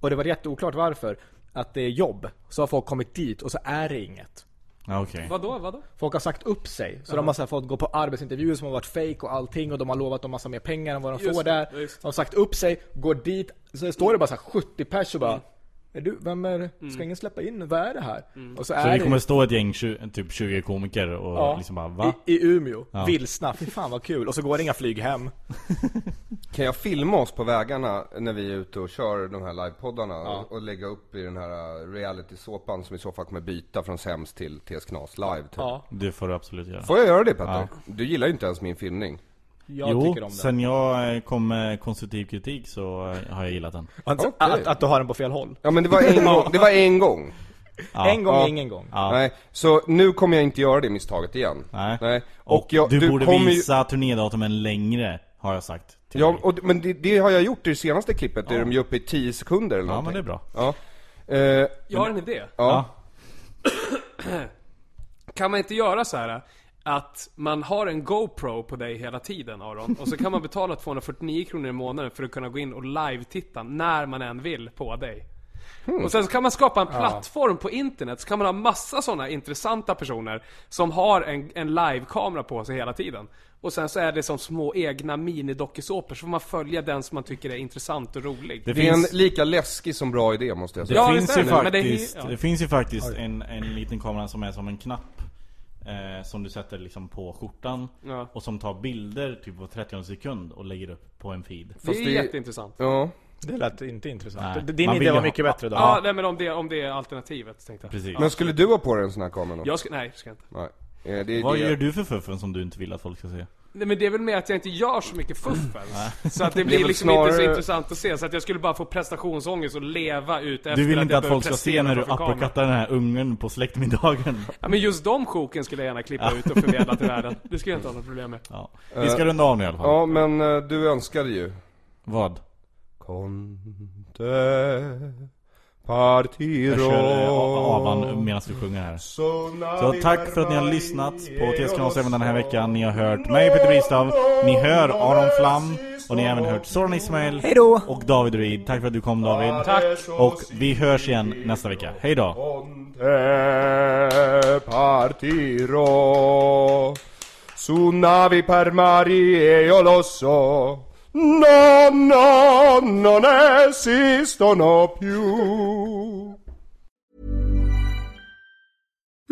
Speaker 7: och det var jätteoklart varför. Att det är jobb. Så har folk kommit dit och så är det inget.
Speaker 3: Ja, okej.
Speaker 6: Vadå, vadå?
Speaker 7: Folk har sagt upp sig. Så de har så här fått gå på arbetsintervjuer som har varit fake och allting och de har lovat dem massa mer pengar än vad de
Speaker 6: Just
Speaker 7: får
Speaker 6: det,
Speaker 7: där.
Speaker 6: just
Speaker 7: De har sagt upp sig, går dit, så står det bara så här 70 pers och bara
Speaker 6: Mm.
Speaker 7: är du, vem är det? Ska ingen släppa in? Vad är det här?
Speaker 6: Mm.
Speaker 7: Och så,
Speaker 3: Så
Speaker 7: är
Speaker 3: det
Speaker 7: det
Speaker 3: kommer stå ett gäng, tju- typ 20 komiker och
Speaker 7: Ja.
Speaker 3: liksom bara va?
Speaker 7: i, i Umeå, vilsna. Fy fan vad kul. Och så går det inga flyg hem.
Speaker 5: Kan jag filma oss på vägarna när vi är ute och kör de här livepoddarna och lägga upp i den här äh, reality-såpan som i så fall kommer byta från sämst till TS Knas live typ.
Speaker 7: Ja,
Speaker 3: Det får du absolut göra.
Speaker 5: Får jag göra det Petter? Du gillar ju inte ens min filmning.
Speaker 7: jag
Speaker 3: jo,
Speaker 7: tycker om det.
Speaker 3: sen jag eh, kom med konstruktiv kritik så eh, har jag gillat den.
Speaker 7: Att,
Speaker 5: Okej.
Speaker 7: Alltså, att, att du har den på fel håll.
Speaker 5: Ja men det var en gång. Det var en
Speaker 7: En gång
Speaker 5: gång. Ja.
Speaker 7: är ingen gång.
Speaker 5: Nej, så nu kommer jag inte göra det misstaget igen.
Speaker 3: Nej.
Speaker 5: Och,
Speaker 3: Och,
Speaker 5: jag,
Speaker 3: du, borde
Speaker 5: kommer ju-
Speaker 3: visa turnédatumen längre, har jag sagt. till
Speaker 5: Ja,
Speaker 3: dig.
Speaker 5: och, men det, det har jag gjort i det senaste klippet där de är uppe i 10 sekunder eller
Speaker 3: ja men
Speaker 5: någonting.
Speaker 3: det är bra.
Speaker 5: Ja. Eh,
Speaker 6: Jag har en idé.
Speaker 5: ja.
Speaker 6: Kan man inte göra så här att man har en GoPro på dig hela tiden Aron och så kan man betala 249 kronor i månaden för att kunna gå in och live-titta när man än vill på dig.
Speaker 5: Hmm.
Speaker 6: Och sen så kan man skapa en plattform på internet så kan man ha massa sådana intressanta personer som har en, en live-kamera på sig hela tiden. Och sen så är det som små egna minidokusåpor så får man följa den som man tycker är intressant och rolig.
Speaker 3: Det
Speaker 5: Det är en
Speaker 3: finns,
Speaker 5: lika läskig som bra idé måste jag
Speaker 3: det
Speaker 5: säga.
Speaker 6: Ja,
Speaker 3: finns
Speaker 6: visst är
Speaker 3: ju
Speaker 6: det, men det är-
Speaker 3: faktiskt,
Speaker 6: ja.
Speaker 3: det finns ju faktiskt en, en liten kamera som är som en knapp eh, Som du sätter liksom på skjortan
Speaker 6: Ja.
Speaker 3: Och som tar bilder typ på 30 sekund och lägger upp på en feed
Speaker 6: Det är
Speaker 5: det-
Speaker 6: jätteintressant.
Speaker 5: Ja.
Speaker 7: Det lät inte intressant.
Speaker 3: Nej.
Speaker 7: D- Din
Speaker 3: Man vill
Speaker 7: idé
Speaker 3: ju
Speaker 7: var
Speaker 3: ha-
Speaker 7: mycket bättre då.
Speaker 6: Ja, nej men om det, om det är alternativet tänkte jag.
Speaker 3: Precis
Speaker 5: Men skulle du ha på dig en sån här kamera då?
Speaker 6: Jag ska, nej, ska jag inte.
Speaker 5: Nej. Eh, Det är
Speaker 3: Vad
Speaker 5: det.
Speaker 3: gör du för fuffen som du inte vill att folk ska se?
Speaker 6: Nej men det är väl med att jag inte gör så mycket
Speaker 3: Mm.
Speaker 6: fuffens. så att det
Speaker 5: Det är
Speaker 6: blir
Speaker 5: väl
Speaker 6: liksom inte så
Speaker 5: snarare-
Speaker 6: intressant att se. Så att jag skulle bara få prestationsångest och leva ut efter
Speaker 3: Du vill
Speaker 6: jag
Speaker 3: inte att
Speaker 6: behöver
Speaker 3: folk ska se
Speaker 6: prestera
Speaker 3: när du
Speaker 6: framför kameran.
Speaker 3: uppercuttar den här ungen på släktmiddagen
Speaker 6: Ja men just de sjoken skulle jag gärna klippa ut och förmedla till världen. Det skulle jag inte ha något problem med.
Speaker 3: ja. Vi ska runda av nu i alla fall
Speaker 5: Eh, Ja, men eh, du önskade ju.
Speaker 3: Vad?
Speaker 5: Conte
Speaker 3: Jag kör eh,
Speaker 5: partiro.
Speaker 3: avan medan vi sjunger här Så tack för att ni har lyssnat på TS-kanalen även den här veckan. Ni har hört mig Peter Bristav, ni hör Aron Flam och ni har även hört Soran Ismail och David Ruid. Tack för att du kom David.
Speaker 5: Tack.
Speaker 3: Och vi hörs igen nästa vecka. Hej då!
Speaker 5: Conte partirò su navi per mari e io lo so. No, no, non esistono più.